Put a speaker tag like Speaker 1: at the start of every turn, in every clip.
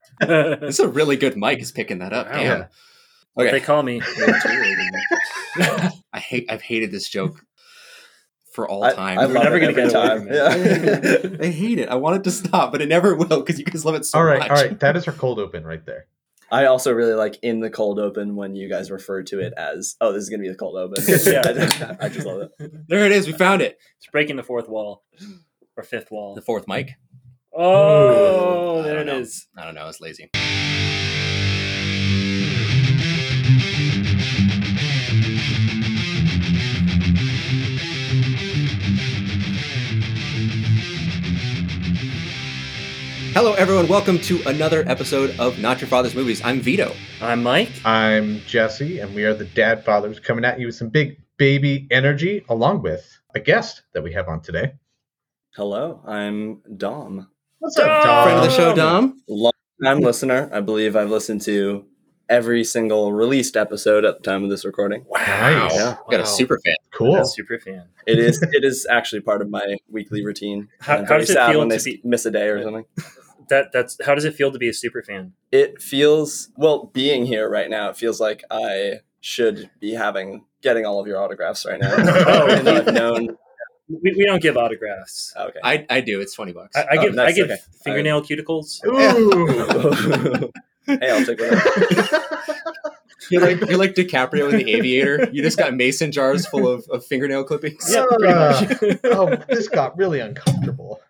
Speaker 1: This is a really good mic. Is picking that up.
Speaker 2: Wow.
Speaker 1: Damn.
Speaker 2: They
Speaker 1: Okay.
Speaker 2: call me.
Speaker 1: I hate. I've hated this joke for all
Speaker 3: I-
Speaker 1: time.
Speaker 3: I,
Speaker 2: We're
Speaker 3: love
Speaker 2: never
Speaker 3: it
Speaker 2: gonna
Speaker 3: every
Speaker 2: get away
Speaker 3: time.
Speaker 2: from
Speaker 3: Yeah.
Speaker 1: I hate it. I want it to stop, but it never will because you guys love it so
Speaker 4: all right,
Speaker 1: much.
Speaker 4: all right. That is her cold open right there.
Speaker 3: I also really like in the cold open when you guys refer to it as, "Oh, this is gonna be the cold open."
Speaker 2: Yeah.
Speaker 3: I just love it.
Speaker 1: There it is. We found it.
Speaker 2: It's breaking the fourth wall or fifth wall.
Speaker 1: The fourth mic.
Speaker 2: Oh,
Speaker 1: Ooh.
Speaker 2: there it
Speaker 1: I don't
Speaker 2: is.
Speaker 1: I don't know. It's lazy. Hello, everyone. Welcome to another episode of Not Your Father's Movies. I'm Vito.
Speaker 2: I'm Mike.
Speaker 4: I'm Jesse, and we are the Dad Fathers coming at you with some big baby energy, along with a guest that we have on today.
Speaker 3: Hello, I'm Dom.
Speaker 4: What's
Speaker 2: Dom!
Speaker 4: up, Dom?
Speaker 1: Friend of the show, Dom.
Speaker 3: Long time listener. I believe I've listened to every single released episode at the time of this recording.
Speaker 4: Nice.
Speaker 3: Yeah.
Speaker 1: Got a super fan.
Speaker 4: Cool.
Speaker 2: Super fan.
Speaker 3: It is it is actually part of my weekly routine.
Speaker 2: How-
Speaker 3: I'm
Speaker 2: how does it feel
Speaker 3: when
Speaker 2: to
Speaker 3: they s-
Speaker 2: be-
Speaker 3: miss a day or something?
Speaker 2: That that's how does it feel to be a super fan?
Speaker 3: It feels well, being here right now, it feels like I should be having getting all of your autographs right now. Even
Speaker 2: Oh.
Speaker 3: though I've known
Speaker 2: We, we don't give autographs.
Speaker 3: oh, okay.
Speaker 1: I, I do. It's 20 bucks.
Speaker 2: I, I
Speaker 3: Oh,
Speaker 2: give I
Speaker 3: nice,
Speaker 2: give
Speaker 3: okay.
Speaker 2: fingernail cuticles.
Speaker 4: Ooh.
Speaker 3: hey, I'll take one.
Speaker 1: You're like, you're like DiCaprio in The Aviator. You just got mason jars full of, of fingernail clippings.
Speaker 2: Yeah, pretty much.
Speaker 4: oh, this got really uncomfortable.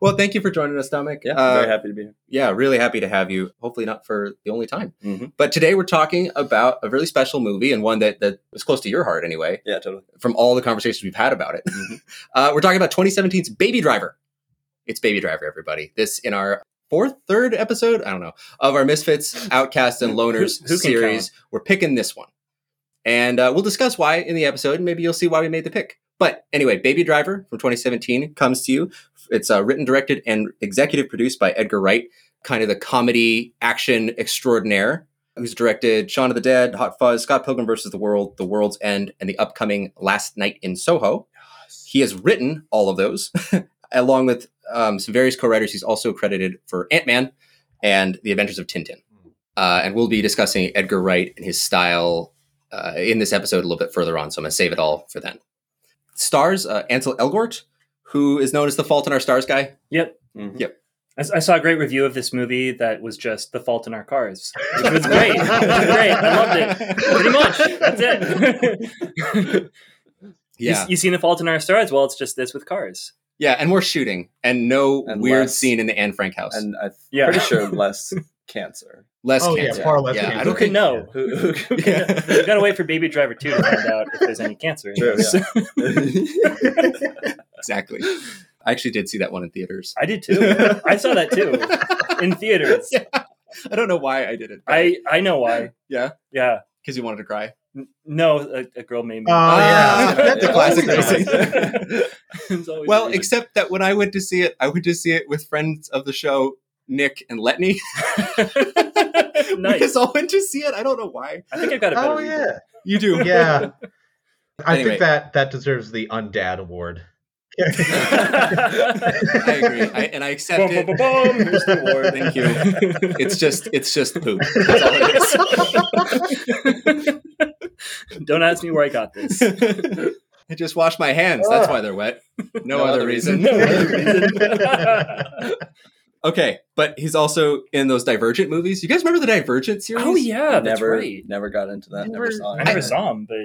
Speaker 1: well, thank you for joining us, Dominic.
Speaker 3: Yeah,
Speaker 1: Uh,
Speaker 3: very happy to be here.
Speaker 1: yeah, really happy to have you. Hopefully, not for the only time.
Speaker 3: Mhm.
Speaker 1: But today we're talking about a really special movie and one that, that was close to your heart, anyway,
Speaker 3: Yeah, totally.
Speaker 1: from all the conversations we've had about it.
Speaker 2: Mm-hmm.
Speaker 1: Uh, we're talking about 2017's Baby Driver. It's Baby Driver, everybody. This in our fourth, third episode, I don't know, of our Misfits, Outcasts, and Loners
Speaker 2: Who- who can
Speaker 1: series. We're picking this one. And uh, we'll discuss why in the episode, and maybe you'll see why we made the pick. But anyway, Baby Driver from 2017 comes to you. It's uh, written, directed, and executive produced by Edgar Wright, kind of the comedy action extraordinaire, who's directed Shaun of the Dead, Hot Fuzz, Scott Pilgrim vs. the World, The World's End, and the upcoming Last Night in Soho. He has written all of those, along with um, some various co-writers. He's also credited for Ant Man and The Adventures of Tintin. Uh, and we'll be discussing Edgar Wright and his style uh, in this episode a little bit further on. So I'm going to save it all for then. Stars uh, Ansel Elgort, who is known as the Fault in Our Stars guy.
Speaker 2: Yep.
Speaker 3: Mhm.
Speaker 1: Yep.
Speaker 2: I, I saw a great review of this movie that was just The Fault in Our Cars, which was great. It was great. I loved it. Pretty much. That's it. You,
Speaker 1: Yeah,
Speaker 2: s- you seen The Fault in Our Stars? Well, it's just this with cars.
Speaker 1: yeah, and more shooting and no
Speaker 3: And
Speaker 1: weird
Speaker 3: less-
Speaker 1: scene in the Anne Frank house.
Speaker 3: And I'm
Speaker 2: Yeah.
Speaker 3: pretty sure less cancer.
Speaker 1: less
Speaker 4: Oh, yeah,
Speaker 1: cancer.
Speaker 4: far less
Speaker 1: I
Speaker 4: cancer.
Speaker 1: don't
Speaker 2: Who could
Speaker 1: think.
Speaker 2: know?
Speaker 3: Who, who,
Speaker 2: you
Speaker 1: Yeah.
Speaker 2: gotta wait for Baby Driver 2 to find out if there's any cancer. in
Speaker 3: True,
Speaker 2: this.
Speaker 1: exactly. I actually did see that one in theaters.
Speaker 2: I did too. I saw that too in theaters.
Speaker 1: Yeah. I don't know why I did it. but-
Speaker 2: I I know why.
Speaker 1: Yeah.
Speaker 2: Yeah.
Speaker 1: because you wanted to cry.
Speaker 2: N- No, a, a girl made me.
Speaker 4: Oh, yeah.
Speaker 1: Ah. That's a classic
Speaker 2: reason. There's always a
Speaker 1: Well,
Speaker 2: reason.
Speaker 1: except that when I went to see it, I went to see it with friends of the show, Nick and Letney.
Speaker 2: Nice.
Speaker 1: Because I went to see it. I don't know why.
Speaker 2: I think I got a better.
Speaker 4: Oh,
Speaker 2: reason.
Speaker 4: yeah.
Speaker 1: You do.
Speaker 4: Yeah. I
Speaker 1: Anyway.
Speaker 4: think that that deserves the Undad Award.
Speaker 1: I agree. I, and I accept
Speaker 2: Bum, bum, bum,
Speaker 1: it.
Speaker 2: bum. Here's the award.
Speaker 1: Thank you. It's just it's just poop. That's all it is.
Speaker 2: Don't ask me where I got this.
Speaker 1: I just wash my hands. That's why they're wet. No, other, reason.
Speaker 2: No other reason.
Speaker 1: okay, but he's also in those Divergent movies. You guys remember the Divergent series?
Speaker 2: oh yeah, that's
Speaker 3: never,
Speaker 2: right.
Speaker 3: never got into that. Never,
Speaker 4: Never-
Speaker 3: saw
Speaker 2: I
Speaker 3: it.
Speaker 2: never
Speaker 1: I-
Speaker 2: saw him, but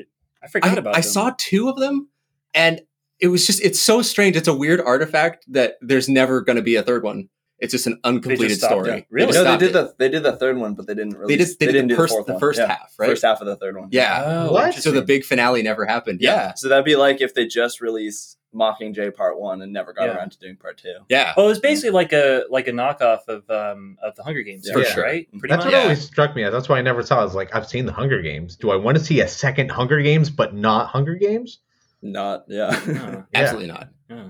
Speaker 2: I forgot
Speaker 1: I,
Speaker 2: about.
Speaker 1: I
Speaker 2: them.
Speaker 1: saw two of them, and it was just it's so strange. It's a weird artifact that there's never going to be a third one. It's just an uncompleted
Speaker 2: stopped
Speaker 1: story.
Speaker 2: it.
Speaker 1: They
Speaker 2: Really?
Speaker 1: just
Speaker 3: No, they
Speaker 1: stopped
Speaker 3: did
Speaker 1: it.
Speaker 3: the they did the third one, but they didn't. Release,
Speaker 1: they just they,
Speaker 3: didn't
Speaker 1: did the,
Speaker 3: do
Speaker 1: first,
Speaker 3: fourth
Speaker 1: the
Speaker 3: one.
Speaker 1: first
Speaker 3: Yeah,
Speaker 1: half, right?
Speaker 3: First half of the third one.
Speaker 1: yeah.
Speaker 2: Oh,
Speaker 4: What?
Speaker 1: So
Speaker 2: interesting.
Speaker 1: the big finale never happened. Yeah.
Speaker 3: So that'd be like if they just released Mockingjay Part One and never got
Speaker 2: Yeah.
Speaker 3: around to doing Part Two.
Speaker 1: Yeah.
Speaker 2: Oh, it was basically like a like a knockoff of um of the Hunger Games,
Speaker 3: Yeah.
Speaker 1: For
Speaker 2: series,
Speaker 1: sure. Mm-hmm.
Speaker 2: right? Pretty
Speaker 4: That's
Speaker 2: much.
Speaker 4: what
Speaker 1: Yeah.
Speaker 4: always struck me as. That's why I never saw. it. I was like, I've seen the Hunger Games. Do I want to see a second Hunger Games, but not Hunger Games?
Speaker 3: Not yeah.
Speaker 2: Yeah,
Speaker 1: Absolutely not.
Speaker 2: yeah,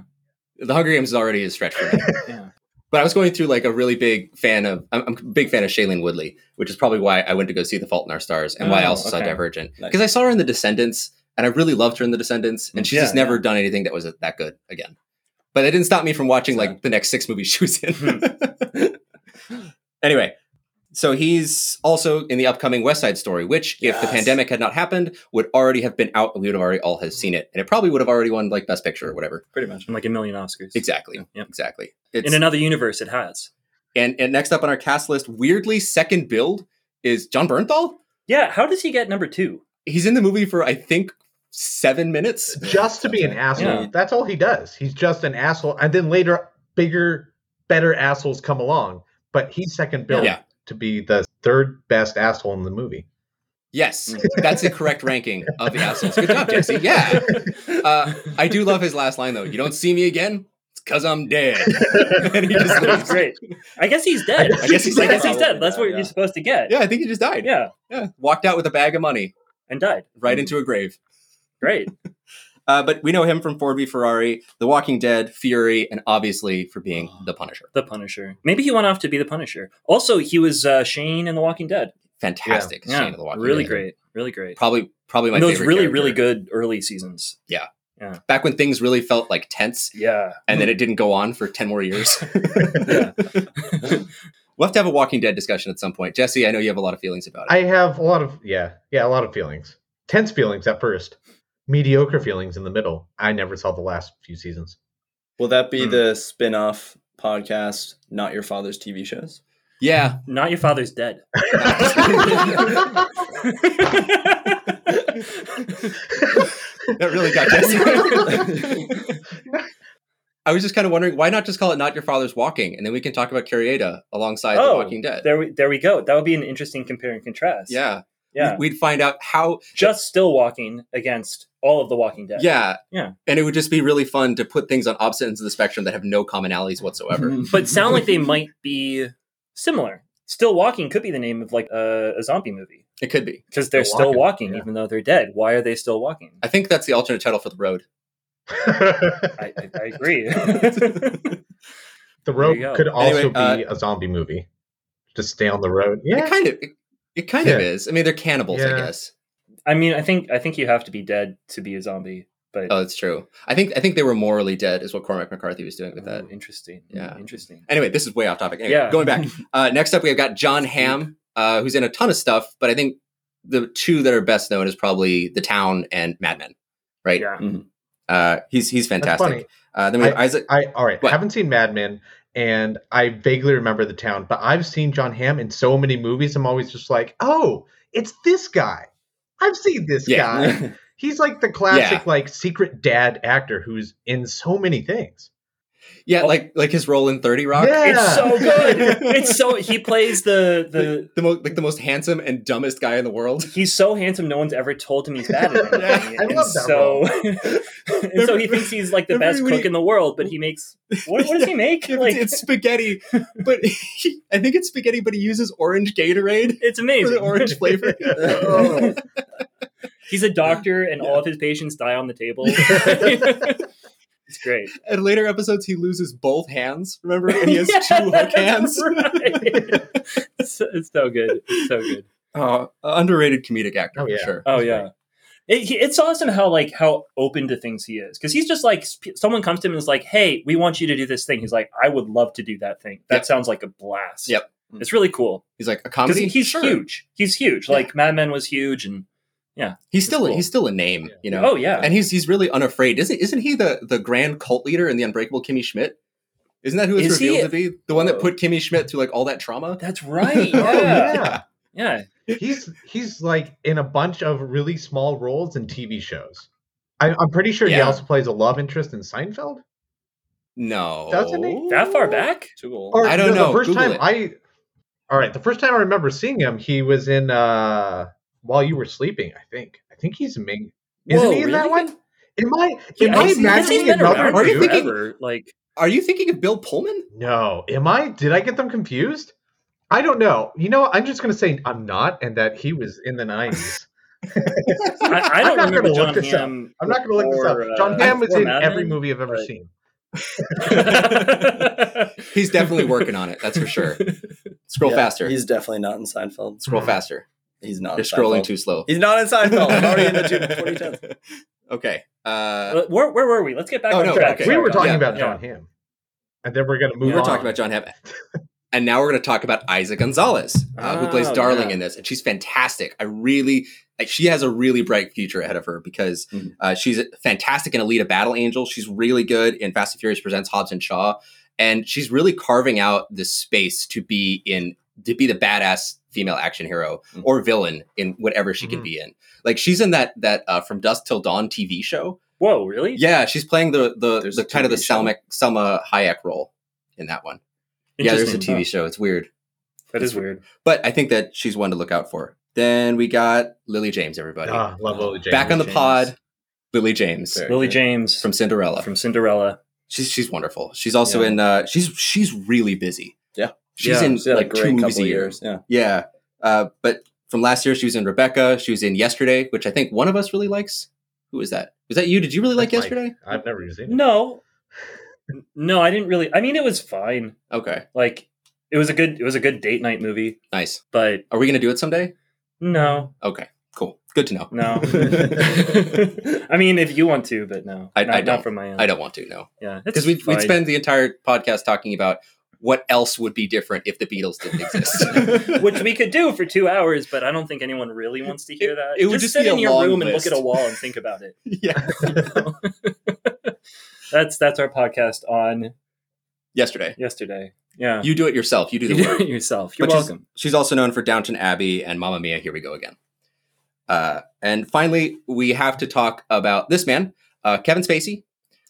Speaker 1: The Hunger Games is already a stretch for me.
Speaker 2: Oh, yeah.
Speaker 1: but I was going through like a really big fan of I'm, I'm a big fan of Shailene Woodley, which is probably why I went to go see The Fault in Our Stars and why I
Speaker 2: Oh,
Speaker 1: also saw
Speaker 2: okay.
Speaker 1: Divergent
Speaker 3: Nice.
Speaker 1: because I saw her in The Descendants and I really loved her in The Descendants and she's
Speaker 2: Yeah,
Speaker 1: just never done anything that was that good again. But it dn't stop me from watching
Speaker 3: Yeah.
Speaker 1: like the next six movies she was in.
Speaker 2: Hmm.
Speaker 1: Anyway, so he's also in the upcoming West Side Story, which, if the
Speaker 3: Yes.
Speaker 1: pandemic had not happened, would already have been out and we would have already all have seen it. And it probably would have already won like Best Picture or whatever.
Speaker 3: Pretty much.
Speaker 2: And like a million Oscars.
Speaker 1: Exactly.
Speaker 2: Yep.
Speaker 1: Exactly. It's,
Speaker 2: In another universe, it has.
Speaker 1: and, and next up on our cast list, weirdly second build is John Bernthal.
Speaker 2: Yeah. How does he get number two?
Speaker 1: He's in the movie for I think seven minutes.
Speaker 4: just to be an asshole.
Speaker 2: Yeah.
Speaker 4: That's all he does. He's just an asshole. And then later, bigger, better assholes come along. But he's second billed
Speaker 1: Yeah.
Speaker 4: to be the third best asshole in the movie.
Speaker 1: Yes, that's the correct ranking of the assholes. Good job, Jesse. Yeah. Uh, I do love his last line though. You don't see me again. It's cause I'm dead. and he just
Speaker 2: That's
Speaker 1: leaves.
Speaker 2: great. I guess he's dead.
Speaker 1: I guess he's
Speaker 2: I guess
Speaker 1: dead.
Speaker 2: he's dead. That's what
Speaker 3: Yeah.
Speaker 2: you're supposed to get.
Speaker 1: Yeah, I think he just died.
Speaker 2: Yeah.
Speaker 1: yeah. Walked out with a bag of money
Speaker 2: And died.
Speaker 1: right into a grave.
Speaker 2: Great.
Speaker 1: Uh, but we know him from Ford v Ferrari, The Walking Dead, Fury, and obviously for being
Speaker 2: Oh.
Speaker 1: the Punisher.
Speaker 2: The Punisher. Maybe he went off to be the Punisher. Also, he was uh, Shane in The Walking Dead.
Speaker 1: Fantastic.
Speaker 2: Yeah.
Speaker 1: Shane of the Walking
Speaker 2: really
Speaker 1: Dead.
Speaker 2: great. Really great.
Speaker 1: Probably, probably my
Speaker 2: And those
Speaker 1: favorite.
Speaker 2: really,
Speaker 1: character.
Speaker 2: really good early seasons.
Speaker 1: Back when things really felt like tense,
Speaker 2: Yeah.
Speaker 1: and then it didn't go on for ten more years.
Speaker 2: Yeah.
Speaker 1: we'll have to have a Walking Dead discussion at some point, Jesse. I know you have a lot of feelings about it.
Speaker 4: I have a lot of, yeah, yeah, a lot of feelings. Tense feelings at first, mediocre feelings in the middle. I never saw the last few seasons.
Speaker 3: Will that be
Speaker 2: Hmm.
Speaker 3: the spin off podcast, Not Your Father's TV shows?
Speaker 1: yeah,
Speaker 2: Not your father's dead.
Speaker 1: that really got Jesse. I was just kind of wondering why not just call it "Not Your Father's Walking," and then we can talk about Curieta alongside The
Speaker 2: Oh,
Speaker 1: Walking Dead.
Speaker 2: there we there we go. That would be an interesting compare and contrast.
Speaker 1: Yeah,
Speaker 2: Yeah.
Speaker 1: we'd find out how
Speaker 2: Just still walking against all of the Walking Dead.
Speaker 1: Yeah.
Speaker 2: Yeah.
Speaker 1: And it would just be really fun to put things on opposite ends of the spectrum that have no
Speaker 2: Mm-hmm.
Speaker 1: commonalities whatsoever.
Speaker 2: But sound like they might be similar. Still walking could be the name of like a, a zombie movie
Speaker 1: it could be.
Speaker 2: because they're
Speaker 4: Still
Speaker 2: still
Speaker 4: Walking,
Speaker 2: walking
Speaker 4: yeah.
Speaker 2: even though they're dead. Why are they still walking?
Speaker 1: I think that's the alternate title for the road.
Speaker 2: I, I, I agree.
Speaker 4: the road
Speaker 2: you go.
Speaker 4: could also
Speaker 1: Anyway, uh,
Speaker 4: be a zombie movie. Just stay on the road. Yeah.
Speaker 1: It kind of it, it kind of
Speaker 4: Yeah.
Speaker 1: is. I mean, they're cannibals, I
Speaker 4: Yeah.
Speaker 1: guess.
Speaker 2: I mean, I think I think you have to be dead to be a zombie. But
Speaker 1: Oh, that's true. I think I think they were morally dead is what Cormac McCarthy was doing with that.
Speaker 4: Mm.
Speaker 2: Oh, interesting.
Speaker 1: Yeah.
Speaker 2: interesting.
Speaker 1: Anyway, this is way off topic. Anyway,
Speaker 2: Yeah.
Speaker 1: going back. Uh, next up, we've got John Hamm, uh, who's in a ton of stuff, but I think the two that are best known is probably The Town and Mad Men. Right?
Speaker 2: Yeah.
Speaker 1: Uh, he's he's
Speaker 4: Mm-hmm. That's funny.
Speaker 1: fantastic. Uh, then we have Isaac.
Speaker 4: I all right.
Speaker 1: What?
Speaker 4: I haven't seen Mad Men, and I vaguely remember the town, but I've seen John Hamm in so many movies. I'm always just like, oh, it's this guy. I've seen this
Speaker 1: Yeah.
Speaker 4: guy. He's like the classic like secret dad actor who's in so many things.
Speaker 1: yeah, like like his role in Thirty Rock.
Speaker 4: Oh. Yeah.
Speaker 2: It's so good. It's so he plays the the
Speaker 1: the most like the most handsome and dumbest guy in the world.
Speaker 2: he's so handsome. No one's ever told him he's bad at anything.
Speaker 1: Yeah,
Speaker 4: I
Speaker 2: and
Speaker 4: love that
Speaker 2: So and so he thinks he's like the
Speaker 1: Remember
Speaker 2: best
Speaker 1: when
Speaker 2: cook
Speaker 1: he-
Speaker 2: in the world, but he makes what, what does he make?
Speaker 1: It's,
Speaker 2: Like
Speaker 1: it's spaghetti, but he, I think it's spaghetti, but he uses orange Gatorade
Speaker 2: it's
Speaker 1: for the
Speaker 2: amazing.
Speaker 1: orange flavor.
Speaker 4: Oh.
Speaker 2: He's a doctor, and all of his patients die on the table. it's great.
Speaker 1: In later episodes, he loses both hands. Remember, and he has two hook hands.
Speaker 2: Right. it's, so- it's so good. It's so good.
Speaker 1: Oh, underrated comedic actor
Speaker 4: Oh, yeah.
Speaker 1: for sure.
Speaker 2: Oh yeah. It, he- it's awesome how like how open to things he is because he's just like sp- someone comes to him and is like, "Hey, we want you to do this thing." He's like, "I would love to do that thing. That
Speaker 1: Yep.
Speaker 2: sounds like a blast."
Speaker 1: Yep.
Speaker 2: it's really cool
Speaker 1: He's like a
Speaker 2: because
Speaker 1: comedy.
Speaker 2: he's
Speaker 1: Sure.
Speaker 2: huge. He's huge.
Speaker 1: Yeah.
Speaker 2: Like Mad Men was huge, and
Speaker 1: He's still
Speaker 2: cool.
Speaker 1: he's still a name,
Speaker 4: Yeah.
Speaker 1: you know.
Speaker 2: oh yeah,
Speaker 1: And he's he's really unafraid. Isn't isn't he the the grand cult leader in the Unbreakable Kimmy Schmidt? Isn't that who it's
Speaker 2: Is he-
Speaker 1: revealed to be? The one that
Speaker 3: Oh.
Speaker 1: put Kimmy Schmidt through like all that trauma.
Speaker 2: that's right.
Speaker 4: Oh,
Speaker 2: Yeah. yeah,
Speaker 4: yeah. He's he's like in a bunch of really small roles in TV shows. I, I'm pretty sure he
Speaker 1: Yeah.
Speaker 4: also plays a love interest in Seinfeld.
Speaker 1: No,
Speaker 4: Doesn't he?
Speaker 2: that far back.
Speaker 3: Too old.
Speaker 4: Or,
Speaker 1: I don't know.
Speaker 4: The first
Speaker 1: Google
Speaker 4: time
Speaker 1: it.
Speaker 4: I, all right, the first time I remember seeing him, he was in uh while you were sleeping. I think. I think he's a main. Isn't
Speaker 2: Whoa,
Speaker 4: he in
Speaker 2: really?
Speaker 4: that one? Am I?
Speaker 2: Yeah,
Speaker 4: Am
Speaker 2: I guess- I
Speaker 4: I
Speaker 2: guess he's
Speaker 4: imagining
Speaker 2: been
Speaker 4: another
Speaker 2: around
Speaker 1: Are you
Speaker 4: dude?
Speaker 1: thinking-
Speaker 2: forever. Like
Speaker 1: Are you thinking of Bill Pullman?
Speaker 4: No. Am I? Did I get them confused? I don't know. You know, what? I'm just gonna say I'm not, and that he was in the '90s.
Speaker 2: I, I
Speaker 4: I'm
Speaker 2: don't
Speaker 4: not
Speaker 2: remember
Speaker 4: gonna
Speaker 2: John
Speaker 4: look this up.
Speaker 2: Hamm.
Speaker 4: I'm not gonna look this
Speaker 2: before,
Speaker 4: up. John
Speaker 2: uh,
Speaker 4: Hamm is
Speaker 2: before
Speaker 4: in
Speaker 2: Mad
Speaker 4: every
Speaker 2: Men.
Speaker 4: movie I've ever
Speaker 2: but-
Speaker 4: seen.
Speaker 1: He's definitely working on it. That's for sure. Scroll
Speaker 3: Yeah,
Speaker 1: faster.
Speaker 3: He's definitely not in Seinfeld.
Speaker 1: Scroll faster.
Speaker 3: He's not.
Speaker 1: You're
Speaker 3: in Seinfeld.
Speaker 1: scrolling too slow.
Speaker 3: He's not in Seinfeld. Oh, I'm already in the June 2010.
Speaker 1: Okay. Uh,
Speaker 2: Uh, where, where were we? Let's get back
Speaker 1: Oh,
Speaker 2: on
Speaker 1: no,
Speaker 2: track.
Speaker 1: okay.
Speaker 4: We
Speaker 2: Sorry,
Speaker 4: were
Speaker 2: John.
Speaker 4: talking
Speaker 1: Yeah,
Speaker 4: about
Speaker 2: yeah.
Speaker 4: John Hamm, and then we're gonna move
Speaker 1: we were
Speaker 4: on.
Speaker 1: talking about John Hamm. And now we're going to talk about Isa Gonzalez, uh, who plays
Speaker 2: Oh,
Speaker 1: Darling
Speaker 2: yeah.
Speaker 1: in this, and she's fantastic. I really, like, she has a really bright future ahead of her because
Speaker 3: Mhm.
Speaker 1: uh, she's fantastic in Alita: Battle Angel. She's really good in Fast and Furious Presents Hobbs and Shaw, and she's really carving out the space to be in to be the badass female action hero
Speaker 3: Mhm.
Speaker 1: or villain in whatever she
Speaker 3: Mm-hmm.
Speaker 1: can
Speaker 4: Mhm.
Speaker 1: be in. Like she's in that that uh, From Dusk Till Dawn TV show.
Speaker 2: Whoa, really?
Speaker 1: Yeah, she's playing the the,
Speaker 3: There's
Speaker 1: the
Speaker 3: a
Speaker 1: kind of the
Speaker 3: TV show?
Speaker 1: Selma Selma Hayek role in that one. Yeah, there's a
Speaker 2: Interesting.
Speaker 1: TV show. It's weird,
Speaker 2: That is weird.
Speaker 1: but I think that she's one to look out for. Then we got Lily James, everybody
Speaker 4: Ah, love Lily James.
Speaker 1: back on the
Speaker 3: James.
Speaker 1: pod. Lily James
Speaker 3: Very
Speaker 2: Lily
Speaker 3: good.
Speaker 2: James
Speaker 1: from Cinderella.
Speaker 2: from Cinderella.
Speaker 1: she's she's wonderful. She's also
Speaker 2: Yeah.
Speaker 1: in. Uh, she's she's really busy.
Speaker 3: Yeah.
Speaker 1: she's
Speaker 2: Yeah,
Speaker 1: in
Speaker 3: She's had
Speaker 1: like
Speaker 3: a great
Speaker 1: two
Speaker 3: couple
Speaker 1: movies
Speaker 3: of
Speaker 1: a year.
Speaker 3: years. Yeah.
Speaker 1: Yeah, uh, but from last year she was in Rebecca. She was in Yesterday, which I think one of us really likes. Who is that? Was that you? Did you really like
Speaker 4: That's Mike.
Speaker 1: Yesterday?
Speaker 4: I've never seen it.
Speaker 2: No, no, I didn't really. I mean, it was fine.
Speaker 1: Okay,
Speaker 2: Like it was a good. It was a good date night movie,
Speaker 1: nice.
Speaker 2: but
Speaker 1: Are we gonna do it someday?
Speaker 2: no,
Speaker 1: Okay, cool. Good to know.
Speaker 2: no. I mean, if you want to, but no,
Speaker 1: I- I
Speaker 2: not, not
Speaker 1: don't.
Speaker 2: from my end.
Speaker 1: I don't want to, no.
Speaker 2: Yeah, it's
Speaker 1: Because we'd,
Speaker 2: fine.
Speaker 1: we'd spend the entire podcast talking about what else would be different if the Beatles didn't exist. it
Speaker 2: which we could do for two hours, but I don't think anyone really wants to hear that.
Speaker 1: it would just
Speaker 2: sit
Speaker 1: be a
Speaker 2: in your
Speaker 1: long
Speaker 2: room and
Speaker 1: list.
Speaker 2: look at a wall and think about it.
Speaker 1: Yeah.
Speaker 2: That's that's our podcast on
Speaker 1: Yesterday.
Speaker 2: yesterday. Yeah,
Speaker 1: You do it yourself. You do
Speaker 2: You
Speaker 1: the work.
Speaker 2: it yourself. You're
Speaker 1: Which is-
Speaker 2: welcome.
Speaker 1: She's also known for Downton Abbey and Mamma Mia, Here We Go Again. Uh, and finally, we have to talk about this man, uh, Kevin Spacey.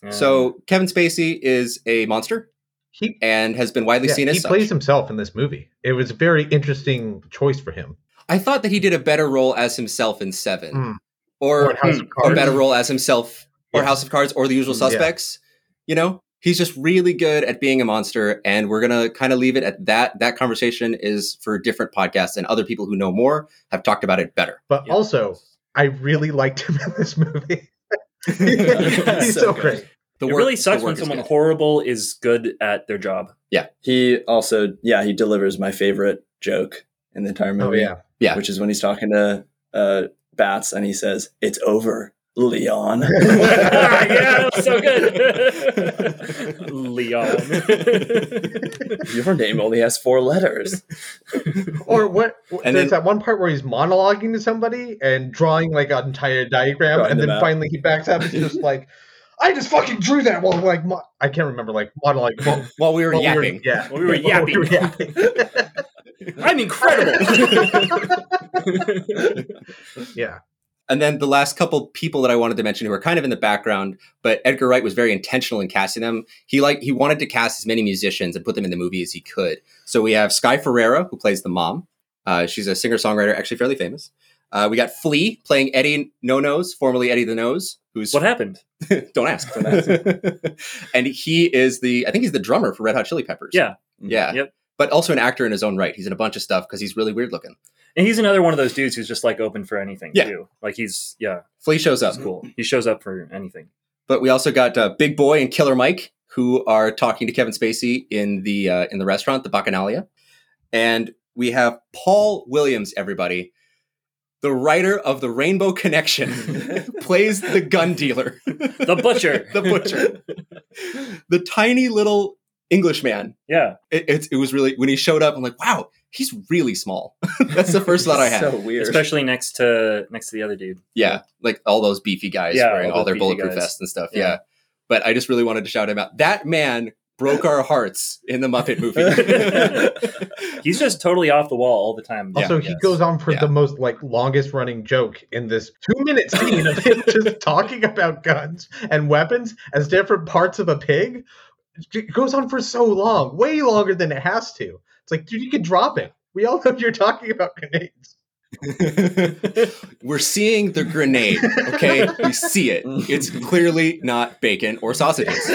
Speaker 2: Yeah.
Speaker 1: So, Kevin Spacey is a monster
Speaker 4: He,
Speaker 1: and has been widely
Speaker 4: yeah,
Speaker 1: seen
Speaker 4: he
Speaker 1: as
Speaker 4: plays
Speaker 1: such.
Speaker 4: himself in this movie. It was a very interesting choice for him.
Speaker 1: I thought that he did a better role as himself in Seven
Speaker 4: Mm.
Speaker 1: or, hmm,
Speaker 4: in House of
Speaker 1: or
Speaker 4: Cards.
Speaker 1: better role as himself or
Speaker 4: Yeah.
Speaker 1: House of Cards or The Usual
Speaker 2: Mm,
Speaker 4: yeah.
Speaker 1: Suspects. You know, he's just really good at being a monster, and we're gonna kind of leave it at that. That conversation is for different podcasts, and other people who know more have talked about it better.
Speaker 4: But
Speaker 2: Yeah.
Speaker 4: also, I really liked him in this movie. He's so,
Speaker 1: So good.
Speaker 4: great.
Speaker 1: The
Speaker 2: it
Speaker 1: work-
Speaker 2: really sucks
Speaker 1: the
Speaker 2: when
Speaker 1: work is
Speaker 2: someone
Speaker 1: good.
Speaker 2: horrible is good at their job.
Speaker 3: He also, yeah, he delivers my favorite joke in the entire
Speaker 4: Oh
Speaker 3: movie.
Speaker 4: yeah,
Speaker 1: Yeah.
Speaker 3: Which is when he's talking to uh, Bats and he says, It's over, Leon.
Speaker 2: yeah, that was so good, Leon.
Speaker 3: Your name only has four letters.
Speaker 4: or what?
Speaker 1: And
Speaker 4: there's
Speaker 1: then-
Speaker 4: that one part where he's monologuing to somebody and drawing like an entire diagram,
Speaker 3: Drawing
Speaker 4: and
Speaker 3: them
Speaker 4: then
Speaker 3: out.
Speaker 4: finally he backs up. It's just like, I just fucking drew that while like mo- I can't remember like monologue. While,
Speaker 1: While we were
Speaker 4: while
Speaker 1: yapping,
Speaker 4: We were, yeah,
Speaker 2: While we were
Speaker 4: While we were yapping.
Speaker 2: I'm incredible.
Speaker 4: yeah,
Speaker 1: and then the last couple people that I wanted to mention who are kind of in the background, but Edgar Wright was very intentional in casting them. He like he wanted to cast as many musicians and put them in the movie as he could. So we have Sky Ferreira who plays the mom. Uh, she's a singer songwriter, actually fairly famous. Uh, we got Flea playing Eddie No Nose, formerly Eddie the Nose, who's
Speaker 2: what happened?
Speaker 1: don't ask. Don't ask. and he is the I think he's the drummer for Red Hot Chili Peppers.
Speaker 2: Yeah.
Speaker 1: yeah,
Speaker 2: Yep.
Speaker 1: but also an actor in his own right. He's in a bunch of stuff because he's really weird looking.
Speaker 2: And he's another one of those dudes who's just like open for anything
Speaker 1: Yeah.
Speaker 2: too. Like he's yeah,
Speaker 1: Flea shows up.
Speaker 2: he's cool. He shows up for anything.
Speaker 1: But we also got uh, Big Boy and Killer Mike, who are talking to Kevin Spacey in the uh, in the restaurant, the Bacchanalia, and we have Paul Williams. Everybody, the writer of the Rainbow Connection, plays the gun dealer,
Speaker 2: The butcher.
Speaker 1: the butcher, the tiny little Englishman.
Speaker 2: yeah.
Speaker 1: It, it's it was really when he showed up. I'm like, wow, he's really small. That's the first thought I had.
Speaker 3: so weird.
Speaker 2: Especially next to next to the other dude.
Speaker 1: Yeah, like all those beefy guys
Speaker 2: Yeah,
Speaker 1: wearing
Speaker 2: all
Speaker 1: all,
Speaker 2: those
Speaker 1: their
Speaker 2: beefy
Speaker 1: bulletproof
Speaker 2: guys.
Speaker 1: vests and stuff. Yeah.
Speaker 2: Yeah.
Speaker 1: but I just really wanted to shout him out. That man broke our hearts in the Muppet movie.
Speaker 2: He's just totally off the wall all the time.
Speaker 1: Yeah.
Speaker 4: Also, he
Speaker 2: Yes.
Speaker 4: goes on for
Speaker 1: Yeah.
Speaker 4: the most like longest running joke in this two minute scene of him just talking about guns and weapons as different parts of a pig. It goes on for so long, way longer than it has to. It's like, dude, you can drop it. We all know you're talking about grenades.
Speaker 1: We're seeing the grenade. Okay, we see it. It's clearly not bacon or sausages.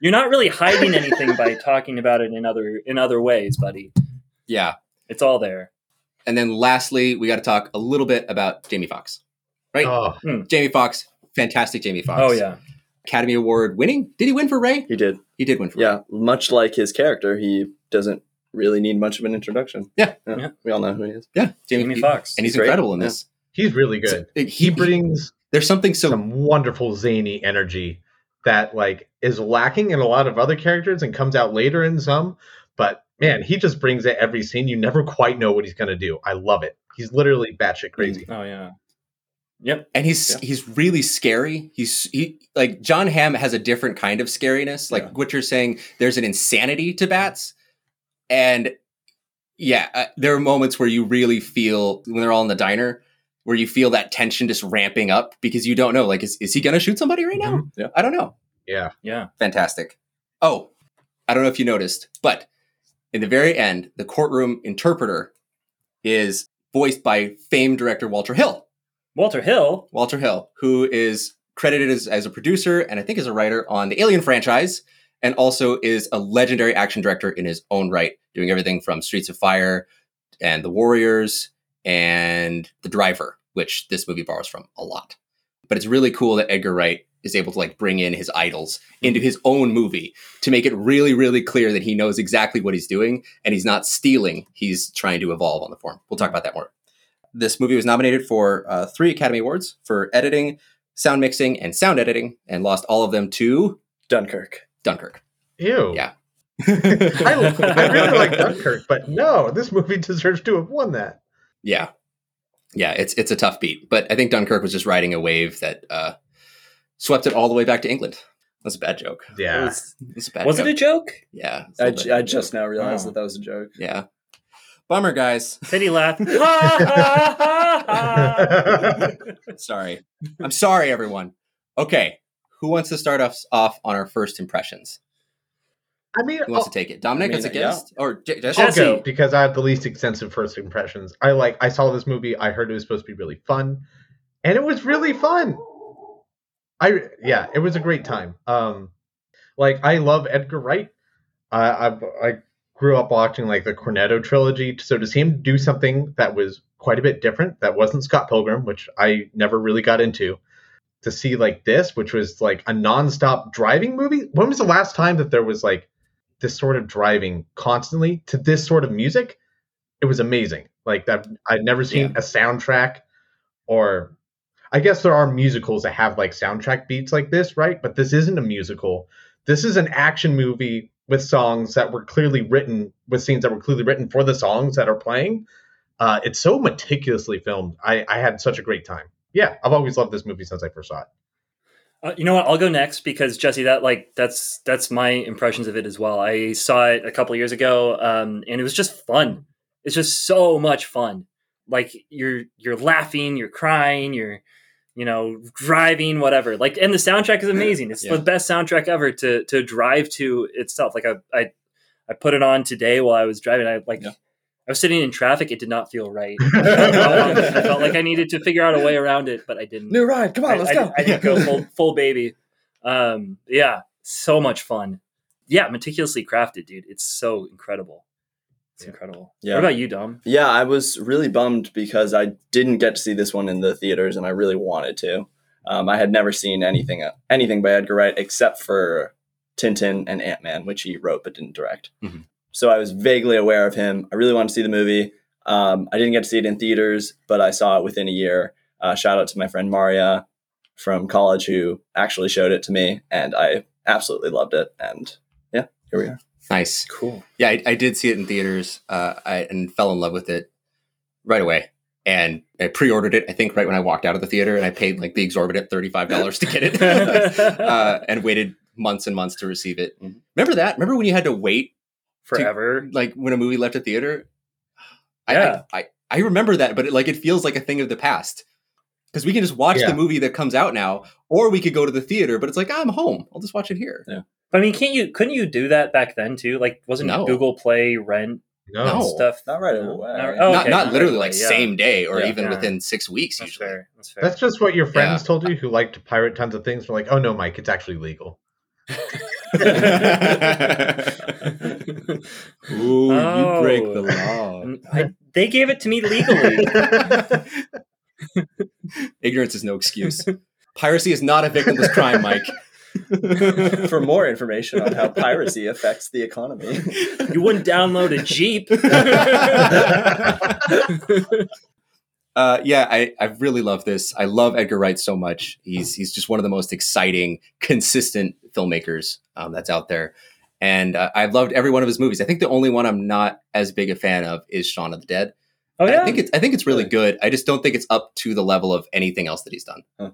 Speaker 2: You're not really hiding anything by talking about it in other in other ways, buddy.
Speaker 1: Yeah,
Speaker 2: It's all there.
Speaker 1: and then lastly, we got to talk a little bit about Jamie Foxx. Right.
Speaker 4: Oh,
Speaker 1: Jamie Foxx, fantastic Jamie Foxx.
Speaker 2: Oh yeah.
Speaker 1: Academy Award winning. Did he win for Ray?
Speaker 3: He did.
Speaker 1: He did win for Ray.
Speaker 3: Yeah. Much like his character, he doesn't really need much of an introduction.
Speaker 1: Yeah.
Speaker 2: Yeah.
Speaker 3: We all know who he is.
Speaker 1: Yeah, Jamie,
Speaker 2: Jamie Fox.
Speaker 1: and he's
Speaker 3: Great.
Speaker 1: incredible in this.
Speaker 4: he's really good.
Speaker 1: So, uh,
Speaker 4: He brings
Speaker 1: there's something so
Speaker 4: some wonderful zany energy that like is lacking in a lot of other characters and comes out later in some But man, he just brings it every scene. You never quite know what he's gonna do. I love it. He's literally batshit crazy.
Speaker 2: Oh yeah. Yep.
Speaker 1: and he's
Speaker 2: Yeah.
Speaker 1: he's really scary. He's he like John Hamm has a different kind of scariness. Like
Speaker 3: Yeah.
Speaker 1: what you're saying, there's an insanity to bats, and yeah, uh, there are moments where you really feel when they're all in the diner where you feel that tension just ramping up because you don't know like is, is he gonna shoot somebody right now?
Speaker 4: Mhm.
Speaker 3: Yeah.
Speaker 1: I don't know.
Speaker 4: Yeah.
Speaker 2: Yeah.
Speaker 1: Fantastic. Oh, I don't know if you noticed, but in the very end, the courtroom interpreter is voiced by famed director Walter Hill.
Speaker 2: Walter Hill.
Speaker 1: Walter Hill, who is credited as, as a producer and I think as a writer on the Alien franchise, and also is a legendary action director in his own right, doing everything from Streets of Fire and The Warriors and The Driver, which this movie borrows from a lot. But it's really cool that Edgar Wright is able to like bring in his idols into his own movie to make it really, really clear that he knows exactly what he's doing and he's not stealing. He's trying to evolve on the form. We'll talk about that more this movie was nominated for uh, three Academy Awards for editing, sound mixing, and sound editing, and lost all of them to
Speaker 3: Dunkirk.
Speaker 1: Dunkirk.
Speaker 4: Ew.
Speaker 1: Yeah.
Speaker 4: I, I really like Dunkirk, but no, this movie deserves to have won that.
Speaker 1: Yeah, yeah, it's it's a tough beat, but I think Dunkirk was just riding a wave that uh, swept it all the way back to England. That's a bad joke.
Speaker 4: Yeah.
Speaker 2: Was,
Speaker 1: That's a bad.
Speaker 2: was it
Speaker 1: joke.
Speaker 2: a joke?
Speaker 1: Yeah, it's a
Speaker 3: I,
Speaker 1: little
Speaker 3: ju-
Speaker 1: bit.
Speaker 3: I just now realized
Speaker 2: Oh.
Speaker 3: that that was a joke.
Speaker 1: yeah. Bummer, guys.
Speaker 2: Pity laugh. Ha, ha, ha, ha.
Speaker 1: Sorry. I'm sorry, everyone. Okay, who wants to start us off on our first impressions?
Speaker 4: I mean, oh,
Speaker 1: Who wants to take it? Dominic
Speaker 3: Oh, mean,
Speaker 1: as a
Speaker 3: yeah.
Speaker 1: guest, or J- oh, Jess?
Speaker 4: I'll
Speaker 2: Jesse.
Speaker 4: go because I have the least extensive first impressions. I like I saw this movie, I heard it was supposed to be really fun, and it was really fun. I yeah, it was a great time. Um like I love Edgar Wright. I I, I grew up watching like the Cornetto trilogy, so to see him do something that was quite a bit different that wasn't Scott Pilgrim, which I never really got into. To see like this, which was like a nonstop driving movie. When was the last time that there was like this sort of driving constantly to this sort of music, it was amazing. Like that, I'd never seen a soundtrack, or I guess there are musicals that have like soundtrack beats like this, right? But this isn't a musical. This is an action movie with songs that were clearly written with scenes that were clearly written for the songs that are playing. Uh, it's so meticulously filmed. I, I had such a great time. Yeah, I've always loved this movie since I first saw it.
Speaker 2: Uh, you know what? I'll go next because Jesse, that like that's that's my impressions of it as well. I saw it a couple years ago, um, and it was just fun. It's just so much fun. Like you're you're laughing, you're crying, you're you know driving, whatever. Like, and the soundtrack is amazing. It's
Speaker 1: Yeah.
Speaker 2: the best soundtrack ever to to drive to itself. Like I I, I put it on today while I was driving. I like
Speaker 1: Yeah.
Speaker 2: I was sitting in traffic. It did not feel right. I felt like I needed to figure out a way around it, but I didn't.
Speaker 3: New ride. Come
Speaker 2: I- I, did- I did go full, full baby. Um, yeah, so much fun. Yeah, meticulously crafted, dude. It's so incredible. It's
Speaker 4: Yeah.
Speaker 2: incredible.
Speaker 3: Yeah.
Speaker 2: What about you, Dom?
Speaker 3: Yeah, I was really bummed because I didn't get to see this one in the theaters, and I really wanted to. Um, I had never seen anything uh, anything by Edgar Wright except for Tintin and Ant Man, which he wrote but didn't direct.
Speaker 1: Mhm.
Speaker 3: So I was vaguely aware of him. I really wanted to see the movie. Um, I didn't get to see it in theaters, but I saw it within a year. Uh, shout out to my friend Maria from college who actually showed it to me, and I absolutely loved it. And yeah, here we are.
Speaker 1: Nice.
Speaker 2: Cool.
Speaker 1: Yeah, I, I did see it in theaters. Uh, I and fell in love with it right away. And I pre-ordered it. I think right when I walked out of the theater, and I paid like the exorbitant thirty-five dollars to get it, uh, and waited months and months to receive it.
Speaker 2: Mm-hmm.
Speaker 3: Mhm.
Speaker 1: Remember that? Remember when you had to wait,
Speaker 2: Forever.
Speaker 1: like when a movie left a theater? I-
Speaker 2: Yeah.
Speaker 1: I, I, I remember that, but it, like it feels like a thing of the past because we can just watch
Speaker 4: Yeah.
Speaker 1: the movie that comes out now, or we could go to the theater. But it's like I'm home. I'll just watch it here.
Speaker 2: I mean, can't you? Couldn't you do that back then too? Like, wasn't
Speaker 1: No.
Speaker 2: Google Play, Rent, and
Speaker 1: No.
Speaker 2: stuff?
Speaker 3: Not right
Speaker 2: No?
Speaker 3: away.
Speaker 2: Not-
Speaker 3: Oh,
Speaker 2: okay,
Speaker 1: not not literally
Speaker 2: right
Speaker 1: like
Speaker 2: away, yeah.
Speaker 1: same day or
Speaker 3: Yeah.
Speaker 1: even
Speaker 2: Yeah.
Speaker 1: within six weeks
Speaker 2: That's
Speaker 1: usually.
Speaker 2: fair. That's fair.
Speaker 4: That's just what your friends told you who like to pirate tons of things. Were like, oh no, Mike, it's actually legal.
Speaker 1: Ooh,
Speaker 2: Oh. Mm.
Speaker 1: law.
Speaker 2: And I, they gave it to me legally.
Speaker 1: Ignorance is no excuse. Piracy is not a victimless crime, Mike.
Speaker 3: for more information on how piracy affects the economy.
Speaker 2: you wouldn't download a Jeep. Oh,
Speaker 1: Uh, yeah, I, I really love this. I love Edgar Wright so much. He's he's just one of the most exciting, consistent filmmakers um, that's out there, and uh, I've loved every one of his movies. I think the only one I'm not as big a fan of is Shaun of the Dead.
Speaker 2: Oh yeah,
Speaker 1: I think it's I think it's really
Speaker 3: Really?
Speaker 1: good. I just don't think it's up to the level of anything else that he's done.
Speaker 3: Huh.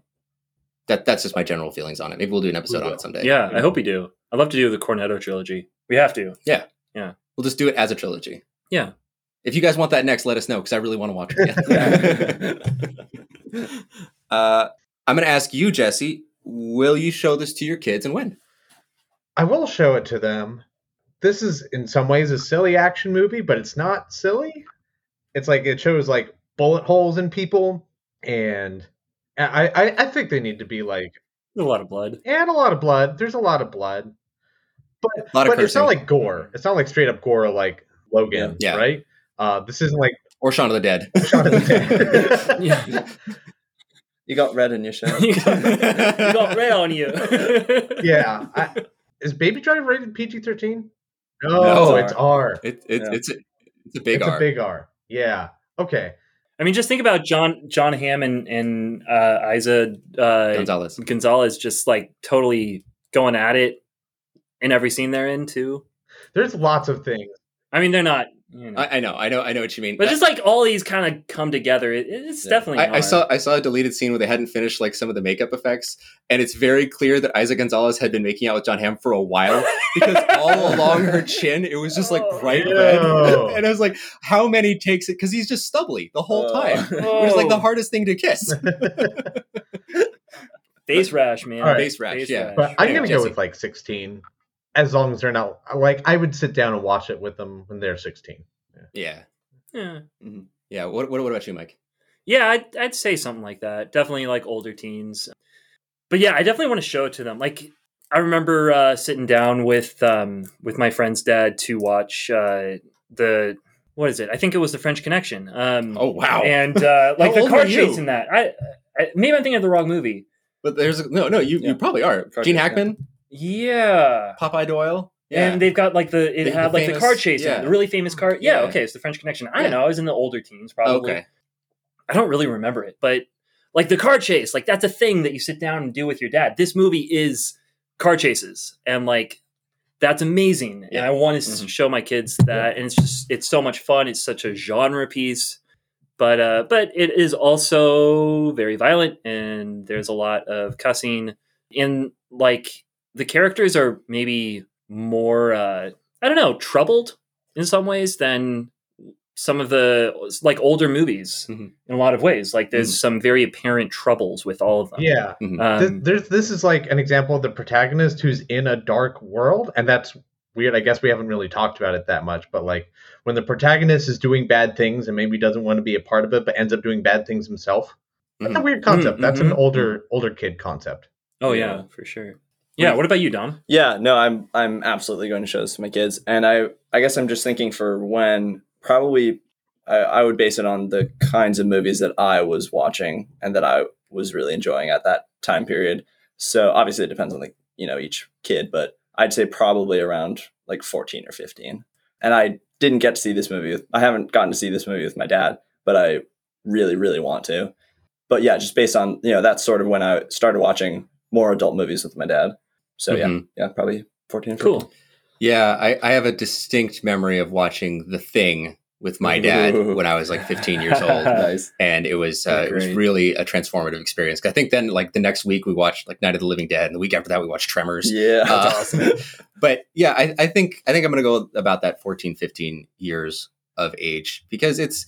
Speaker 1: That that's just my general feelings on it. Maybe we'll do an episode on
Speaker 3: will.
Speaker 1: it someday.
Speaker 2: yeah. I hope we do. I'd love to do the Cornetto trilogy. We have to.
Speaker 1: We'll just do it as a trilogy.
Speaker 2: Yeah.
Speaker 1: If you guys want that next, let us know because I really want to watch it. again. uh, I'm going to ask you, Jesse. Will you show this to your kids and when?
Speaker 4: I will show it to them. This is in some ways a silly action movie, but it's not silly. It's like it shows like bullet holes in people, and I I, I think they need to be like
Speaker 2: There's a lot of blood.
Speaker 4: and a lot of blood. There's a lot of blood, but
Speaker 1: A lot of
Speaker 4: but it's not
Speaker 1: cursing.
Speaker 4: like gore. It's not like straight up gore like Logan,
Speaker 1: Yeah. Yeah.
Speaker 4: right? Uh, this isn't like
Speaker 1: Or Shaun of the Dead.
Speaker 4: Shaun of the Dead.
Speaker 2: Yeah.
Speaker 3: you got red in your shirt.
Speaker 2: you got red on you.
Speaker 4: yeah. I, is Baby Driver rated PG thirteen?
Speaker 1: No,
Speaker 4: No,
Speaker 3: it's
Speaker 4: it's R.
Speaker 1: It, it,
Speaker 3: Yeah.
Speaker 1: It's a it's a big
Speaker 4: it's
Speaker 1: R.
Speaker 4: a big R. Yeah. Okay.
Speaker 2: I mean, just think about John John Hamm and and uh, Isa uh,
Speaker 1: Gonzalez.
Speaker 2: Gonzalez just like totally going at it in every scene they're in too.
Speaker 4: There's lots of things.
Speaker 2: I mean, they're not. You know.
Speaker 1: I, I know, I know, I know what you mean.
Speaker 2: but just like all these kind of come together, it, it's
Speaker 3: Yeah.
Speaker 2: definitely.
Speaker 1: I, I
Speaker 2: hard.
Speaker 1: saw I saw a deleted scene where they hadn't finished like some of the makeup effects, and it's very clear that Isaac Gonzalez had been making out with John Hamm for a while because all along her chin it was just like
Speaker 2: Oh,
Speaker 1: bright
Speaker 4: no.
Speaker 1: red, and I was like, how many takes it? Because he's just stubbly the whole
Speaker 3: Oh.
Speaker 1: time.
Speaker 2: Oh,
Speaker 1: It was like the hardest thing to kiss.
Speaker 2: face rash, man.
Speaker 4: All right.
Speaker 1: Face rash, yeah.
Speaker 4: But I'm
Speaker 1: Yeah,
Speaker 4: gonna
Speaker 1: Jesse.
Speaker 4: go with like 16, as long as they're not like I would sit down and watch it with them when they're 16.
Speaker 1: Yeah,
Speaker 2: yeah.
Speaker 1: yeah. What, what what about you, Mike?
Speaker 2: Yeah, I'd, I'd say something like that. Definitely like older teens. But yeah, I definitely want to show it to them. Like I remember uh, sitting down with um, with my friend's dad to watch uh, the what is it? I think it was the French Connection. Um,
Speaker 1: Oh wow!
Speaker 2: And uh, like
Speaker 1: How
Speaker 2: the
Speaker 1: old
Speaker 2: car
Speaker 1: were you?
Speaker 2: chase in that. I, I maybe I'm thinking of the wrong movie.
Speaker 1: but there's no no. You
Speaker 3: Yeah.
Speaker 1: you probably are.
Speaker 3: Cartoon,
Speaker 1: Gene
Speaker 3: yeah.
Speaker 1: Hackman,
Speaker 2: Yeah.
Speaker 1: Popeye Doyle. Yeah.
Speaker 2: And they've got like the it
Speaker 1: The-
Speaker 2: had
Speaker 1: the
Speaker 2: like
Speaker 1: famous-
Speaker 2: the car chase, in it,
Speaker 1: yeah.
Speaker 2: the really famous car. Yeah,
Speaker 1: Yeah.
Speaker 2: okay, it's the French Connection. I
Speaker 1: Yeah.
Speaker 2: don't know. I was in the older teens, probably.
Speaker 1: okay.
Speaker 2: I don't really remember it, but like the car chase, like that's a thing that you sit down and do with your dad. This movie is car chases, and like that's amazing. And
Speaker 1: Yeah.
Speaker 2: I want to
Speaker 3: Mhm.
Speaker 2: show my kids that, and it's just it's so much fun. It's such a genre piece, but uh, but it is also very violent, and there's a lot of cussing, and like the characters are maybe more uh, I don't know troubled in some ways than some of the like older movies
Speaker 1: Mhm.
Speaker 2: in a lot of ways. Like there's some very apparent troubles with all of them.
Speaker 4: Yeah. Th-
Speaker 2: Um,
Speaker 4: there's this is like an example of the protagonist who's in a dark world, and that's weird. I guess we haven't really talked about it that much, but like when the protagonist is doing bad things and maybe doesn't want to be a part of it, but ends up doing bad things himself. That's a
Speaker 1: Mhm.
Speaker 4: weird concept. That's an
Speaker 2: Mhm.
Speaker 4: older older kid concept.
Speaker 2: oh yeah,
Speaker 3: Yeah.
Speaker 2: for sure. Yeah. What about you, Dom?
Speaker 3: Yeah, no, I'm I'm absolutely going to show this to my kids, and I I guess I'm just thinking for when probably I, I would base it on the kinds of movies that I was watching and that I was really enjoying at that time period. So obviously it depends on like you know each kid, but I'd say probably around like 14 or 15. And I didn't get to see this movie. With, I haven't gotten to see this movie with my dad, but I really really want to. But yeah, just based on you know that's sort of when I started watching more adult movies with my dad. So yeah
Speaker 1: Mhm.
Speaker 3: yeah, probably 14. 15.
Speaker 2: Cool.
Speaker 1: Yeah, I, I have a distinct memory of watching The Thing with my dad
Speaker 3: Ooh.
Speaker 1: when I was like 15 years old,
Speaker 3: Nice.
Speaker 1: and it was uh, it was
Speaker 3: Great.
Speaker 1: really a transformative experience. I think then like the next week we watched like Night of the Living Dead, and the week after that we watched Tremors.
Speaker 3: Yeah.
Speaker 1: Uh, But yeah, I, I think I think I'm gonna go about that 14, 15 years of age because it's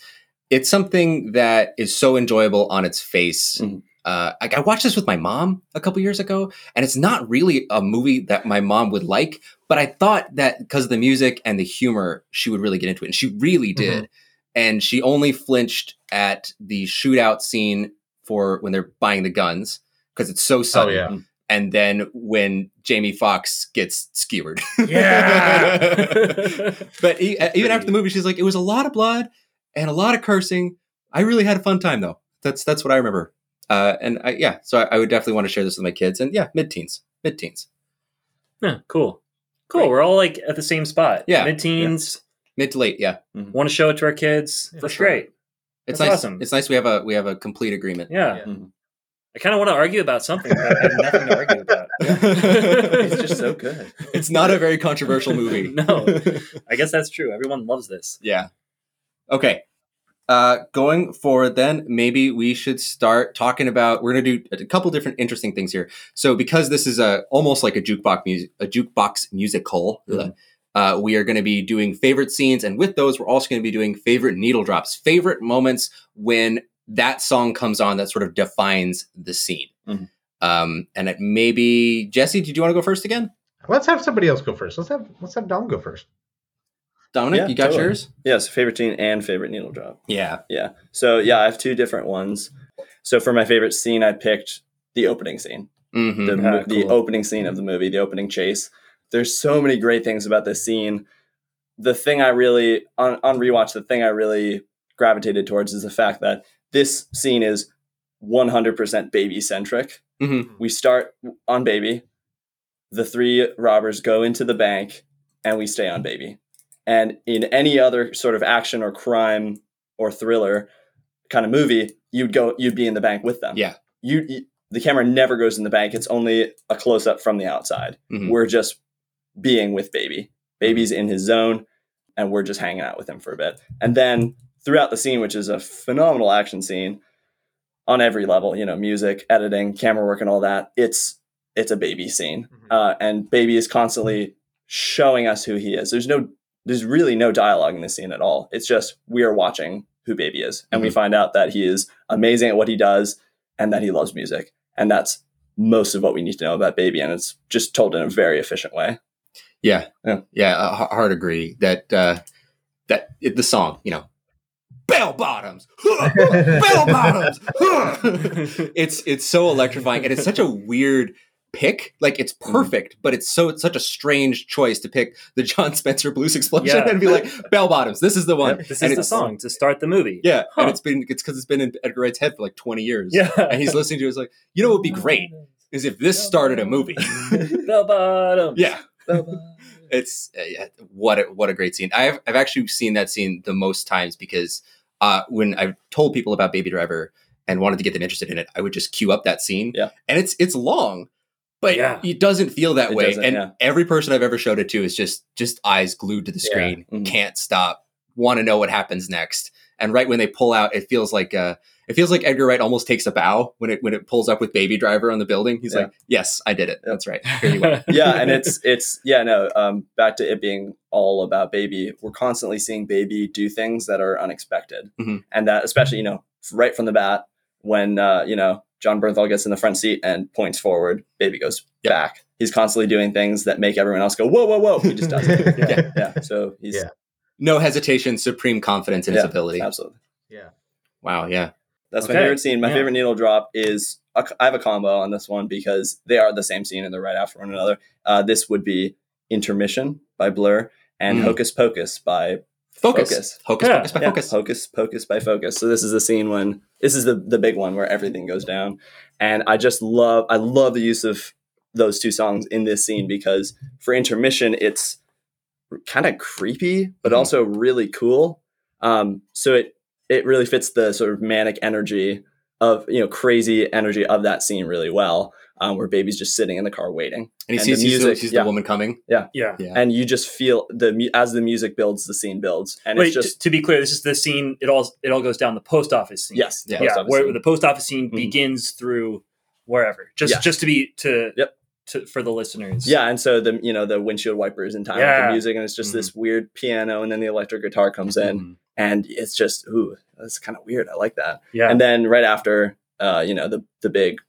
Speaker 1: it's something that is so enjoyable on its face.
Speaker 4: Mm-hmm.
Speaker 3: Mhm.
Speaker 1: Uh, like I watched this with my mom a couple years ago, and it's not really a movie that my mom would like, but I thought that because of the music and the humor, she would really get into it, and she really
Speaker 4: Mm-hmm.
Speaker 1: did. And she only flinched at the shootout scene for when they're buying the guns because it's so
Speaker 4: Oh
Speaker 1: sudden
Speaker 4: yeah.
Speaker 1: and then when Jamie Fox gets skewered. but e- even after the movie, she's like, "It was a lot of blood and a lot of cursing. I really had a fun time, though. That's that's what I remember." Uh, and I, yeah, so I, I would definitely want to share this with my kids. And yeah, mid-teens, mid-teens,
Speaker 2: Yeah, cool. Cool.
Speaker 1: Great.
Speaker 2: We're all like at the same spot.
Speaker 1: Yeah.
Speaker 2: Mid-teens.
Speaker 1: mid to late. Yeah,
Speaker 2: Want to show it to our kids.
Speaker 4: Yeah,
Speaker 2: That's
Speaker 4: sure.
Speaker 2: great.
Speaker 1: it's
Speaker 2: That's
Speaker 1: nice.
Speaker 2: awesome.
Speaker 1: It's nice we have a we have a complete agreement.
Speaker 2: Yeah.
Speaker 4: Yeah.
Speaker 2: I kind of want to argue about something, but I have nothing to argue about.
Speaker 3: It's just so good.
Speaker 1: It's not a very controversial movie.
Speaker 2: No. I guess that's true. Everyone loves this.
Speaker 1: yeah. Okay. Uh, going forward, then maybe we should start talking about. We're going to do a couple different interesting things here. So, because this is a almost like a jukebox music, a jukebox musical,
Speaker 3: Mhm.
Speaker 1: uh, we are going to be doing favorite scenes, and with those, we're also going to be doing favorite needle drops, favorite moments when that song comes on that sort of defines the scene.
Speaker 3: Mhm.
Speaker 1: Um, and it maybe Jesse, did you want to go first again?
Speaker 4: Let's have somebody else go first. Let's have let's have Dom go first.
Speaker 1: Dominic,
Speaker 3: Yeah,
Speaker 1: you got
Speaker 3: totally.
Speaker 1: yours?
Speaker 3: Yes, favorite scene and favorite needle drop.
Speaker 1: Yeah.
Speaker 3: Yeah. So yeah, I have two different ones. So for my favorite scene, I picked the opening scene,
Speaker 1: hmm
Speaker 3: the,
Speaker 2: Mhm.
Speaker 3: mo-
Speaker 2: Ah,
Speaker 3: the
Speaker 2: cool.
Speaker 3: opening scene of the movie, the opening chase. There's so many great things about this scene. The thing I really on, on rewatch, the thing I really gravitated towards is the fact that this scene is 100% baby centric.
Speaker 1: hmm
Speaker 3: We start on baby. The three robbers go into the bank and we stay on baby. And in any other sort of action or crime or thriller kind of movie, you'd go you'd be in the bank with them.
Speaker 1: Yeah.
Speaker 3: You, you- the camera never goes in the bank. It's only a close up from the outside.
Speaker 1: Mhm.
Speaker 3: We're just being with baby. Baby's in his zone and we're just hanging out with him for a bit. And then throughout the scene, which is a phenomenal action scene, on every level you know music editing camera work and all that it's it's a baby scene
Speaker 4: Mhm.
Speaker 3: uh, and baby is constantly showing us who he is there's no there's really no dialogue in this scene at all it's just we are watching who baby is and we find out that he is amazing at what he does and that he loves music and that's most of what we need to know about baby and it's just told in a very efficient way
Speaker 1: Yeah,
Speaker 3: Yeah.
Speaker 1: yeah. uh, I h- hard agree that uh, that it, the song, you know, bell bottoms, bell bottoms. it's it's so electrifying, and it's such a weird pick. Like it's
Speaker 2: Mm-hmm.
Speaker 1: perfect, but it's so it's such a strange choice to pick the John Spencer Blues Explosion
Speaker 2: Yeah.
Speaker 1: and be like bell bottoms. This is the one.
Speaker 2: This
Speaker 1: And
Speaker 2: is the
Speaker 1: it's-
Speaker 2: song to start the movie.
Speaker 1: Yeah, and
Speaker 2: Huh.
Speaker 1: it's been it's because it's been in Edgar Wright's head for like twenty years.
Speaker 2: Yeah.
Speaker 1: and he's listening to it. It's like you know what would be great is if this started a movie.
Speaker 2: Bell bottom.
Speaker 1: Yeah. it's uh, yeah, what a, what a great scene. I've I've actually seen that scene the most times because uh, when I've told people about Baby Driver and wanted to get them interested in it, I would just queue up that scene.
Speaker 3: Yeah.
Speaker 1: and it's it's long, but
Speaker 2: Yeah.
Speaker 1: it doesn't feel that
Speaker 3: It
Speaker 1: way.
Speaker 3: doesn't,
Speaker 1: And
Speaker 3: yeah.
Speaker 1: every person I've ever showed it to is just just eyes glued to the
Speaker 3: Yeah.
Speaker 1: screen,
Speaker 3: Mhm.
Speaker 1: can't stop, want to know what happens next. And right when they pull out, it feels like uh, it feels like Edgar Wright almost takes a bow when it when it pulls up with Baby Driver on the building. He's
Speaker 3: Yeah.
Speaker 1: like, "Yes, I did it.
Speaker 3: Yeah.
Speaker 1: That's right. Here you are."
Speaker 3: yeah, and it's it's yeah, no, um back to it being all about baby. We're constantly seeing baby do things that are unexpected.
Speaker 1: Mhm.
Speaker 3: And that especially, you know, right from the bat when uh, you know, John Bernthal gets in the front seat and points forward, baby goes
Speaker 1: Yep.
Speaker 3: back. He's constantly doing things that make everyone else go, Whoa, whoa, whoa. He just does it. Yeah. So he's
Speaker 4: Yeah.
Speaker 1: no hesitation, supreme confidence in his
Speaker 3: Yeah,
Speaker 1: ability.
Speaker 3: absolutely.
Speaker 1: Wow, yeah.
Speaker 3: That's my
Speaker 2: Okay.
Speaker 3: favorite scene. My
Speaker 2: Yeah.
Speaker 3: favorite needle drop is a, I have a combo on this one because they are the same scene and they're right after one another. Uh, this would be Intermission by Blur and
Speaker 1: Mm.
Speaker 2: Hmm.
Speaker 3: Hocus Pocus by
Speaker 1: Focus.
Speaker 3: Focus.
Speaker 1: Hocus
Speaker 2: Yeah.
Speaker 1: Pocus by
Speaker 3: Yeah,
Speaker 1: Focus.
Speaker 3: Hocus Pocus by Focus. So this is the scene when this is the the big one where everything goes down, and I just love I love the use of those two songs in this scene because for intermission it's kind of creepy but
Speaker 1: Mhm.
Speaker 3: also really cool. Um, so it it really fits the sort of manic energy of you know crazy energy of that scene really well. Um, where baby's just sitting in the car waiting,
Speaker 1: And he
Speaker 3: And
Speaker 1: sees,
Speaker 3: the
Speaker 1: he's the-
Speaker 3: music,
Speaker 1: he's
Speaker 3: yeah.
Speaker 1: the woman coming.
Speaker 2: Yeah.
Speaker 1: Yeah.
Speaker 3: and you just feel the mu- as the music builds, the scene builds, and
Speaker 2: Wait,
Speaker 3: it's just
Speaker 2: t- to be clear, this is the scene. It all it all goes down the post office scene.
Speaker 3: yes, the
Speaker 1: Yeah.
Speaker 3: post
Speaker 2: yeah,
Speaker 3: office
Speaker 2: where
Speaker 3: scene.
Speaker 2: the post office scene
Speaker 3: Mhm.
Speaker 2: begins through wherever. Just
Speaker 3: Yeah.
Speaker 2: just to be to
Speaker 3: Yep.
Speaker 2: to for the listeners.
Speaker 3: Yeah, and so the you know the windshield wiper is in time with
Speaker 2: Yeah.
Speaker 3: the music, and it's just
Speaker 1: Mm-hmm.
Speaker 3: this weird piano, and then the electric guitar comes in,
Speaker 1: Mhm.
Speaker 3: and it's just ooh, that's kind of weird. I like that.
Speaker 2: yeah.
Speaker 3: And then right after, uh, you know, the the big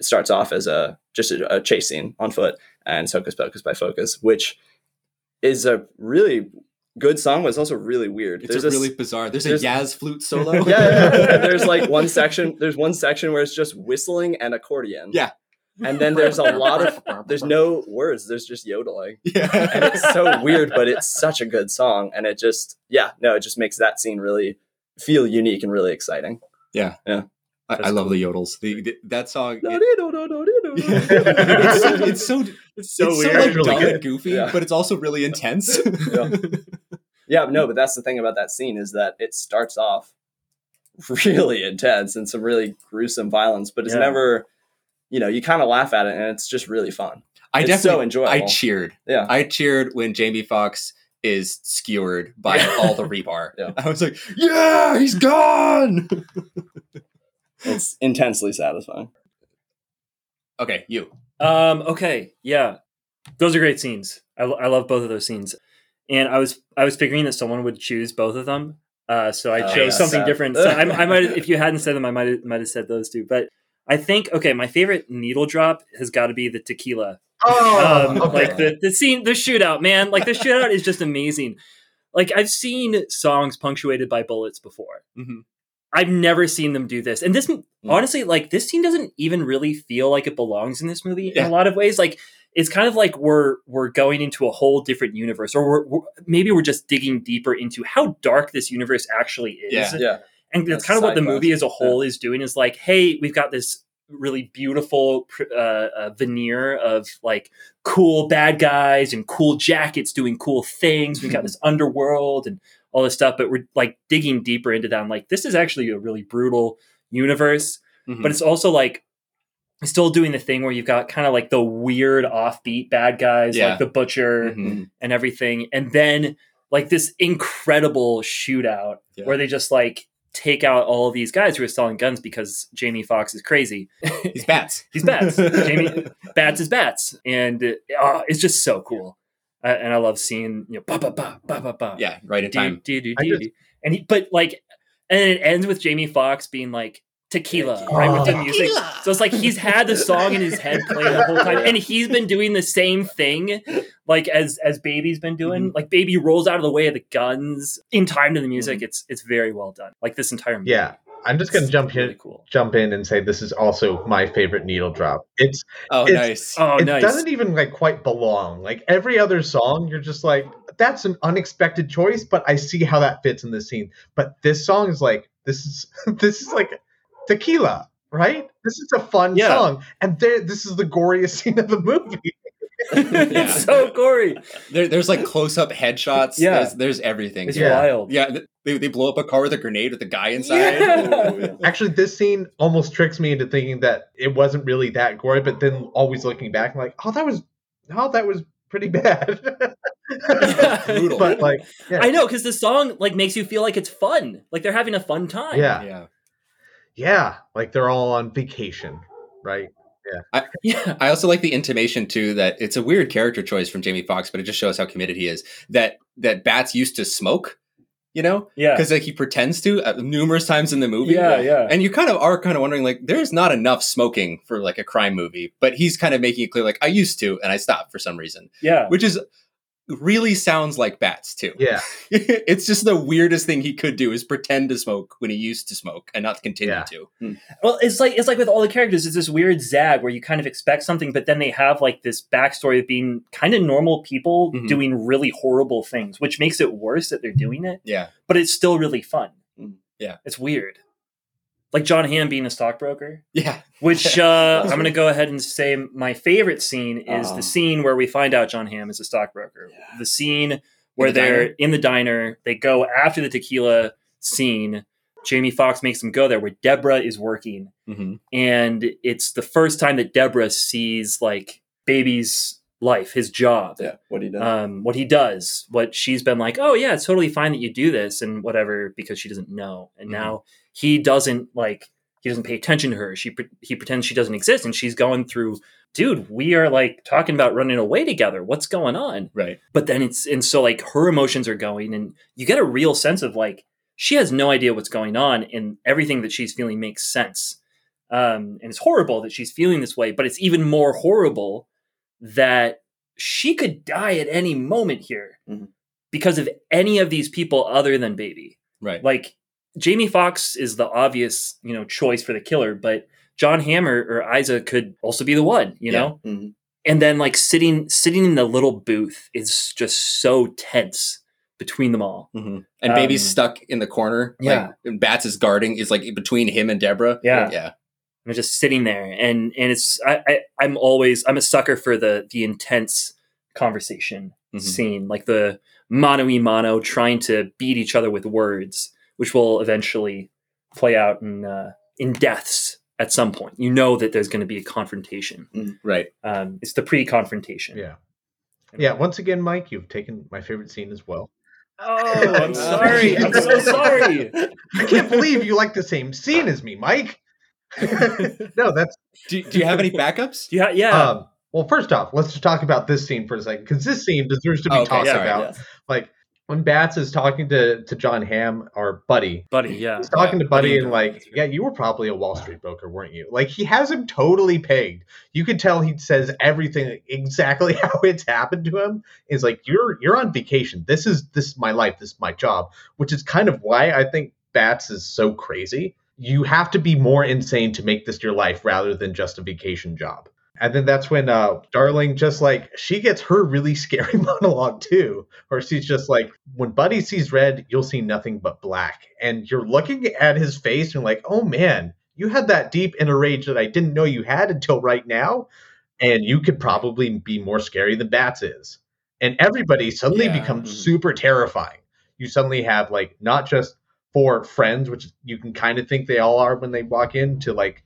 Speaker 3: it starts off as a just a, a chase scene on foot, and it's Hocus Pocus by Focus, which is a really good song, but it's also really weird.
Speaker 1: It's
Speaker 3: There's
Speaker 1: a
Speaker 3: s-
Speaker 1: really bizarre. There's,
Speaker 3: there's-
Speaker 1: a jazz flute solo.
Speaker 3: yeah, yeah, yeah. And there's like one section. There's one section where it's just whistling and accordion.
Speaker 1: Yeah.
Speaker 3: and then there's a lot of there's no words. There's just yodeling
Speaker 1: Yeah.
Speaker 3: and it's so weird, but it's such a good song. And it just, yeah, no, it just makes that scene really feel unique and really exciting.
Speaker 1: I, I love the yodels. The, the- that song. it- it's, so,
Speaker 3: Yeah.
Speaker 1: it's so
Speaker 2: it's
Speaker 1: so, it's so
Speaker 4: weird.
Speaker 1: like
Speaker 4: It's really
Speaker 1: dumb
Speaker 4: good.
Speaker 1: and goofy,
Speaker 3: Yeah.
Speaker 1: but it's also really intense.
Speaker 3: yeah, no, but that's the thing about that scene is that it starts off really intense and some really gruesome violence, but it's
Speaker 2: Yeah.
Speaker 3: never, you know, you kind of laugh at it and it's just really fun.
Speaker 1: I
Speaker 3: It's
Speaker 1: definitely
Speaker 3: so enjoyable.
Speaker 1: I cheered.
Speaker 3: Yeah.
Speaker 1: I cheered when Jamie Fox is skewered by
Speaker 2: Yeah.
Speaker 1: all the rebar.
Speaker 3: Yeah.
Speaker 1: I was like, yeah, he's gone.
Speaker 3: It's intensely satisfying.
Speaker 1: okay, you.
Speaker 2: Um, okay, yeah, those are great scenes. I, lo- I love both of those scenes, and I was I was figuring that someone would choose both of them, uh, so I
Speaker 3: Oh,
Speaker 2: chose
Speaker 3: yeah,
Speaker 2: something
Speaker 3: sad.
Speaker 2: different. So I, I might if you hadn't said them, I might might have said those two. But I think okay, my favorite needle drop has got to be the tequila
Speaker 4: Oh,
Speaker 2: um,
Speaker 4: okay.
Speaker 2: like the, the scene the shootout man like the shootout is just amazing like i've seen songs punctuated by bullets before
Speaker 1: Mhm.
Speaker 2: i've never seen them do this and this
Speaker 1: Hmm.
Speaker 2: honestly like this scene doesn't even really feel like it belongs in this movie
Speaker 1: Yeah.
Speaker 2: in a lot of ways like it's kind of like we're we're going into a whole different universe or we're, we're maybe we're just digging deeper into how dark this universe actually is
Speaker 1: Yeah.
Speaker 3: Yeah.
Speaker 2: and that's
Speaker 3: That's
Speaker 2: kind of what
Speaker 3: side
Speaker 2: the
Speaker 3: quest.
Speaker 2: movie as a whole is doing is like hey we've got this really beautiful pr- uh, uh, veneer of like cool bad guys and cool jackets doing cool things we've got this underworld and all this stuff but we're like digging deeper into that and like this is actually a really brutal universe
Speaker 1: Mm-hmm.
Speaker 3: Hmm.
Speaker 2: but it's also like it's still doing the thing where you've got kind of like the weird offbeat bad guys
Speaker 1: Yeah.
Speaker 2: like the butcher
Speaker 1: Mhm.
Speaker 2: and everything. And then like this incredible shootout
Speaker 1: Yeah.
Speaker 2: where they just like take out all these guys who are selling guns because Jamie Foxx is crazy.
Speaker 1: he's bats.
Speaker 2: He's bats. Jamie Bats is bats. And uh, it's just so cool. Uh, and I love seeing, you know, ba ba ba ba ba ba.
Speaker 1: Yeah, right in
Speaker 2: Do,
Speaker 1: time.
Speaker 2: do, do,
Speaker 4: I
Speaker 2: do,
Speaker 4: just-
Speaker 2: do. And he, but like, and it ends with Jamie Foxx being like, tequila, right? With the
Speaker 4: Oh.
Speaker 2: music. So it's like he's had the song in his head playing the whole time, and he's been doing the same thing, like as as Baby's been doing.
Speaker 4: Mm-hmm.
Speaker 2: Like Baby rolls out of the way of the guns in time to the music. It's it's very well done. Like this entire movie.
Speaker 4: yeah, I'm just gonna
Speaker 2: It's
Speaker 4: jump
Speaker 2: really
Speaker 4: in,
Speaker 2: Cool.
Speaker 4: jump in and say this is also my favorite needle drop. It's
Speaker 1: Oh,
Speaker 4: It's-
Speaker 1: nice.
Speaker 2: Oh,
Speaker 4: it
Speaker 2: nice.
Speaker 4: doesn't even like quite belong. Like every other song, you're just like, that's an unexpected choice, but I see how that fits in this scene. But this song is like, this is this is like tequila, right? This is a fun
Speaker 2: Yeah.
Speaker 4: song, and there, this is the goriest scene of the movie.
Speaker 1: Yeah.
Speaker 2: it's so gory.
Speaker 1: There, there's like close-up headshots.
Speaker 2: Yeah.
Speaker 1: there's, there's everything.
Speaker 2: It's
Speaker 1: Yeah,
Speaker 4: Yeah.
Speaker 2: wild.
Speaker 1: th- they, they blow up a car with a grenade with a guy inside.
Speaker 2: Yeah.
Speaker 3: Ooh, yeah.
Speaker 4: Actually, this scene almost tricks me into thinking that it wasn't really that gory, but then always looking back, I'm like, oh, that was, oh, that was pretty bad.
Speaker 1: Brutal.
Speaker 4: but like, yeah.
Speaker 2: I know because the song like makes you feel like it's fun, like they're having a fun time.
Speaker 4: yeah,
Speaker 1: yeah.
Speaker 4: yeah, like they're all on vacation, right?
Speaker 2: yeah.
Speaker 1: I also like the intimation too that it's a weird character choice from Jamie Foxx, but it just shows how committed he is. That that bats used to smoke, you know,
Speaker 2: Yeah.
Speaker 1: because like he pretends to uh, numerous times in the movie.
Speaker 2: Yeah, yeah.
Speaker 1: And you kind of are kind of wondering like, there's not enough smoking for like a crime movie, but he's kind of making it clear like I used to and I stopped for some reason,
Speaker 2: Yeah.
Speaker 1: which is really sounds like bats too.
Speaker 4: Yeah,
Speaker 1: it's just the weirdest thing he could do is pretend to smoke when he used to smoke and not continue
Speaker 4: Yeah.
Speaker 1: to.
Speaker 2: Well, it's like it's like with all the characters, it's this weird zag where you kind of expect something, but then they have like this backstory of being kind of normal people
Speaker 1: Mhm.
Speaker 2: doing really horrible things, which makes it worse that they're doing it,
Speaker 1: Yeah.
Speaker 2: but it's still really fun.
Speaker 3: Mm.
Speaker 1: Yeah.
Speaker 2: It's weird. Like John Hamm being a stockbroker,
Speaker 1: Yeah.
Speaker 2: which uh, I'm going to go ahead and say my favorite scene is
Speaker 3: Oh.
Speaker 2: the scene where we find out John Hamm is a stockbroker. The scene where
Speaker 1: the
Speaker 2: they're
Speaker 1: diner?
Speaker 2: in the diner, they go after the tequila scene. Jamie Foxx makes them go there where Deborah is working
Speaker 1: hmm
Speaker 2: and it's the first time that Deborah sees like baby's life, his job,
Speaker 3: Yeah. What he does.
Speaker 2: um, what he does, what she's been like. Oh yeah, it's totally fine that you do this and whatever because she doesn't know, and
Speaker 1: Mhm.
Speaker 2: now he doesn't like he doesn't pay attention to her. She pre- he pretends she doesn't exist, and she's going through. Dude, we are like talking about running away together. What's going on?
Speaker 1: Right.
Speaker 2: But then it's and so like her emotions are going, and you get a real sense of like she has no idea what's going on, and everything that she's feeling makes sense um, and it's horrible that she's feeling this way, but it's even more horrible that she could die at any moment here
Speaker 3: Mhm.
Speaker 2: because of any of these people other than baby.
Speaker 1: Right.
Speaker 2: Like Jamie Foxx is the obvious, you know, choice for the killer, but John Hammer or Isa could also be the one, you
Speaker 1: Yeah. Mm-hmm.
Speaker 2: know?
Speaker 3: Mhm.
Speaker 2: And then like sitting sitting in the little booth is just so tense between them all.
Speaker 1: hmm And
Speaker 2: Um,
Speaker 1: baby's stuck in the corner.
Speaker 2: yeah.
Speaker 1: Like, and Bats is guarding, is like between him and Deborah.
Speaker 2: Yeah.
Speaker 1: Yeah.
Speaker 2: I'm just sitting there, and and it's I, I I'm always I'm a sucker for the the intense conversation
Speaker 1: Mhm.
Speaker 2: scene, like the mano y mano, trying to beat each other with words, which will eventually play out in uh, in deaths at some point. You know that there's going to be a confrontation.
Speaker 1: Right.
Speaker 2: Um, it's the pre-confrontation.
Speaker 4: Yeah. Yeah. Once again, Mike, you've taken my favorite scene as well.
Speaker 2: Oh, I'm sorry. I'm so sorry.
Speaker 4: I can't believe you like the same scene as me, Mike. no, that's
Speaker 1: Do, do you have any backups?
Speaker 2: Yeah, yeah.
Speaker 4: um well first off, let's just talk about this scene for a second, because this scene deserves to be
Speaker 1: Oh, okay,
Speaker 4: talked
Speaker 2: yeah,
Speaker 4: about. Like when Bats is talking to, to John Ham, our buddy,
Speaker 2: buddy, yeah.
Speaker 4: He's talking to Buddy
Speaker 2: Buddy
Speaker 4: and
Speaker 2: and
Speaker 4: like, yeah, you were probably a Wall Street broker, weren't you? Like he has him totally pegged. You could tell he says everything exactly how it's happened to him. Is like you're you're on vacation. This is this is my life. This is my job, which is kind of why I think Bats is so crazy. You have to be more insane to make this your life rather than just a vacation job. And then that's when uh, Darling just like she gets her really scary monologue too, where she's just like, when Buddy sees red, you'll see nothing but black. And you're looking at his face and like, oh man, you had that deep inner rage that I didn't know you had until right now. And you could probably be more scary than Bats is. And everybody suddenly
Speaker 1: Yeah,
Speaker 4: becomes
Speaker 1: mhm.
Speaker 4: super terrifying. You suddenly have like not just four friends, which you can kind of think they all are when they walk in, to like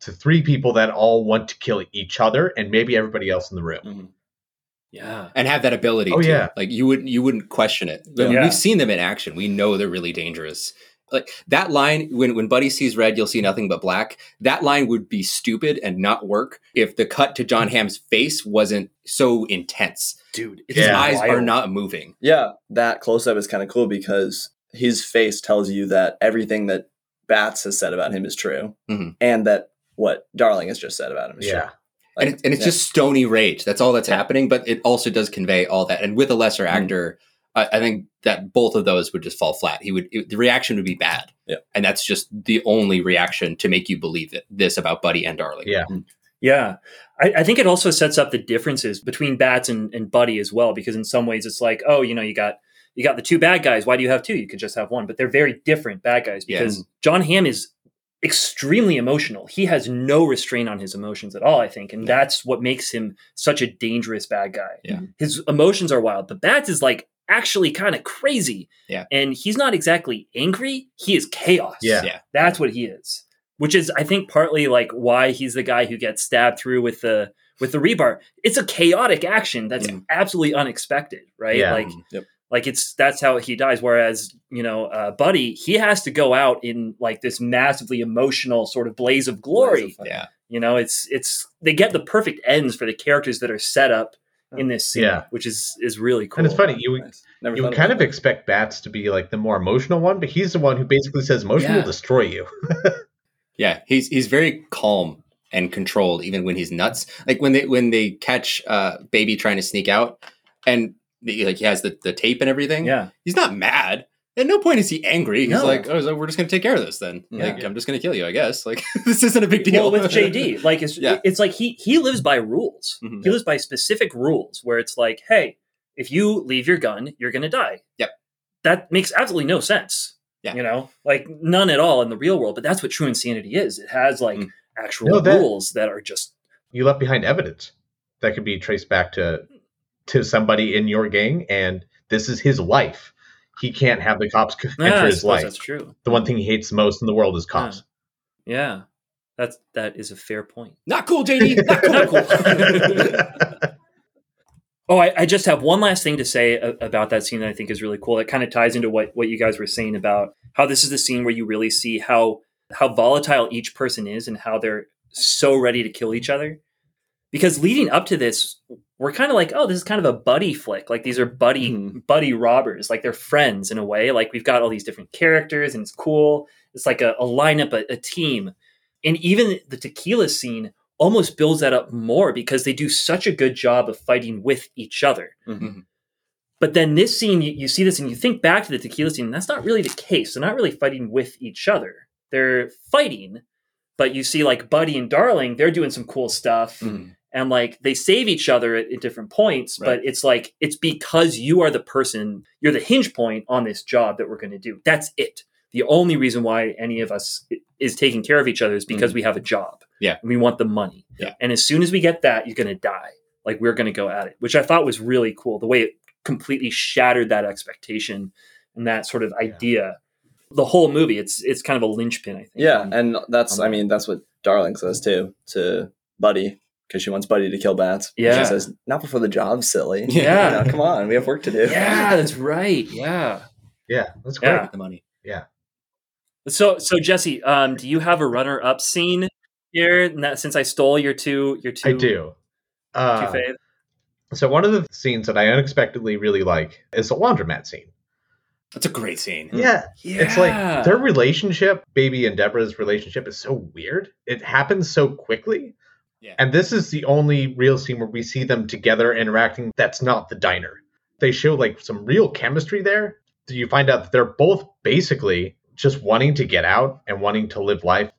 Speaker 4: to three people that all want to kill each other and maybe everybody else in the room.
Speaker 2: Yeah.
Speaker 1: And have that ability.
Speaker 4: Oh,
Speaker 1: to.
Speaker 4: yeah.
Speaker 1: Like you wouldn't you wouldn't question it. Like,
Speaker 2: Yeah.
Speaker 1: We've seen them in action. We know they're really dangerous. Like that line when when Buddy sees red, you'll see nothing but black. That line would be stupid and not work if the cut to
Speaker 4: Mm.
Speaker 1: John Hamm's face wasn't so intense.
Speaker 2: Dude, it's
Speaker 1: His
Speaker 4: Yeah.
Speaker 1: eyes are
Speaker 2: wild.
Speaker 1: not moving.
Speaker 3: Yeah, that close up is kind of cool because his face tells you that everything that Bats has said about him is true,
Speaker 2: Mm-hmm.
Speaker 1: Mhm.
Speaker 3: and that what Darling has just said about him is
Speaker 4: Yeah.
Speaker 3: true. Like,
Speaker 1: and, it, and it's
Speaker 3: yeah.
Speaker 1: just stony rage. That's all that's
Speaker 3: Yeah.
Speaker 1: happening. But it also does convey all that. And with a lesser
Speaker 3: Mm.
Speaker 1: actor, I, I think that both of those would just fall flat. He would it- the reaction would be bad.
Speaker 3: Yeah.
Speaker 1: And that's just the only reaction to make you believe it, this about Buddy and Darling.
Speaker 4: Yeah.
Speaker 2: Yeah. I, I think it also sets up the differences between Bats and, and Buddy as well, because in some ways it's like, oh, you know, you got you got the two bad guys. Why do you have two? You could just have one. But they're very different bad guys
Speaker 1: Yeah.
Speaker 2: because John Hamm is extremely emotional. He has no restraint on his emotions at all, I think. And that's what makes him such a dangerous bad guy.
Speaker 1: Yeah.
Speaker 2: His emotions are wild, but Bats is like actually kind of crazy.
Speaker 1: Yeah.
Speaker 2: And he's not exactly angry. He is chaos.
Speaker 4: Yeah.
Speaker 1: Yeah.
Speaker 2: That's what he is. Which is I think partly like why he's the guy who gets stabbed through with the with the rebar. It's a chaotic action that's
Speaker 1: Yeah.
Speaker 2: absolutely unexpected, right?
Speaker 4: Yeah.
Speaker 2: Like
Speaker 3: Yep.
Speaker 2: like it's that's how he dies whereas, you know, uh, Buddy, he has to go out in like this massively emotional sort of blaze of glory.
Speaker 1: Yeah.
Speaker 2: You know, it's it's they get the perfect ends for the characters that are set up in this scene,
Speaker 4: Yeah.
Speaker 2: which is is really cool.
Speaker 4: And it's funny, you
Speaker 3: Nice. Never
Speaker 4: you
Speaker 3: thought
Speaker 4: would kind of
Speaker 3: about
Speaker 4: expect Bats to be like the more emotional one, but he's the one who basically says emotion will
Speaker 2: Yeah.
Speaker 4: destroy you.
Speaker 1: Yeah. He's he's very calm and controlled even when he's nuts. Like when they when they catch uh baby trying to sneak out and the, like he has the, the tape and everything.
Speaker 2: Yeah.
Speaker 1: He's not mad. At no point is he angry. He's
Speaker 2: No.
Speaker 1: like, oh, so we're just gonna take care of this then.
Speaker 3: Yeah.
Speaker 1: Like, I'm just gonna kill you, I guess. Like, this isn't a big deal.
Speaker 2: Well, with JD, like it's
Speaker 1: Yeah.
Speaker 2: it's like he he lives by rules.
Speaker 1: Mhm.
Speaker 2: He lives by specific rules where it's like, hey, if you leave your gun, you're gonna die.
Speaker 1: Yep.
Speaker 2: That makes absolutely no sense.
Speaker 1: Yeah.
Speaker 2: You know, like none at all in the real world. But that's what true insanity is. It has like
Speaker 1: Mm.
Speaker 2: actual
Speaker 4: No, that-
Speaker 2: rules that are just
Speaker 4: You left behind evidence that could be traced back to to somebody in your gang, and this is his life. He can't have the cops c-
Speaker 2: Yeah,
Speaker 4: enter
Speaker 2: I
Speaker 4: his
Speaker 2: suppose
Speaker 4: life.
Speaker 2: That's true.
Speaker 4: The one thing he hates the most in the world is cops.
Speaker 2: Yeah. That's that is a fair point.
Speaker 1: Not cool, JD. Mm-hmm. Not cool.
Speaker 2: Not cool. Oh, I, I just have one last thing to say a- about that scene that I think is really cool. It kind of ties into what, what you guys were saying about how this is the scene where you really see how how volatile each person is and how they're so ready to kill each other. Because leading up to this, we're kind of like, oh, this is kind of a buddy flick. Like these are buddy
Speaker 3: Mhm.
Speaker 2: buddy robbers. Like they're friends in a way. Like we've got all these different characters and it's cool. It's like a, a lineup, a, a team. And even the tequila scene almost builds that up more because they do such a good job of fighting with each other.
Speaker 1: Mhm.
Speaker 2: But then this scene, you, you see this and you think back to the tequila scene, and that's not really the case. They're not really fighting with each other. They're fighting, but you see like Buddy and Darling, they're doing some cool stuff
Speaker 1: Mhm.
Speaker 2: and like they save each other at, at different points
Speaker 1: Right.
Speaker 2: but it's like it's because you are the person you're the hinge point on this job that we're going to do that's it the only reason why any of us i- is taking care of each other is because we have a job
Speaker 1: Mm. Yeah.
Speaker 2: and we want the money
Speaker 1: Yeah.
Speaker 2: and as soon as we get that you're going to die like we're going to go at it which i thought was really cool the way it completely shattered that expectation and that sort of
Speaker 4: Yeah.
Speaker 2: idea the whole movie. It's it's kind of a linchpin, I think.
Speaker 3: Yeah,
Speaker 2: Um,
Speaker 3: and that's
Speaker 2: um,
Speaker 3: I mean that's what Darling says too to Buddy because she wants Buddy to kill bats.
Speaker 2: Yeah.
Speaker 3: she says not before the job, silly.
Speaker 2: Yeah.
Speaker 3: You know, come on, we have work to do.
Speaker 2: yeah, that's right. Yeah.
Speaker 4: Yeah, that's great.
Speaker 2: Yeah.
Speaker 1: the money.
Speaker 2: So so Jesse, um, do you have a runner up scene here? And that- since I stole your two your two
Speaker 4: I do.
Speaker 2: two
Speaker 4: Uh,
Speaker 2: faves.
Speaker 4: so one of the scenes that I unexpectedly really like is the laundromat scene.
Speaker 1: That's a great scene.
Speaker 3: Mm.
Speaker 4: Yeah,
Speaker 2: Yeah.
Speaker 4: it's like their relationship, baby and Deborah's relationship, is so weird. It happens so quickly.
Speaker 1: Yeah.
Speaker 4: And this is the only real scene where we see them together interacting. That's not the diner. They show like some real chemistry there. You find out that they're both basically just wanting to get out and wanting to live life.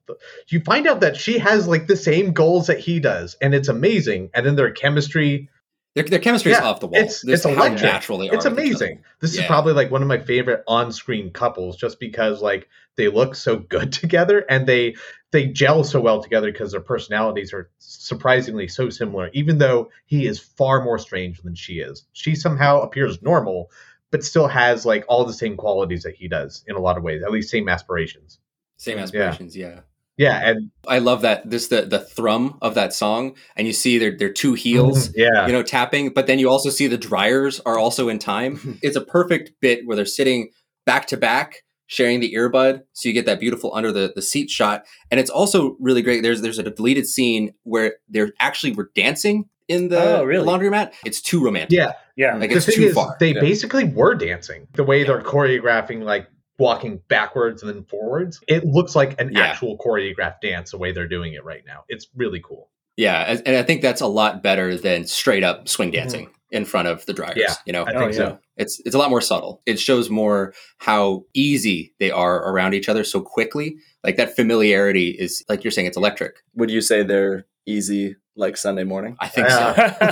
Speaker 4: You find out that she has like the same goals that he does, and it's amazing. And then their chemistry
Speaker 1: Their, their chemistry is
Speaker 4: Yeah,
Speaker 1: off the wall.
Speaker 4: it's-
Speaker 1: Just
Speaker 4: it's
Speaker 1: how
Speaker 4: electric.
Speaker 1: natural they are.
Speaker 4: it's
Speaker 1: with each other.
Speaker 4: amazing. This
Speaker 1: Yeah.
Speaker 4: is probably like one of my favorite on-screen couples, just because like they look so good together and they they gel so well together because their personalities are surprisingly so similar. Even though he is far more strange than she is, she somehow appears normal, but still has like all the same qualities that he does in a lot of ways. At least same aspirations.
Speaker 1: Same aspirations, yeah.
Speaker 4: Yeah, and
Speaker 1: I love that. This the the thrum of that song, and you see their their two heels,
Speaker 4: Mm-hmm. Yeah,
Speaker 1: you know, tapping. But then you also see the dryers are also in time. it's a perfect bit where they're sitting back to back, sharing the earbud, so you get that beautiful under the the seat shot. And it's also really great. There's there's a deleted scene where they're actually were dancing in the
Speaker 2: Oh, really?
Speaker 1: laundromat. It's too romantic.
Speaker 4: yeah.
Speaker 2: yeah.
Speaker 1: Like it's too far.
Speaker 4: They
Speaker 3: Yeah.
Speaker 4: basically were dancing. The way they're choreographing, like walking backwards and then forwards, it looks like an
Speaker 1: Yeah.
Speaker 4: actual choreographed dance the way they're doing it right now. It's really cool.
Speaker 1: Yeah, and- and I think that's a lot better than straight up swing dancing in front of the dryers.
Speaker 4: Mm-hmm. Yeah.
Speaker 1: You know,
Speaker 4: I
Speaker 2: Oh,
Speaker 4: think
Speaker 2: yeah.
Speaker 4: so.
Speaker 1: it's it's a lot more subtle. It shows more how easy they are around each other so quickly. Like that familiarity is like you're saying, it's electric.
Speaker 3: Would you say they're easy like Sunday morning?
Speaker 1: I think
Speaker 4: Yeah.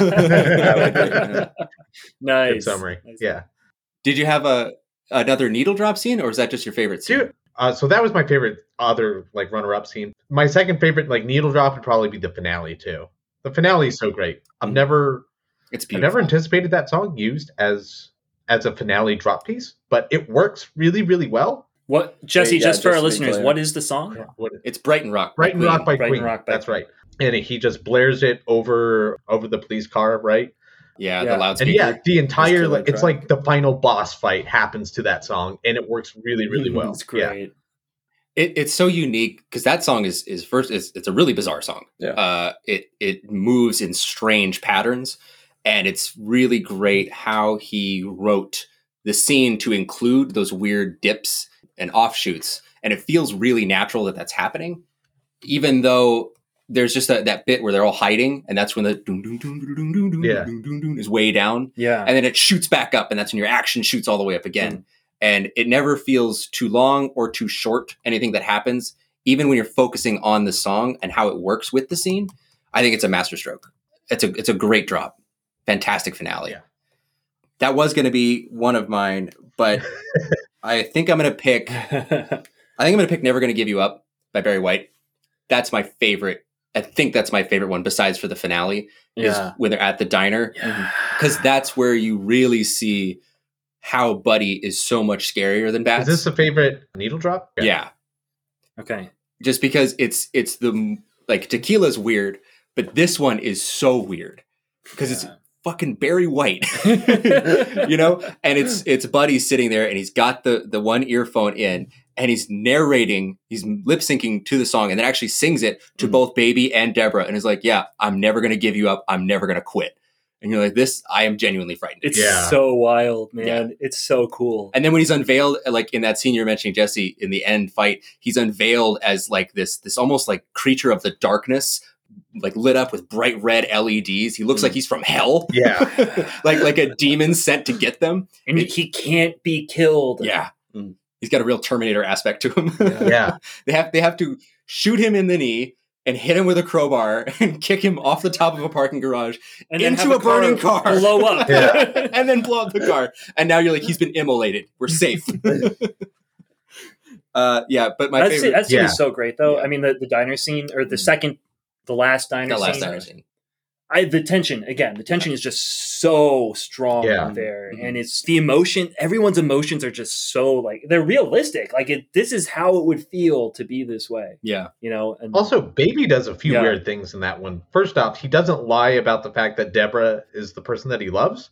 Speaker 1: so.
Speaker 2: nice
Speaker 4: Good summary.
Speaker 2: Nice.
Speaker 4: Yeah.
Speaker 1: Did you have a another needle drop scene, or is that just your favorite scene?
Speaker 4: Dude. Uh, so that was my favorite other like runner up scene. My second favorite like needle drop would probably be the finale too. The finale is so great. I've
Speaker 3: Mm.
Speaker 4: never
Speaker 1: It's
Speaker 4: I
Speaker 1: beautiful.
Speaker 4: never anticipated that song used as as a finale drop piece, but it works really really well.
Speaker 2: What Jesse?
Speaker 3: yeah,
Speaker 2: just for our
Speaker 3: just to be
Speaker 2: listeners,
Speaker 3: clear.
Speaker 2: what is the song?
Speaker 4: What-
Speaker 1: it's Brighton Rock. by
Speaker 4: Bright and Rock
Speaker 1: Queen.
Speaker 4: by
Speaker 2: Bright and
Speaker 4: Queen.
Speaker 2: Rock by
Speaker 4: That's right. And he just blares it over over the police car, right?
Speaker 2: Yeah.
Speaker 1: yeah, the
Speaker 2: And
Speaker 4: And
Speaker 1: loudspeaker.
Speaker 4: yeah, the entire
Speaker 3: killer
Speaker 4: like it's
Speaker 3: track.
Speaker 4: like the final boss fight happens to that song, and it works really really
Speaker 2: Mhm,
Speaker 4: well.
Speaker 2: It's great.
Speaker 1: it, it's so unique because that song is is first is it's a really bizarre song.
Speaker 3: Yeah.
Speaker 1: Uh, it it moves in strange patterns, and it's really great how he wrote the scene to include those weird dips and offshoots, and it feels really natural that that's happening, even though. There's just that, that bit where they're all hiding, and that's when the dun dun dun dun dun dun dun
Speaker 4: Yeah.
Speaker 1: dun dun dun is way down,
Speaker 2: Yeah.
Speaker 1: and then it shoots back up, and that's when your action shoots all the way up again. And it never feels too long or too short. Anything that happens, even when you're focusing on the song and how it works with the scene, I think it's a masterstroke. It's a it's a great drop, fantastic finale.
Speaker 4: Yeah.
Speaker 1: That was going to be one of mine, but I think I'm going to pick. I think I'm going to pick "Never Going to Give You Up" by Barry White. That's my favorite. I think that's my favorite one, besides for the finale,
Speaker 2: yeah.
Speaker 1: is when they're at the diner
Speaker 2: Yeah.
Speaker 1: because that's where you really see how Buddy is so much scarier than
Speaker 4: Yeah. Is
Speaker 1: Bats.
Speaker 4: this a favorite needle drop?
Speaker 1: yeah.
Speaker 2: Okay.
Speaker 1: just because it's it's the m- like tequila's weird, but this one is so weird because it's fucking Barry White, you know, and it's it's Buddy sitting there and he's got the the one earphone in and he's narrating, he's lip syncing to the song and then actually sings it to
Speaker 4: Hmm.
Speaker 3: Mhm.
Speaker 1: both Baby and Deborah and is like, yeah, I'm never gonna give you up, I'm never gonna quit, and you're like, this, I am genuinely frightened.
Speaker 2: It's
Speaker 4: Yeah.
Speaker 2: so wild, man. It's so cool.
Speaker 1: And then when he's unveiled, like in that scene you're mentioning, Jesse, in the end fight, he's unveiled as like this, this almost like creature of the darkness, like lit up with bright red LEDs. He looks like he's from hell,
Speaker 4: Yeah.
Speaker 1: like like a demon sent to get them.
Speaker 2: And he can't be killed.
Speaker 1: Yeah,
Speaker 3: Mm.
Speaker 1: he's got a real Terminator aspect to him.
Speaker 4: Yeah.
Speaker 1: they have they have to shoot him in the knee and hit him with a crowbar and kick him off the top of a parking garage
Speaker 2: And then
Speaker 1: into
Speaker 2: have
Speaker 1: a, burning car,
Speaker 2: Blow up.
Speaker 4: Yeah.
Speaker 1: and then blow up the car. And now you're like, he's been immolated. We're safe. uh, yeah, but my
Speaker 2: that's
Speaker 1: favorite,
Speaker 2: that's
Speaker 4: Yeah.
Speaker 2: so great though.
Speaker 1: Yeah.
Speaker 2: I mean the, the diner scene or the
Speaker 1: Mhm.
Speaker 2: second the last diner
Speaker 1: the last
Speaker 2: scene.
Speaker 1: diner scene.
Speaker 2: I the tension again. The tension is just so strong
Speaker 4: Yeah.
Speaker 2: there,
Speaker 1: Mhm.
Speaker 2: and it's the emotion. Everyone's emotions are just so like they're realistic. Like it, this is how it would feel to be this way,
Speaker 1: Yeah.
Speaker 2: you know. And
Speaker 4: Also, Baby does a few
Speaker 2: Yeah.
Speaker 4: weird things in that one. First off, he doesn't lie about the fact that Deborah is the person that he loves,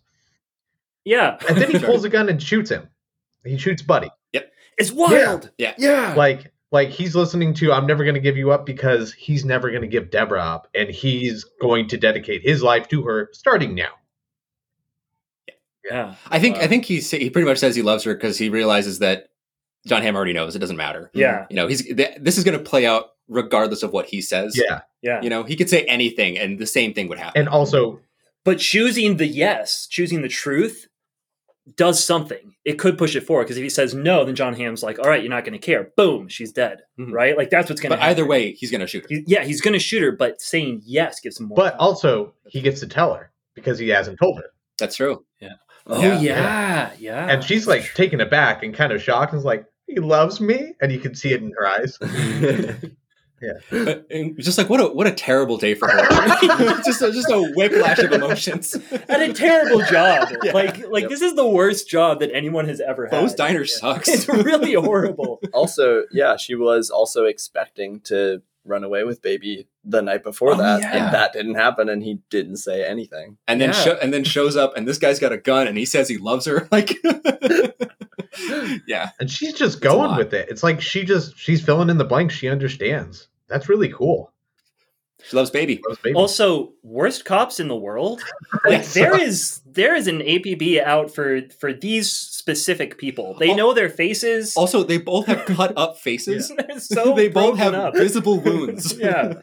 Speaker 2: yeah,
Speaker 4: and then he
Speaker 1: Sure.
Speaker 4: pulls a gun and shoots him. He shoots Buddy.
Speaker 2: it's wild.
Speaker 1: Yeah.
Speaker 2: yeah.
Speaker 4: Like, like he's listening to "I'm Never Gonna Give You Up" because he's never gonna give Deborah up, and he's going to dedicate his life to her starting now.
Speaker 2: yeah.
Speaker 1: I think I
Speaker 2: Wow.
Speaker 1: think he sa- he pretty much says he loves her because he realizes that John Hamm already knows it doesn't matter.
Speaker 2: Yeah.
Speaker 1: You know, he's th- this is going to play out regardless of what he says.
Speaker 4: Yeah,
Speaker 2: Yeah.
Speaker 1: You know, he could say anything and the same thing would happen.
Speaker 4: and also
Speaker 2: But choosing the yes, choosing the truth does something. It could push it forward because if he says no, then John Hamm's like, all right, you're not going to care. Boom, she's dead.
Speaker 1: Mhm.
Speaker 2: Right? Like that's what's going to
Speaker 1: but
Speaker 2: happen.
Speaker 1: either way, he's going to shoot her.
Speaker 2: He- yeah, he's going to shoot her, but saying yes gives him more.
Speaker 4: But oh,
Speaker 2: time.
Speaker 4: also, he gets to tell her because he hasn't told her.
Speaker 1: That's true.
Speaker 2: oh
Speaker 1: yeah,
Speaker 2: yeah, yeah,
Speaker 4: And she's like taken aback and kind of shocked and is like, he loves me? And you can see it in her eyes.
Speaker 1: But- and just like what a what a terrible day for her. just a, just a whiplash of emotions.
Speaker 2: at a terrible job.
Speaker 1: Yeah.
Speaker 2: Like, like
Speaker 1: Yep.
Speaker 2: this is the worst job that anyone has ever had.
Speaker 1: Bo's diner sucks.
Speaker 2: It's really horrible.
Speaker 3: also, yeah, she was also expecting to run away with baby the night before
Speaker 2: Oh,
Speaker 3: that,
Speaker 2: yeah.
Speaker 3: and that didn't happen, and he didn't say anything.
Speaker 1: and then
Speaker 2: Yeah.
Speaker 1: sho- and then shows up and this guy's got a gun and he says he loves her like yeah
Speaker 4: And she's just
Speaker 1: a
Speaker 4: going
Speaker 1: lot.
Speaker 4: with it. It's like she just, she's filling in the blanks. She understands. That's really cool.
Speaker 1: she loves baby
Speaker 4: Loves baby.
Speaker 2: Also, worst cops in the world. Like
Speaker 4: Yes.
Speaker 2: there is there is an APB out for for these specific people. They
Speaker 1: Al-
Speaker 2: know their faces.
Speaker 1: also they both have cut up faces
Speaker 2: They're so
Speaker 1: they
Speaker 2: broken
Speaker 1: both have
Speaker 2: up.
Speaker 1: visible wounds
Speaker 2: yeah,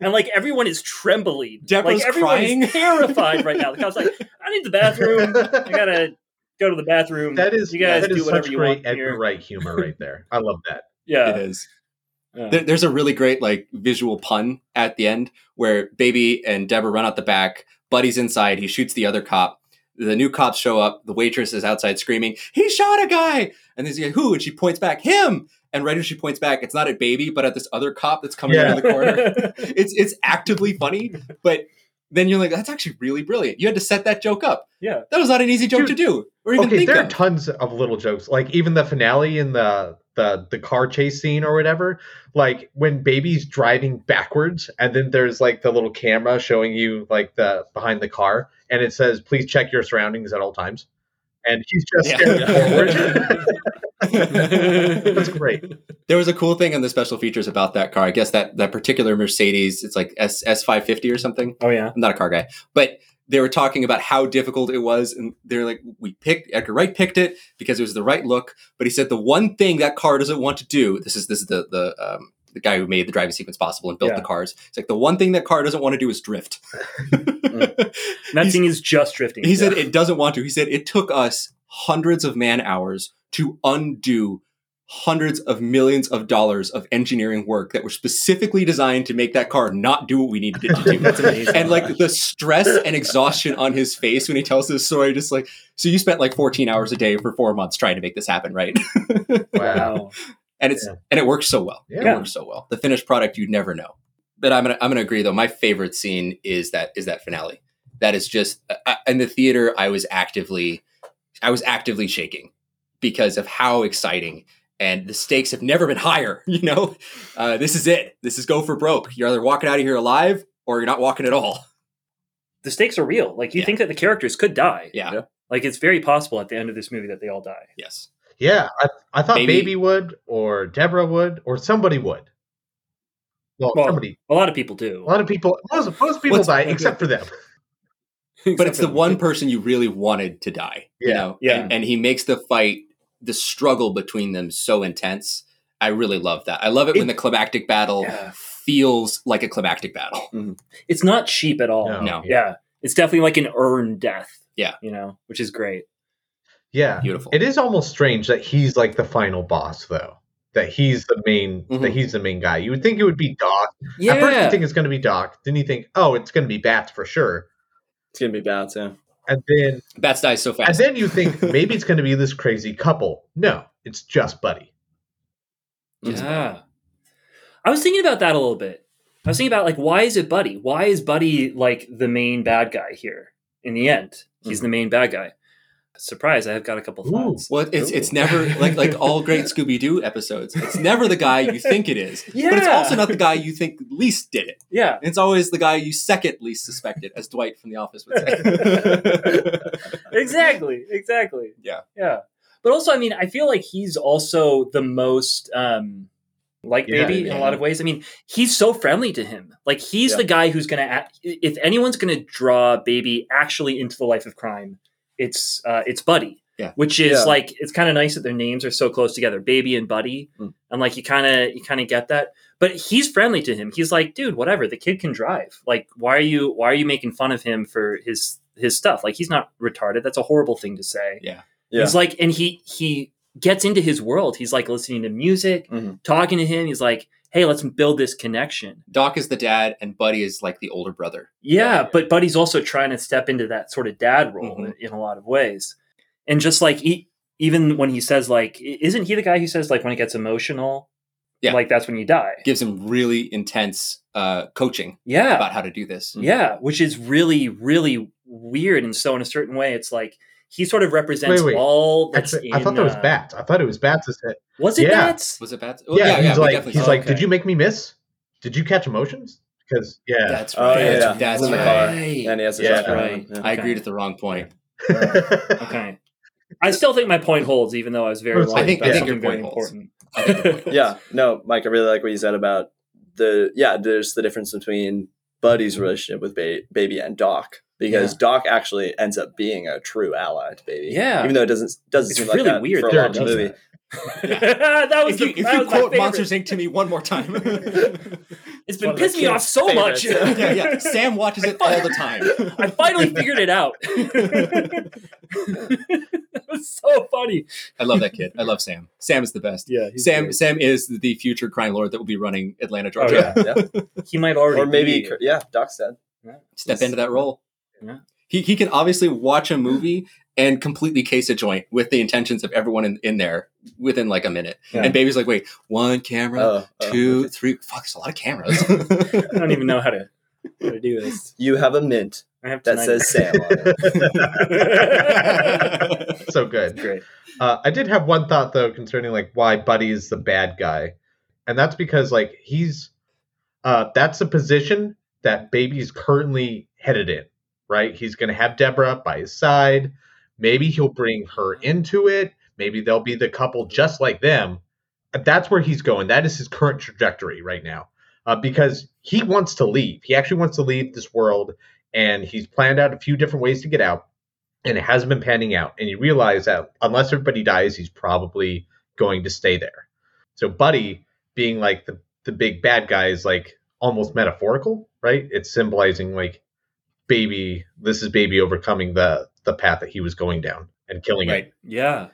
Speaker 2: and like everyone is trembling.
Speaker 1: Deborah's
Speaker 2: like everyone
Speaker 1: crying.
Speaker 2: is terrified right now. The cop's like, "I need the bathroom. I gotta go to the bathroom."
Speaker 4: that is,
Speaker 2: Oh, you guys
Speaker 4: that
Speaker 2: do
Speaker 4: is
Speaker 2: whatever
Speaker 4: such
Speaker 2: you
Speaker 4: great
Speaker 2: want
Speaker 4: Edgar
Speaker 2: here.
Speaker 4: Wright humor right there. I love that.
Speaker 1: it
Speaker 2: Yeah,
Speaker 1: is
Speaker 2: yeah.
Speaker 1: there, there's a really great like visual pun at the end where baby and deborah run out the back buddy's inside he shoots the other cop the new cops show up the waitress is outside screaming he shot a guy and there's like who and she points back him and right as she points back it's not at baby but at this other cop that's coming
Speaker 4: Yeah.
Speaker 1: out of the corner it's it's actively funny, but then you're like, that's actually really brilliant. You had to set that joke up.
Speaker 2: Yeah.
Speaker 1: That was not an easy joke
Speaker 4: Dude,
Speaker 1: to do or even
Speaker 4: Okay,
Speaker 1: think
Speaker 4: there are
Speaker 1: of.
Speaker 4: tons of little jokes. Like even the finale in the the the car chase scene or whatever. Like when baby's driving backwards, and then there's like the little camera showing you like the behind the car, and it says, "Please check your surroundings at all times." And he's just
Speaker 1: Yeah.
Speaker 4: staring
Speaker 1: Yeah.
Speaker 4: forward. That's great.
Speaker 1: there was a cool thing in the special features about that car. I guess that that particular Mercedes, it's like S S five fifty or something.
Speaker 2: oh yeah.
Speaker 1: I'm not a car guy, but they were talking about how difficult it was, and they're like, "We picked Edgar Wright picked it because it was the right look." But he said the one thing that car doesn't want to do. This is this is the the um, the guy who made the driving sequence possible and built
Speaker 2: Yeah.
Speaker 1: the cars. It's like the one thing that car doesn't want to do is drift.
Speaker 4: Mm.
Speaker 2: And that
Speaker 1: He's-
Speaker 2: scene is just drifting.
Speaker 1: He said it doesn't want to. He said it took us hundreds of man hours to undo hundreds of millions of dollars of engineering work that were specifically designed to make that car not do what we needed it to do.
Speaker 2: That's amazing.
Speaker 1: and like the stress and exhaustion on his face when he tells this story, just like, so you spent like 14 hours a day for four months trying to make this happen, right?
Speaker 4: Wow.
Speaker 1: and it's
Speaker 4: Yeah.
Speaker 1: and it works so well.
Speaker 4: Yeah.
Speaker 1: It works so well. The finished product you'd never know. But I'm gonna I'm gonna agree though. My favorite scene is that is that finale. That is just I, in the theater. I was actively I was actively shaking because of how exciting and the stakes have never been higher. You know, uh, this is it. This is go for broke. You're either walking out of here alive or you're not walking at all.
Speaker 2: the stakes are real. Like you
Speaker 1: Yeah.
Speaker 2: think that the characters could die.
Speaker 1: Yeah.
Speaker 3: Yeah.
Speaker 2: Like it's very possible at the end of this movie that they all die.
Speaker 1: Yes.
Speaker 4: Yeah, I, I thought
Speaker 1: Baby-
Speaker 4: baby. would, or Deborah would, or somebody would. Well,
Speaker 2: Well,
Speaker 4: somebody.
Speaker 2: A lot of people do.
Speaker 4: A lot of people. Most, most people
Speaker 1: What's-
Speaker 4: die except for them.
Speaker 1: but it's the one person you really wanted to die. You
Speaker 4: Yeah.
Speaker 1: know?
Speaker 2: Yeah.
Speaker 1: And, and he makes the fight, the struggle between them so intense. I really love that. I love it, when
Speaker 2: It-
Speaker 1: the climactic battle
Speaker 2: Yeah.
Speaker 1: feels like a climactic battle.
Speaker 2: It's not cheap at all.
Speaker 4: No.
Speaker 1: Oh, No.
Speaker 2: Yeah. It's definitely like an earned death.
Speaker 1: Yeah.
Speaker 2: You know, which is great.
Speaker 4: Yeah.
Speaker 1: Beautiful.
Speaker 4: It is almost strange that he's like the final boss, though. That he's the main.
Speaker 1: Mhm.
Speaker 4: That he's the main guy. You would think it would be Doc.
Speaker 2: Yeah.
Speaker 4: At first, you think it's going to be Doc. Then you think, oh, it's going to be Bats for sure.
Speaker 3: It's gonna be bad, yeah.
Speaker 4: And then,
Speaker 1: Bats dies so
Speaker 4: and
Speaker 1: fast.
Speaker 4: then you think maybe it's going to be this crazy couple. No, it's just Buddy.
Speaker 1: Yes.
Speaker 2: Yeah. I was thinking about that a little bit I was thinking about like why is it Buddy? Why is Buddy like the main bad guy here? In the end, he's the main bad guy. Surprise! I have got a couple
Speaker 4: Ooh.
Speaker 2: thoughts.
Speaker 1: Hmm. Well, it's it's
Speaker 4: Ooh.
Speaker 1: never like like all great Scooby Doo episodes. It's never the guy you think it is,
Speaker 2: Yeah,
Speaker 1: but it's also not the guy you think least did it.
Speaker 2: yeah.
Speaker 1: It's always the guy you second least suspected, as Dwight from The Office would say.
Speaker 2: Exactly, exactly.
Speaker 1: Yeah.
Speaker 2: yeah. But also, I mean, I feel like he's also the most um like
Speaker 4: Yeah,
Speaker 2: baby in a lot of ways. I mean, he's so friendly to him. Like he's
Speaker 3: Yeah.
Speaker 2: the guy who's gonna act, if anyone's gonna draw baby actually into the life of crime, it's uh it's Buddy.
Speaker 1: Yeah.
Speaker 2: Which is
Speaker 3: Yeah.
Speaker 2: like it's kind of nice that their names are so close together, baby and buddy.
Speaker 3: Mm.
Speaker 2: And like you kind of you kind of get that. But he's friendly to him. He's like, dude, whatever. The kid can drive. Like, why are you why are you making fun of him for his his stuff? Like, he's not retarded. That's a horrible thing to say.
Speaker 3: Yeah.
Speaker 2: He's like, and he he gets into his world. He's like listening to music,
Speaker 3: Mhm.
Speaker 2: talking to him. He's like, hey, let's build this connection.
Speaker 1: Doc is the dad, and Buddy is like the older brother.
Speaker 2: Yeah,
Speaker 3: Yeah.
Speaker 2: but Buddy's also trying to step into that sort of dad role
Speaker 1: Mhm.
Speaker 2: in a lot of ways, and just like he, even when he says like, i- isn't he the guy who says like when it gets emotional,
Speaker 1: Yeah.
Speaker 2: like that's when you die.
Speaker 1: Gives him really intense uh, coaching
Speaker 2: Yeah,
Speaker 1: about how to do this.
Speaker 2: yeah, which is really really weird. And so in a certain way, it's like he sort of represents
Speaker 4: Wait, wait.
Speaker 2: all that's
Speaker 4: Actually,
Speaker 2: in.
Speaker 4: I thought that was
Speaker 2: uh,
Speaker 4: bats. I thought it was bats. That said,
Speaker 2: Was it
Speaker 4: Yeah.
Speaker 2: bats?
Speaker 1: Was it bad?
Speaker 4: yeah, he's
Speaker 1: we
Speaker 4: like,
Speaker 1: definitely
Speaker 4: he's
Speaker 1: saw it.
Speaker 4: like,
Speaker 2: Okay.
Speaker 4: did you make me miss? Did you catch emotions? Because yeah,
Speaker 1: That's
Speaker 3: Oh,
Speaker 1: right.
Speaker 3: yeah, yeah.
Speaker 1: That's
Speaker 3: He's in the car.
Speaker 1: right.
Speaker 3: And he has a
Speaker 4: Yeah.
Speaker 3: shotgun.
Speaker 2: Right.
Speaker 3: Yeah.
Speaker 1: I agreed at the wrong point.
Speaker 2: Okay. I still think my point holds, even though I was very
Speaker 4: Well, it's
Speaker 2: wrong.
Speaker 4: like- I think-
Speaker 2: about
Speaker 4: I
Speaker 1: think your
Speaker 2: something very
Speaker 1: point holds.
Speaker 2: important.
Speaker 1: I think your point
Speaker 3: yeah no mike i really like what you said about the yeah there's the difference between buddy's relationship with ba- baby and doc because doc actually ends up being a true ally to baby
Speaker 2: Yeah.
Speaker 3: even though it doesn't doesn't
Speaker 2: It's
Speaker 3: seem
Speaker 2: really
Speaker 3: like that
Speaker 2: weird
Speaker 3: for a
Speaker 4: that it
Speaker 3: lot of the
Speaker 4: does
Speaker 3: movie
Speaker 2: that. that was
Speaker 1: if
Speaker 2: the,
Speaker 1: you, if
Speaker 2: that
Speaker 1: you
Speaker 2: was my
Speaker 1: quote
Speaker 2: favorite.
Speaker 1: Monsters Inc. to me one more time,
Speaker 2: it's
Speaker 3: one
Speaker 2: been
Speaker 3: of my
Speaker 2: pissing me off
Speaker 3: kids'
Speaker 2: so much.
Speaker 3: favorites.
Speaker 1: yeah, yeah. Sam watches it all the time.
Speaker 2: I finally figured it out. that was so funny.
Speaker 1: I love that kid. I love Sam. Sam is the best.
Speaker 2: Yeah,
Speaker 1: Sam Sam is the future crime lord that will be running Atlanta, Georgia.
Speaker 2: yeah.
Speaker 3: Oh, yeah.
Speaker 2: He might already,
Speaker 3: or maybe
Speaker 2: be.
Speaker 3: yeah doc's dead
Speaker 1: Step into that role.
Speaker 2: Yeah.
Speaker 1: He he can obviously watch a movie and completely case a joint with the intentions of everyone in, in there within like a minute.
Speaker 2: Yeah.
Speaker 1: And baby's like, wait, one camera,
Speaker 3: Oh, oh.
Speaker 1: two, three. Fuck, it's a lot of cameras.
Speaker 2: I don't even know how to how to do this.
Speaker 3: you have a mint
Speaker 2: I have
Speaker 3: that says sam on it
Speaker 2: says
Speaker 4: so good.
Speaker 2: great.
Speaker 4: Uh, I did have one thought though concerning like why Buddy is the bad guy, and that's because like he's uh, that's a position that Baby's currently headed in. Right, he's gonna have Deborah by his side. Maybe he'll bring her into it. Maybe they'll be the couple just like them. Uh, That's where he's going. That is his current trajectory right now, uh, because he wants to leave. He actually wants to leave this world, and he's planned out a few different ways to get out and it hasn't been panning out. And you realize that unless everybody dies, he's probably going to stay there. So Buddy being like the, the big bad guy is like almost metaphorical, right? It's symbolizing like baby this is baby overcoming the the path that he was going down and killing
Speaker 1: right.
Speaker 4: it.
Speaker 2: Yeah.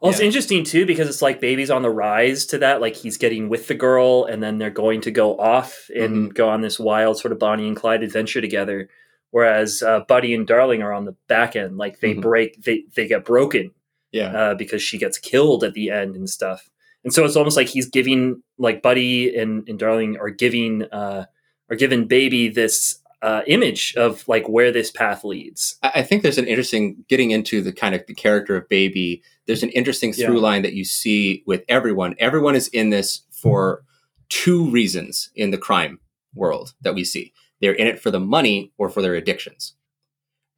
Speaker 2: Well, it's
Speaker 1: Yeah.
Speaker 2: interesting too because it's like baby's on the rise to that. Like he's getting with the girl, and then they're going to go off
Speaker 1: Mm-hmm.
Speaker 2: and go on this wild sort of Bonnie and Clyde adventure together. Whereas uh, Buddy and Darling are on the back end, like they
Speaker 1: Mhm.
Speaker 2: break, they they get broken
Speaker 1: Yeah.
Speaker 2: uh, because she gets killed at the end and stuff. And so it's almost like he's giving, like Buddy and, and Darling are giving, uh, are giving Baby this uh, image of like where this path leads.
Speaker 1: I I think there's an interesting getting into the kind of the character of baby. There's an interesting
Speaker 2: Yeah.
Speaker 1: through line that you see with everyone. Everyone is in this for two reasons in the crime world that we see. They're in it for the money or for their addictions.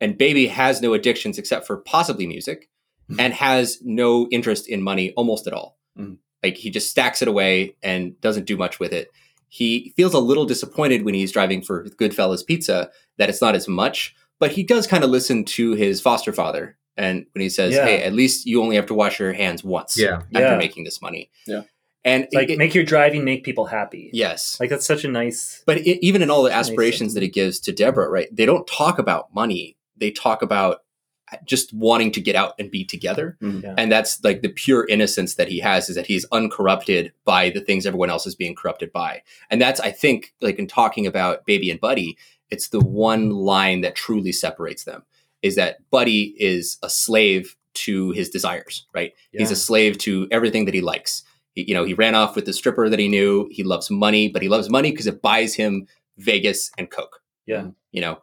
Speaker 1: And baby has no addictions except for possibly music
Speaker 2: Mm-hmm.
Speaker 1: and has no interest in money almost at all.
Speaker 3: Mhm.
Speaker 1: Like he just stacks it away and doesn't do much with it. He feels a little disappointed when he's driving for Goodfellas Pizza that it's not as much, but he does kind of listen to his foster father and when he says
Speaker 2: Yeah.
Speaker 1: hey at least you only have to wash your hands once
Speaker 4: Yeah.
Speaker 1: after
Speaker 2: Yeah.
Speaker 1: making this money
Speaker 3: Yeah.
Speaker 1: and
Speaker 2: It's like
Speaker 1: it-
Speaker 2: make your driving make people happy.
Speaker 1: yes
Speaker 2: Like that's such a nice.
Speaker 1: but it, even in all the
Speaker 2: Makes sense.
Speaker 1: aspirations that it gives to deborah right they don't talk about money they talk about just wanting to get out and be together
Speaker 3: Mhm.
Speaker 2: Yeah.
Speaker 1: and that's like the pure innocence that he has is that he's uncorrupted by the things everyone else is being corrupted by and that's i think like in talking about baby and buddy it's the one line that truly separates them is that buddy is a slave to his desires right he's a slave to everything that he likes He, you know, he ran off with the stripper that he knew. He loves money, but he loves money because it buys him Vegas and Coke.
Speaker 2: Yeah.
Speaker 1: You know,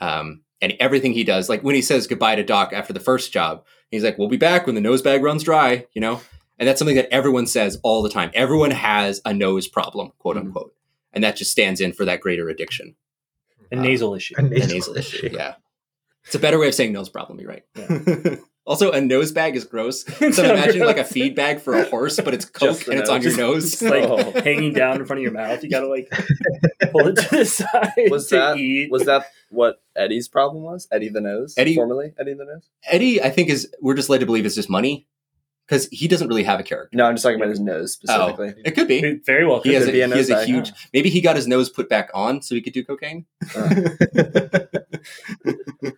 Speaker 1: um, and everything he does, like when he says goodbye to Doc after the first job, he's like, "We'll be back when the nose bag runs dry." You know, and that's something that everyone says all the time. Everyone has a nose problem, quote
Speaker 2: Mhm.
Speaker 1: unquote, and that just stands in for that greater addiction,
Speaker 2: A
Speaker 1: Uh,
Speaker 2: nasal issue.
Speaker 4: A
Speaker 1: a
Speaker 4: nasal
Speaker 1: nasal issue.
Speaker 4: issue.
Speaker 1: Yeah, it's a better way of saying nose problem. You're right. also, a nose bag is gross. So imagine like a feed bag for a horse, but it's
Speaker 3: Just
Speaker 1: coke
Speaker 3: the
Speaker 1: and it's on your nose.
Speaker 2: It's like
Speaker 3: Oh.
Speaker 2: hanging down in front of your mouth. You gotta like pull it to the side
Speaker 3: Was
Speaker 2: to
Speaker 3: that-
Speaker 2: eat.
Speaker 3: Was that what Eddie's problem was? Eddie the Nose?
Speaker 1: Eddie-
Speaker 3: Formerly Eddie the Nose?
Speaker 1: Eddie, I think is we're just led to believe it's just money because he doesn't really have a character.
Speaker 3: No, I'm just talking about his nose specifically.
Speaker 1: It could be.
Speaker 2: It very well.
Speaker 1: He
Speaker 2: could
Speaker 1: has, a,
Speaker 3: Could
Speaker 2: be.
Speaker 1: he
Speaker 3: be a
Speaker 1: has a
Speaker 3: nose bag,
Speaker 1: huge. Maybe he got his nose put back on so he could do cocaine.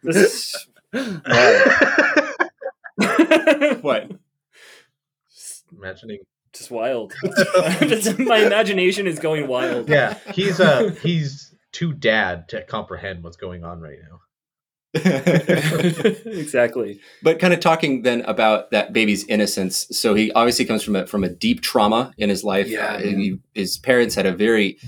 Speaker 2: This is-
Speaker 1: What?
Speaker 4: Imagining.
Speaker 2: just wild. Just- my imagination is going wild.
Speaker 4: Yeah, he's uh he's too dad to comprehend what's going on right now.
Speaker 2: exactly.
Speaker 1: but kind of talking then about that baby's innocence. So he obviously comes from a, from a deep trauma in his life.
Speaker 3: Yeah,
Speaker 1: Uh,
Speaker 3: man.
Speaker 1: he- his parents had a very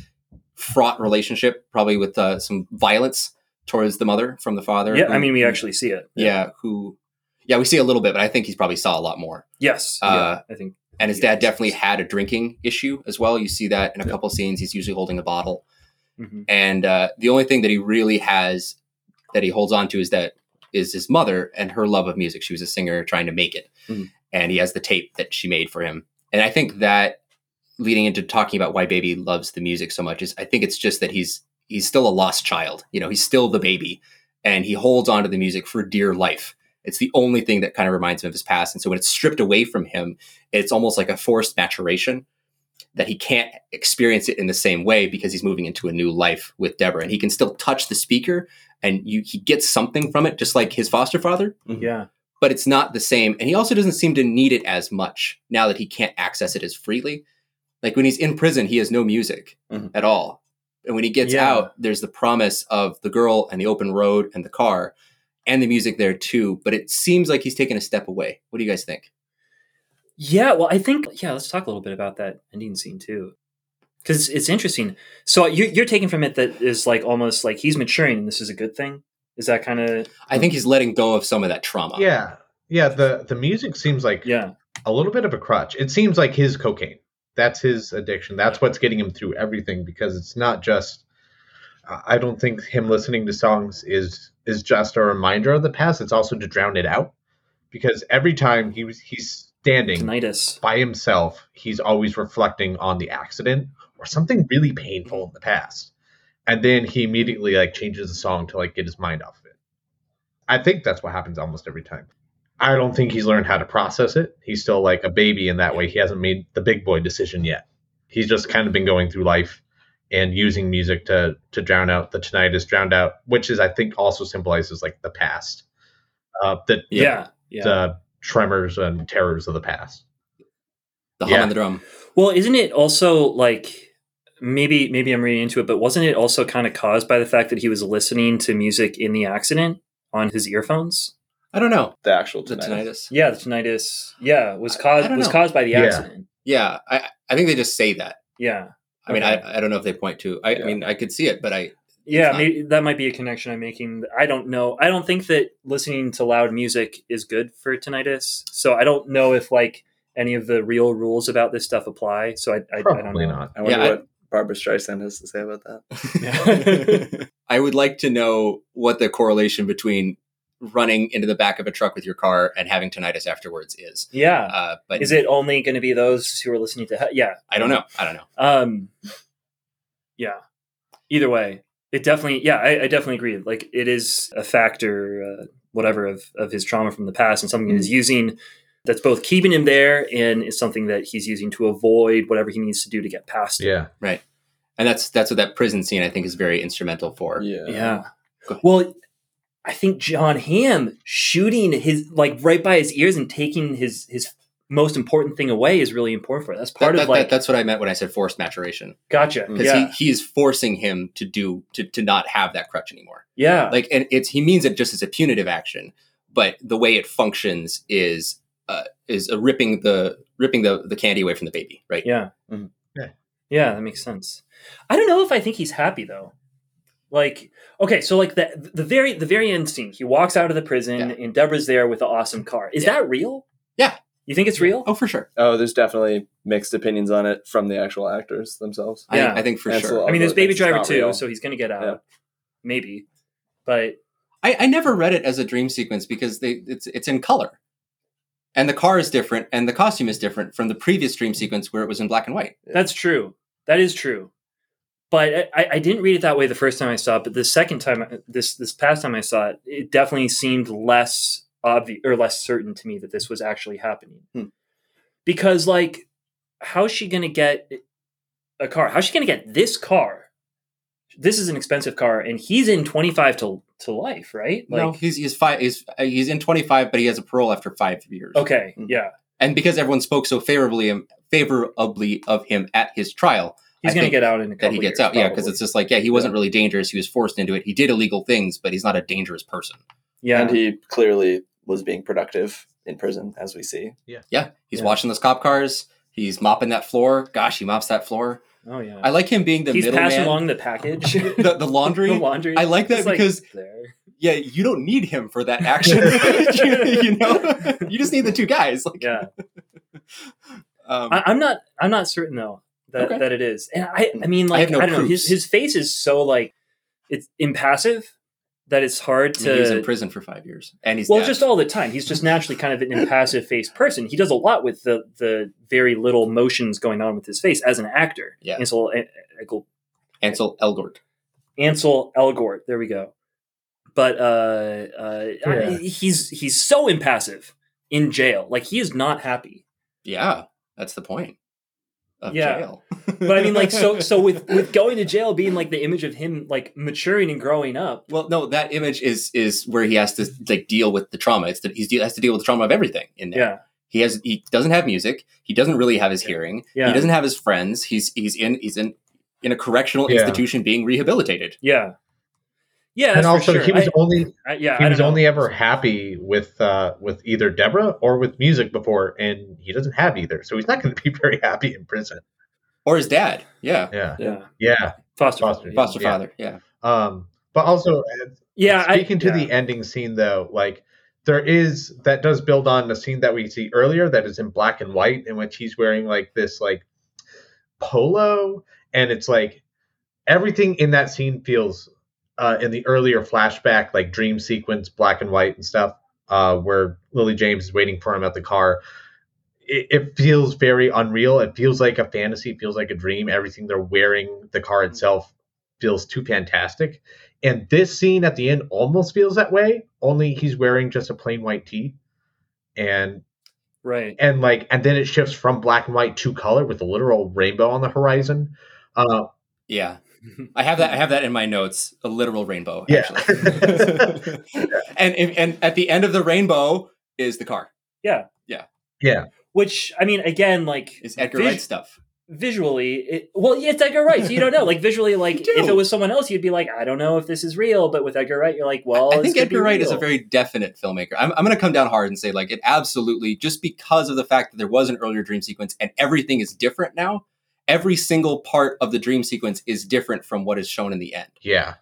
Speaker 1: fraught relationship, probably with uh, some violence towards the mother from the father.
Speaker 2: Yeah,
Speaker 1: who-
Speaker 2: I mean, we actually see it.
Speaker 1: yeah, who, yeah, we see a little bit, but I think he's probably saw a lot more.
Speaker 2: Yes.
Speaker 1: Uh,
Speaker 2: yeah, I think.
Speaker 1: And his
Speaker 2: Yeah.
Speaker 1: dad definitely had a drinking issue as well. You see that in a couple scenes. He's usually holding a bottle.
Speaker 2: mhm.
Speaker 1: and uh, the only thing that he really has that he holds on to is that is his mother and her love of music. She was a singer trying to make it,
Speaker 2: Mhm.
Speaker 1: and he has the tape that she made for him. And I think that leading into talking about why baby loves the music so much is I think it's just that he's he's still a lost child. You know, he's still the baby, and he holds on to the music for dear life. It's the only thing that kind of reminds him of his past. And so when it's stripped away from him, it's almost like a forced maturation that he can't experience it in the same way because he's moving into a new life with Deborah, and he can still touch the speaker, and you he gets something from it, just like his foster father,
Speaker 2: Yeah.
Speaker 1: but it's not the same. And he also doesn't seem to need it as much now that he can't access it as freely. Like when he's in prison, he has no music
Speaker 4: Mm-hmm.
Speaker 3: Mhm.
Speaker 1: at all, and when he gets
Speaker 2: Yeah.
Speaker 1: out, there's the promise of the girl and the open road and the car, and the music there too. But it seems like he's taken a step away. What do you guys think?
Speaker 2: Yeah. Well, I think. Yeah. Let's talk a little bit about that ending scene too, because it's interesting. So you, you're taking from it that is like almost like he's maturing, and this is a good thing. Is that kind of
Speaker 1: I think he's letting go of some of that trauma.
Speaker 4: Mm. Yeah, yeah. The the music seems like
Speaker 2: yeah?
Speaker 4: a little bit of a crutch. It seems like his cocaine. That's his addiction. That's what's getting him through everything because it's not just. I- I don't think him listening to songs is is just a reminder of the past. It's also to drown it out, because every time he was he's standing
Speaker 2: Tinnitus.
Speaker 4: by himself, he's always reflecting on the accident or something really painful in the past. And then he immediately like changes the song to like get his mind off of it. I think that's what happens almost every time. I don't think he's learned how to process it. He's still like a baby in that way. He hasn't made the big boy decision yet. He's just kind of been going through life and using music to to drown out the tinnitus, drowned out, which is I think also symbolizes like the past. Uh the
Speaker 2: Yeah. Yeah.
Speaker 4: the tremors and terrors of the past.
Speaker 1: The hum
Speaker 4: Yeah.
Speaker 1: and the drum.
Speaker 2: Well, isn't it also like maybe maybe I'm reading into it, but wasn't it also kind of caused by the fact that he was listening to music in the accident on his earphones?
Speaker 1: I don't know.
Speaker 3: The actual
Speaker 1: The
Speaker 3: tinnitus.
Speaker 1: tinnitus.
Speaker 2: Yeah, the tinnitus. Yeah, was
Speaker 1: I- I
Speaker 2: caused
Speaker 1: don't
Speaker 2: was
Speaker 1: know.
Speaker 2: caused by the
Speaker 4: Yeah.
Speaker 2: accident.
Speaker 1: Yeah, I I think they just say that.
Speaker 2: Yeah.
Speaker 1: I mean,
Speaker 2: Okay.
Speaker 1: I, I don't know if they point to. I, I
Speaker 3: Yeah.
Speaker 1: mean, I could see it, but I
Speaker 2: Yeah,
Speaker 1: not-
Speaker 2: maybe that might be a connection I'm making. I don't know. I don't think that listening to loud music is good for tinnitus. So I don't know if like any of the real rules about this stuff apply. So I, I, I don't
Speaker 4: Probably
Speaker 2: know.
Speaker 4: not.
Speaker 3: I wonder
Speaker 1: Yeah, I-
Speaker 3: what Barbara Streisand has to say about that.
Speaker 1: I would like to know what the correlation between running into the back of a truck with your car and having tinnitus afterwards is.
Speaker 2: Yeah.
Speaker 1: Uh, but
Speaker 2: Is it only going to be those who are listening to? he- Yeah,
Speaker 1: I don't know. I don't know.
Speaker 2: Um, yeah. Either way, it definitely. Yeah, I, I definitely agree. Like, it is a factor, uh, whatever of of his trauma from the past, and something
Speaker 1: Mm.
Speaker 2: he's using that's both keeping him there and is something that he's using to avoid whatever he needs to do to get past. it.
Speaker 4: Yeah.
Speaker 1: And that's that's what that prison scene I think is very instrumental for.
Speaker 3: Yeah.
Speaker 2: Yeah.
Speaker 1: Go ahead.
Speaker 2: Well, I think John Hamm shooting his like right by his ears and taking his his most important thing away is really important for it. That's
Speaker 1: That-
Speaker 2: part
Speaker 1: that-
Speaker 2: of like
Speaker 1: that- Mm. that's what I meant when I said forced maturation
Speaker 2: gotcha.
Speaker 1: because
Speaker 2: Yeah.
Speaker 1: he, he is forcing him to do to, to not have that crutch anymore.
Speaker 2: yeah.
Speaker 1: like and it's he means it just as a punitive action but the way it functions is uh, is uh, ripping the ripping the, the candy away from the baby, right?
Speaker 2: Yeah.
Speaker 3: Mhm.
Speaker 4: Yeah.
Speaker 2: Yeah, that makes sense. I don't know if I think he's happy though. Like, okay, so like the the very the very end scene, he walks out of the prison
Speaker 1: Yeah.
Speaker 2: and Deborah's there with the awesome car. Is
Speaker 1: Yeah.
Speaker 2: that real?
Speaker 1: Yeah.
Speaker 2: You think it's real?
Speaker 1: Oh, for sure.
Speaker 3: Oh, there's definitely mixed opinions on it from the actual actors themselves.
Speaker 1: I,
Speaker 2: Yeah.
Speaker 1: think, I think for
Speaker 3: That's a
Speaker 1: sure.
Speaker 3: lot.
Speaker 2: I mean, there's
Speaker 3: although
Speaker 2: Baby
Speaker 3: it's
Speaker 2: Driver
Speaker 3: not
Speaker 2: too,
Speaker 3: real.
Speaker 2: so he's gonna get out,
Speaker 3: Yeah.
Speaker 2: maybe. But
Speaker 1: I, I never read it as a dream sequence because they it's it's in color, and the car is different, and the costume is different from the previous dream sequence where it was in black and white.
Speaker 2: that's true. That is true. But I, I didn't read it that way the first time I saw it. But the second time, uh, this this past time I saw it, it definitely seemed less obvious or less certain to me that this was actually happening.
Speaker 3: Hmm.
Speaker 2: Because like, how's she gonna get a car? How's she gonna get this car? This is an expensive car, and he's in twenty five to to life, right? Like,
Speaker 1: no, he's he's five. He's he's in twenty five, but he has a parole after five years.
Speaker 2: okay,
Speaker 3: Hmm.
Speaker 2: yeah,
Speaker 1: and because everyone spoke so favorably favorably of him at his trial,
Speaker 2: he's
Speaker 1: I
Speaker 2: gonna
Speaker 1: think
Speaker 2: get out in a couple
Speaker 1: that he gets
Speaker 2: years,
Speaker 1: out. Yeah, because
Speaker 2: probably.
Speaker 1: it's just like yeah, he wasn't really dangerous. He was forced into it. He did illegal things, but he's not a dangerous person.
Speaker 2: yeah,
Speaker 3: And he clearly was being productive in prison, as we see.
Speaker 1: Yeah, he's
Speaker 2: Yeah.
Speaker 1: watching those cop cars. He's mopping that floor. Gosh, he mops that floor.
Speaker 2: oh yeah.
Speaker 1: I like him being the
Speaker 2: he's passing
Speaker 1: middleman.
Speaker 2: along the package.
Speaker 1: The, the laundry.
Speaker 2: the laundry.
Speaker 1: I like that
Speaker 2: It's, like,
Speaker 1: because-
Speaker 2: there.
Speaker 1: yeah, you don't need him for that action. you, you know, you just need the two guys. Like,
Speaker 2: yeah,
Speaker 1: um,
Speaker 2: I, I'm not. I'm not certain though that,
Speaker 1: Okay.
Speaker 2: that it is. And I, I mean,
Speaker 1: I
Speaker 2: like,
Speaker 1: have
Speaker 2: I,
Speaker 1: no
Speaker 2: don't know. His,
Speaker 1: proofs.
Speaker 2: his face is so like it's impassive that it's hard
Speaker 1: I mean, he was
Speaker 2: to.
Speaker 1: in prison for five years, and he's
Speaker 2: well,
Speaker 1: dead.
Speaker 2: just all the time. He's just naturally kind of an impassive faced person. He does a lot with the the very little motions going on with his face as an actor.
Speaker 1: Yeah.
Speaker 2: Ansel eh, A- Eckel-
Speaker 1: Ansel Elgort.
Speaker 2: Ansel Elgort. There we go. But uh, uh, I-
Speaker 4: Yeah.
Speaker 2: he's he's so impassive in jail. Like he is not happy.
Speaker 1: Yeah, that's the point. Of
Speaker 2: Yeah.
Speaker 1: jail.
Speaker 2: but I mean, like, so so with with going to jail being like the image of him like maturing and growing up.
Speaker 1: Well, no, that image is is where he has to like deal with the trauma. It's that he's he has to deal with the trauma of everything in there.
Speaker 2: Yeah,
Speaker 1: He has he doesn't have music. He doesn't really have his hearing.
Speaker 2: yeah,
Speaker 1: He doesn't have his friends. He's he's in he's in in a correctional
Speaker 4: Yeah.
Speaker 1: institution being rehabilitated.
Speaker 2: yeah, yeah. that's
Speaker 4: and
Speaker 2: for
Speaker 4: also,
Speaker 2: sure.
Speaker 4: he was
Speaker 2: I-
Speaker 4: only
Speaker 2: I- yeah,
Speaker 4: he
Speaker 2: I
Speaker 4: was
Speaker 2: don't know.
Speaker 4: only ever happy with uh, with either Deborah or with music before, and he doesn't have either, so he's not going to be very happy in prison.
Speaker 1: Or his dad. Yeah.
Speaker 4: Yeah,
Speaker 2: yeah
Speaker 4: yeah.
Speaker 2: foster
Speaker 4: Foster.
Speaker 2: yeah.
Speaker 1: Foster
Speaker 4: Yeah.
Speaker 1: father. Yeah.
Speaker 4: Um, but also, uh,
Speaker 2: Yeah, I-
Speaker 4: speaking to
Speaker 2: yeah.
Speaker 4: the ending scene though, like there is that does build on the scene that we see earlier that is in black and white, in which he's wearing like this like polo, and it's like everything in that scene feels uh, in the earlier flashback, like dream sequence, black and white and stuff, uh, where Lily James is waiting for him at the car. It, it feels very unreal. It feels like a fantasy. It feels like a dream. Everything they're wearing, the car itself, feels too fantastic. And this scene at the end almost feels that way. Only he's wearing just a plain white tee, and
Speaker 2: right.
Speaker 4: and like and then it shifts from black and white to color with a literal rainbow on the horizon. Uh,
Speaker 1: Yeah. I have that. I have that in my notes. A literal rainbow.
Speaker 4: Yeah.
Speaker 1: Actually. and and at the end of the rainbow is the car.
Speaker 2: Which I mean, again, like
Speaker 1: Is Edgar
Speaker 2: vis-
Speaker 1: Wright stuff.
Speaker 2: visually, it, well, yeah, it's Edgar Wright. So you don't know, like visually, like
Speaker 1: You do.
Speaker 2: if it was someone else, you'd be like, I don't know if this is real. But with Edgar Wright, you're like, well,
Speaker 1: I
Speaker 2: this
Speaker 1: think
Speaker 2: could be
Speaker 1: Edgar Wright is a
Speaker 2: real.
Speaker 1: very definite filmmaker. I'm, I'm going to come down hard and say, like, it absolutely, just because of the fact that there was an earlier dream sequence and everything is different now, every single part of the dream sequence is different from what is shown in the end.
Speaker 4: yeah,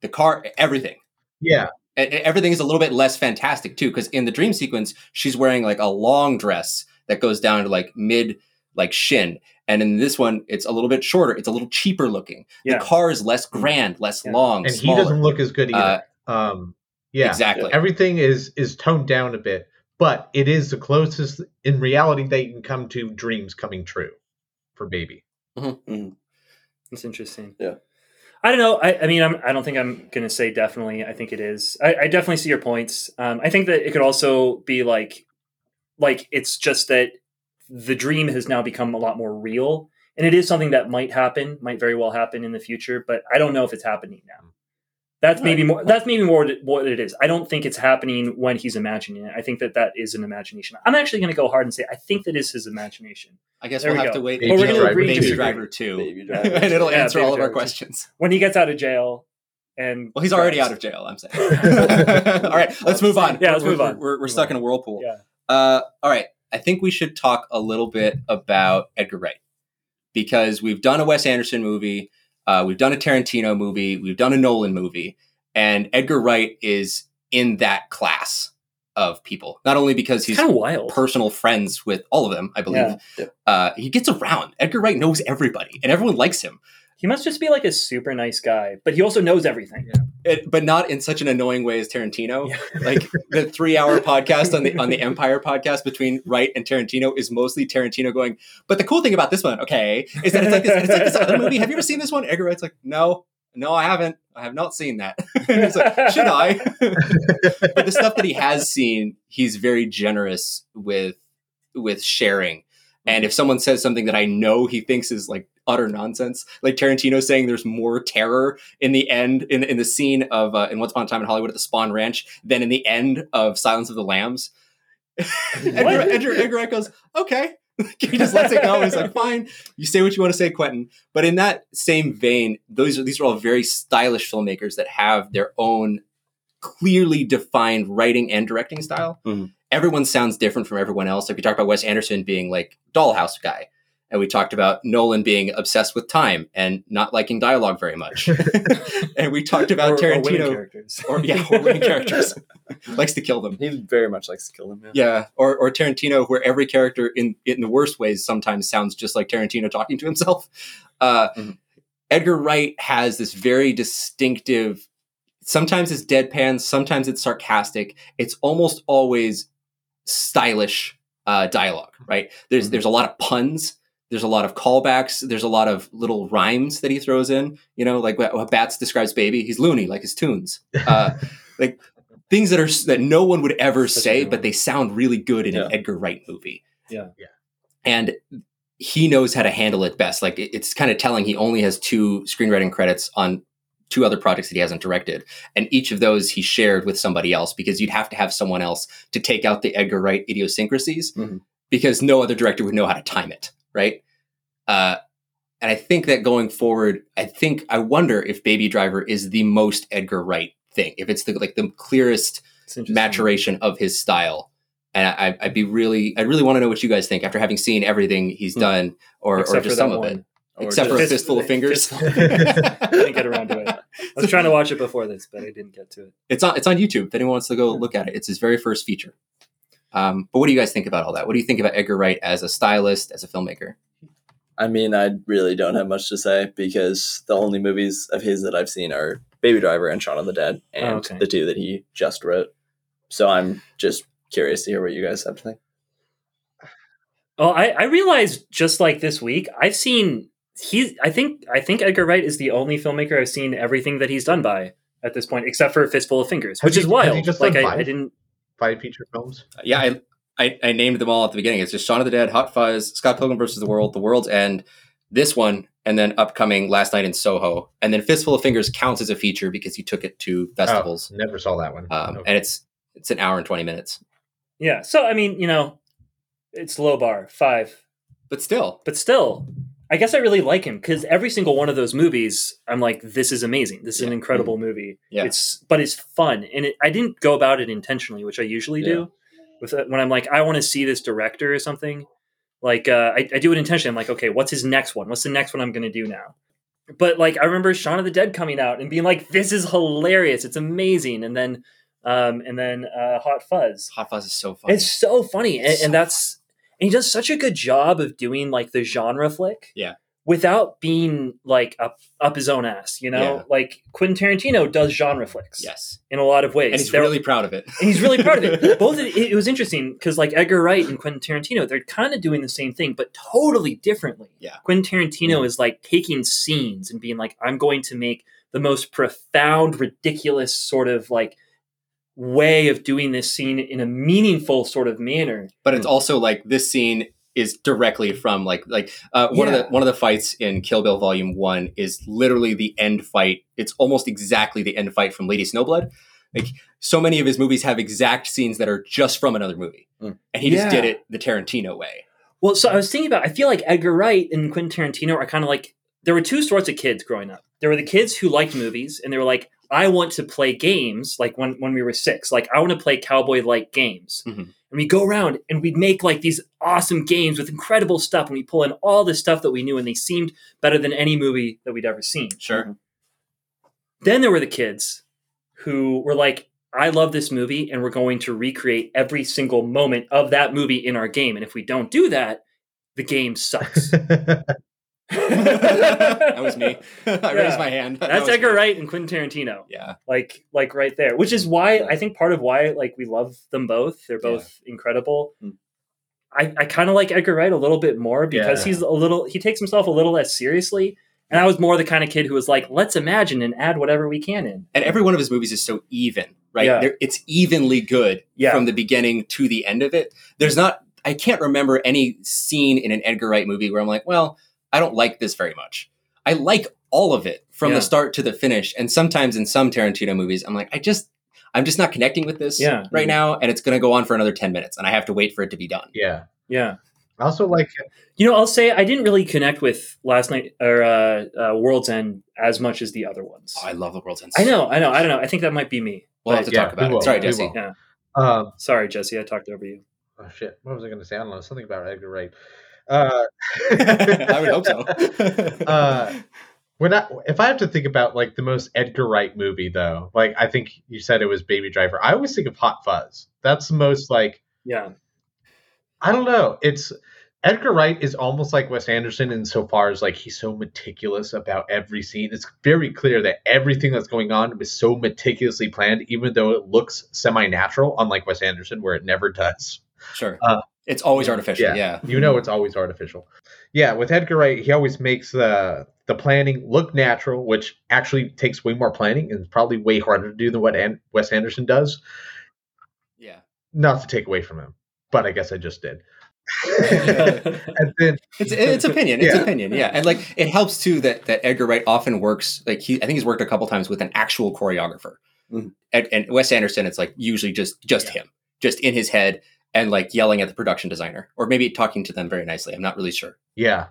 Speaker 1: The car, everything.
Speaker 4: yeah,
Speaker 1: And and everything is a little bit less fantastic, too, because in the dream sequence, she's wearing like a long dress that goes down to like mid, like shin. And in this one, it's a little bit shorter. It's a little cheaper looking.
Speaker 2: yeah.
Speaker 1: The car is less grand, less
Speaker 2: Yeah.
Speaker 1: long,
Speaker 4: and
Speaker 1: smaller. Uh,
Speaker 4: he doesn't look as good either. um, yeah,
Speaker 1: Exactly.
Speaker 4: everything is is toned down a bit, but it is the closest in reality that you can come to dreams coming true for baby.
Speaker 2: That's interesting.
Speaker 3: Yeah.
Speaker 2: I don't know. I, I mean, I'm, I don't think I'm going to say definitely. I think it is. I, I definitely see your points. Um, I think that it could also be like, like it's just that the dream has now become a lot more real, and it is something that might happen, might very well happen in the future. But I don't know if it's happening now. That's maybe more. That's maybe more what it is. I don't think it's happening when he's imagining it. I think that that is an imagination. I'm actually going to go hard and say I think that is his imagination.
Speaker 1: I guess
Speaker 2: There
Speaker 1: we'll
Speaker 2: we
Speaker 1: have
Speaker 2: go.
Speaker 1: to wait.
Speaker 4: But we're gonna
Speaker 1: Driver-
Speaker 4: agree
Speaker 1: Baby
Speaker 4: to disagree.
Speaker 1: Driver Two,
Speaker 3: Baby Driver
Speaker 1: and it'll
Speaker 2: Yeah,
Speaker 1: answer
Speaker 2: Baby
Speaker 1: all of our
Speaker 2: Driver 2.
Speaker 1: questions.
Speaker 2: When he gets out of jail, and
Speaker 1: Well, he's already
Speaker 2: drives.
Speaker 1: out of jail. I'm saying. all right, let's move on.
Speaker 2: Yeah, let's
Speaker 1: We're-
Speaker 2: move on.
Speaker 1: We're, we're, we're stuck in a whirlpool.
Speaker 2: Yeah.
Speaker 1: Uh, all right. I think we should talk a little bit about Edgar Wright because we've done a Wes Anderson movie, uh, we've done a Tarantino movie, we've done a Nolan movie, and Edgar Wright is in that class of people. Not only because
Speaker 2: It's
Speaker 1: he's
Speaker 2: kind of wild.
Speaker 1: personal friends with all of them, I believe.
Speaker 3: Yeah.
Speaker 1: Uh, he gets around. Edgar Wright knows everybody, and everyone likes him,
Speaker 2: He must just be like a super nice guy, but he also knows everything.
Speaker 1: it, but not in such an annoying way as Tarantino. like the three-hour podcast on the on the Empire podcast between Wright and Tarantino is mostly Tarantino going. But the cool thing about this one, okay, is that it's like this, it's like this other movie. Have you ever seen this one? Edgar Wright's like, no, no, I haven't. I have not seen that. And he's like, should I? but the stuff that he has seen, he's very generous with with sharing. And if someone says something that I know he thinks is like utter nonsense, like Tarantino saying there's more terror in the end in in the scene of uh, in Once Upon a Time in Hollywood at the Spawn Ranch than in the end of Silence of the Lambs. Edgar,
Speaker 2: What?
Speaker 1: Edgar, Edgar Wright goes, okay. he just lets it go. He's like, fine, you say what you want to say, Quentin. But in that same vein, those are, these are all very stylish filmmakers that have their own clearly defined writing and directing style.
Speaker 2: Mm-hmm.
Speaker 3: Mhm.
Speaker 1: Everyone sounds different from everyone else. Like we talked about Wes Anderson being like dollhouse guy, and we talked about Nolan being obsessed with time and not liking dialogue very much. and we talked about
Speaker 2: Or- or winning
Speaker 1: Tarantino
Speaker 2: characters.
Speaker 1: or yeah, or winning characters likes to kill them.
Speaker 3: He very much likes to kill them. Yeah.
Speaker 1: Yeah, or or Tarantino, where every character in in the worst ways sometimes sounds just like Tarantino talking to himself. Uh,
Speaker 3: Mhm.
Speaker 1: Edgar Wright has this very distinctive. Sometimes it's deadpan, sometimes it's sarcastic. It's almost always stylish uh, dialogue,
Speaker 2: Mm-hmm.
Speaker 1: right? There's
Speaker 3: Mhm.
Speaker 1: there's a lot of puns. There's a lot of callbacks. There's a lot of little rhymes that he throws in. You know, like what what Bats describes Baby, he's loony, like his tunes. Uh, like things that are that no one would ever
Speaker 2: Such a
Speaker 1: say,
Speaker 2: good
Speaker 1: but
Speaker 2: one.
Speaker 1: they sound really good in
Speaker 3: Yeah.
Speaker 1: an Edgar Wright movie.
Speaker 2: Yeah.
Speaker 4: Yeah.
Speaker 1: And he knows how to handle it best. Like it- it's kind of telling he only has two screenwriting credits on two other projects that he hasn't directed, and each of those he shared with somebody else because you'd have to have someone else to take out the Edgar Wright idiosyncrasies
Speaker 3: Mhm.
Speaker 1: because no other director would know how to time it, right? Uh, and I think that going forward, I think I wonder if Baby Driver is the most Edgar Wright thing, if it's the like the clearest
Speaker 2: It's interesting.
Speaker 1: maturation of his style. And I, I'd be really, I'd really want to know what you guys think after having seen everything he's
Speaker 3: Hmm.
Speaker 1: done, or, or
Speaker 2: Except for
Speaker 1: just
Speaker 2: that
Speaker 1: some of
Speaker 2: one.
Speaker 1: it,
Speaker 2: Or
Speaker 1: except for a
Speaker 2: just-
Speaker 1: fistful of fingers.
Speaker 2: Fistful. didn't get around to it. I was trying to watch it before this, but I didn't get to it.
Speaker 1: It's on, it's on YouTube. If anyone wants to go
Speaker 2: Yeah.
Speaker 1: look at it, it's his very first feature. Um, but what do you guys think about all that? What do you think about Edgar Wright as a stylist, as a filmmaker?
Speaker 3: I mean, I really don't have much to say because the only movies of his that I've seen are Baby Driver and Shaun of the Dead, and
Speaker 2: Oh, okay.
Speaker 3: the two that he just wrote. So I'm just curious to hear what you guys have to think.
Speaker 2: Oh, I, I realized just like this week, I've seen he's I think I think Edgar Wright is the only filmmaker I've seen everything that he's done by at this point, except for Fistful of Fingers,
Speaker 4: Has
Speaker 2: which
Speaker 4: he-
Speaker 2: is
Speaker 4: has
Speaker 2: wild.
Speaker 4: he just
Speaker 2: like
Speaker 4: done
Speaker 2: I,
Speaker 4: five?
Speaker 2: I didn't
Speaker 4: Five feature films.
Speaker 1: Uh, Yeah, I, I, I named them all at the beginning. It's just Shaun of the Dead, Hot Fuzz, Scott Pilgrim versus the World, The World's End, this one, and then upcoming Last Night in Soho, and then Fistful of Fingers counts as a feature because he took it to festivals.
Speaker 4: Oh, never saw that one.
Speaker 1: um,
Speaker 4: Okay.
Speaker 1: and it's it's an hour and 20 minutes
Speaker 2: Yeah. So I mean, you know, it's low bar, five.
Speaker 1: but still
Speaker 2: But still, I guess I really like him because every single one of those movies, I'm like, this is amazing. This is an
Speaker 1: Yeah. Mm.
Speaker 2: incredible movie.
Speaker 1: Yeah.
Speaker 2: It's but it's fun, and it, I didn't go about it intentionally, which I usually do. With uh, when I'm like, I want to see this director or something. Like uh, I, I do it intentionally. I'm like, okay, what's his next one? What's the next one I'm going to do now? But like, I remember Shaun of the Dead coming out and being like, this is hilarious. It's amazing. And then, um, and then uh, Hot Fuzz.
Speaker 1: hot fuzz is so fun
Speaker 2: It's so funny, and,
Speaker 1: It's so
Speaker 2: and that's and he does such a good job of doing like the genre flick,
Speaker 1: Yeah.
Speaker 2: without being like up up his own ass. You know,
Speaker 1: Yeah.
Speaker 2: like Quentin Tarantino does genre flicks
Speaker 1: yes
Speaker 2: in a lot of ways.
Speaker 1: and he's
Speaker 2: They're-
Speaker 1: really proud of it
Speaker 2: and he's really proud of it. Both of, it, it was interesting because like Edgar Wright and Quentin Tarantino, they're kind of doing the same thing, but totally differently.
Speaker 1: Yeah.
Speaker 2: Quentin Tarantino is like taking scenes and being like, I'm going to make the most profound, ridiculous sort of like way of doing this scene in a meaningful sort of manner.
Speaker 1: but it's also like this scene is directly from like like uh, one of
Speaker 2: Yeah.
Speaker 1: the one of the fights in Kill Bill Volume One is literally the end fight. It's almost exactly the end fight from Lady Snowblood. Like so many of his movies have exact scenes that are just from another movie,
Speaker 3: Mm.
Speaker 1: and he just
Speaker 2: Hmm. Yeah.
Speaker 1: did it the Tarantino way.
Speaker 2: Well, so I was thinking about. I feel like Edgar Wright and Quentin Tarantino are kind of like there were two sorts of kids growing up. There were the kids who liked movies, and they were like, I want to play games like when when we were six. Like I want to play cowboy like games,
Speaker 1: Mhm.
Speaker 2: and we go around and we make like these awesome games with incredible stuff, and we pull in all this stuff that we knew, and they seemed better than any movie that we'd ever seen.
Speaker 1: Sure.
Speaker 2: Then there were the kids who were like, I love this movie and we're going to recreate every single moment of that movie in our game. And if we don't do that, the game sucks.
Speaker 1: that was me. I raised my hand. That
Speaker 2: That's
Speaker 1: was
Speaker 2: Edgar
Speaker 1: me.
Speaker 2: Wright and Quentin Tarantino.
Speaker 1: Yeah.
Speaker 2: Like like right there. Which is why
Speaker 3: Yeah.
Speaker 2: I think part of why like we love them both. They're both incredible.
Speaker 3: Mm.
Speaker 2: I, I kind of like Edgar Wright a little bit more because
Speaker 4: Yeah.
Speaker 2: he's a little he takes himself a little less seriously. And I was more the kind of kid who was like, let's imagine and add whatever we can in.
Speaker 1: And every one of his movies is so even, right?
Speaker 2: Yeah.
Speaker 1: They're- It's evenly good
Speaker 2: Yeah.
Speaker 1: from the beginning to the end of it. There's not, I can't remember any scene in an Edgar Wright movie where I'm like, well, I don't like this very much. I like all of it from
Speaker 2: Yeah.
Speaker 1: the start to the finish. And sometimes in some Tarantino movies, I'm like, I just, I'm just not connecting with this
Speaker 2: Yeah.
Speaker 1: right now. And it's going to go on for another 10 minutes and I have to wait for it to be done.
Speaker 4: yeah.
Speaker 2: Yeah.
Speaker 4: I also like
Speaker 2: You know, I'll say I didn't really connect with last night or uh, uh, World's End as much as the other ones.
Speaker 1: Oh, I love the world's end.
Speaker 2: I know, I know, I don't know. I think that might be me.
Speaker 1: We'll have to
Speaker 2: But-
Speaker 4: yeah,
Speaker 1: talk
Speaker 4: we
Speaker 1: about
Speaker 4: will,
Speaker 1: it. Sorry,
Speaker 4: we
Speaker 1: Jesse.
Speaker 4: will.
Speaker 2: Yeah.
Speaker 4: um
Speaker 2: Sorry, Jesse, I talked over you.
Speaker 4: oh shit, what was I gonna say? I don't know, something about Edgar Wright. Uh
Speaker 1: I would hope so.
Speaker 4: Uh, when I if I have to think about like the most Edgar Wright movie though, like I think you said it was Baby Driver. I always think of Hot Fuzz. That's the most like
Speaker 2: Yeah.
Speaker 4: I don't know. It's Edgar Wright is almost like Wes Anderson insofar as like he's so meticulous about every scene. It's very clear that everything that's going on was so meticulously planned, even though it looks semi-natural, unlike Wes Anderson, where it never does.
Speaker 1: sure.
Speaker 4: uh,
Speaker 1: it's always artificial.
Speaker 4: yeah.
Speaker 1: yeah.
Speaker 4: You know it's always artificial. Yeah, with Edgar Wright, he always makes the the planning look natural, which actually takes way more planning and is probably way harder to do than what An- Wes Anderson does.
Speaker 1: Yeah.
Speaker 4: Not to take away from him, but I guess I just did.
Speaker 2: yeah.
Speaker 4: and then
Speaker 1: It's it's opinion. It's
Speaker 4: Yeah.
Speaker 1: opinion. Yeah, and like it helps too that that Edgar Wright often works. Like he, I think he's worked a couple times with an actual choreographer.
Speaker 3: Mhm.
Speaker 1: And, and Wes Anderson, it's like usually just just him, just in his head, and like yelling at the production designer, or maybe talking to them very nicely. I'm not really sure.
Speaker 4: Yeah.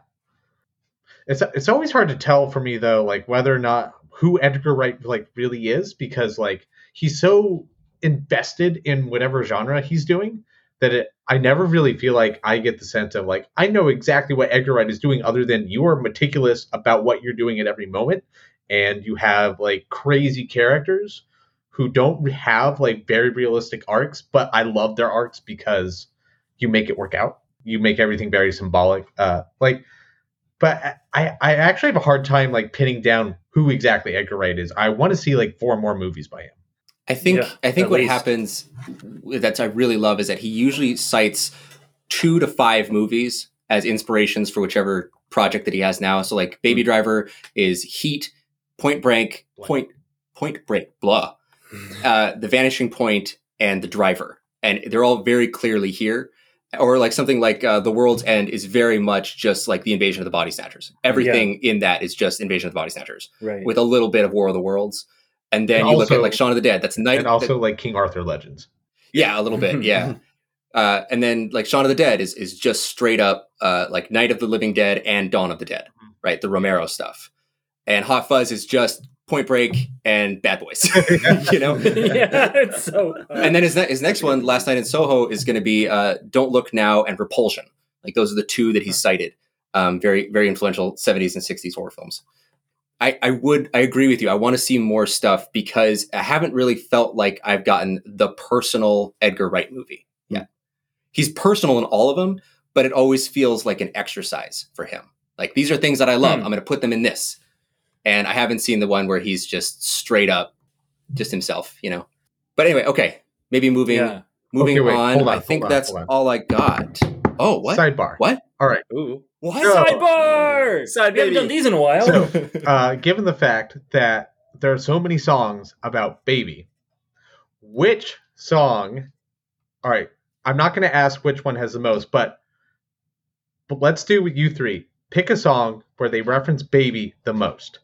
Speaker 4: It's it's always hard to tell for me though, like whether or not who Edgar Wright like really is, because like he's so invested in whatever genre he's doing that it, I never really feel like I get the sense of like I know exactly what Edgar Wright is doing, other than you are meticulous about what you're doing at every moment, and you have like crazy characters who don't have like very realistic arcs, but I love their arcs because you make it work out you make everything very symbolic. Uh, like, but I, I actually have a hard time like pinning down who exactly Edgar Wright is. I want to see like four more movies by him.
Speaker 1: I think
Speaker 2: Yeah,
Speaker 1: I think
Speaker 2: at
Speaker 1: what
Speaker 2: least.
Speaker 1: happens that I really love is that he usually cites two to five movies as inspirations for whichever project that he has now. So like
Speaker 2: Hmm.
Speaker 1: Baby Driver is Heat, Point Break,
Speaker 4: Blank.
Speaker 1: Point Point Break, blah,
Speaker 2: Hmm.
Speaker 1: uh, The Vanishing Point, and The Driver, and they're all very clearly here. Or like something like uh, The World's End is very much just like the Invasion of the Body Snatchers. Everything in that is just Invasion of the Body Snatchers
Speaker 2: Right.
Speaker 1: with a little bit of War of the Worlds. And then
Speaker 4: And
Speaker 1: you look at
Speaker 4: also-
Speaker 1: like Shaun of the Dead. That's night.
Speaker 4: and also like King Arthur Legends.
Speaker 1: Yeah, a little bit. Yeah. Uh, and then like Shaun of the Dead is is just straight up uh, like Night of the Living Dead and Dawn of the Dead,
Speaker 4: Mm-hmm.
Speaker 1: right? The Romero stuff. And Hot Fuzz is just Point Break and Bad Boys, you know.
Speaker 2: yeah, it's so
Speaker 1: And then his ne- his next one, Last Night in Soho, is going to be uh, Don't Look Now and Repulsion. Like those are the two that he cited. Um, very very influential '70s and '60s horror films. I, I would I agree with you. I want to see more stuff because I haven't really felt like I've gotten the personal Edgar Wright movie. Yeah, he's personal in all of them, but it always feels like an exercise for him. Like these are things that I love.
Speaker 2: Hmm.
Speaker 1: I'm going to put them in this, and I haven't seen the one where he's just straight up, just himself. You know. But anyway, okay, maybe moving
Speaker 2: yeah.
Speaker 1: moving
Speaker 4: Okay, wait,
Speaker 1: on.
Speaker 4: hold on,
Speaker 1: I think
Speaker 4: hold on,
Speaker 1: that's
Speaker 4: hold on.
Speaker 1: all I got. Oh, what?
Speaker 4: Sidebar.
Speaker 1: What?
Speaker 4: All right.
Speaker 3: Ooh.
Speaker 1: What?
Speaker 4: No.
Speaker 2: Sidebar!
Speaker 3: Side
Speaker 2: we haven't
Speaker 3: baby.
Speaker 2: done these in a while.
Speaker 4: So, uh, given the fact that there are so many songs about baby, which song? All right, I'm not going to ask which one has the most, but but let's do with you three. Pick a song where they reference baby the most,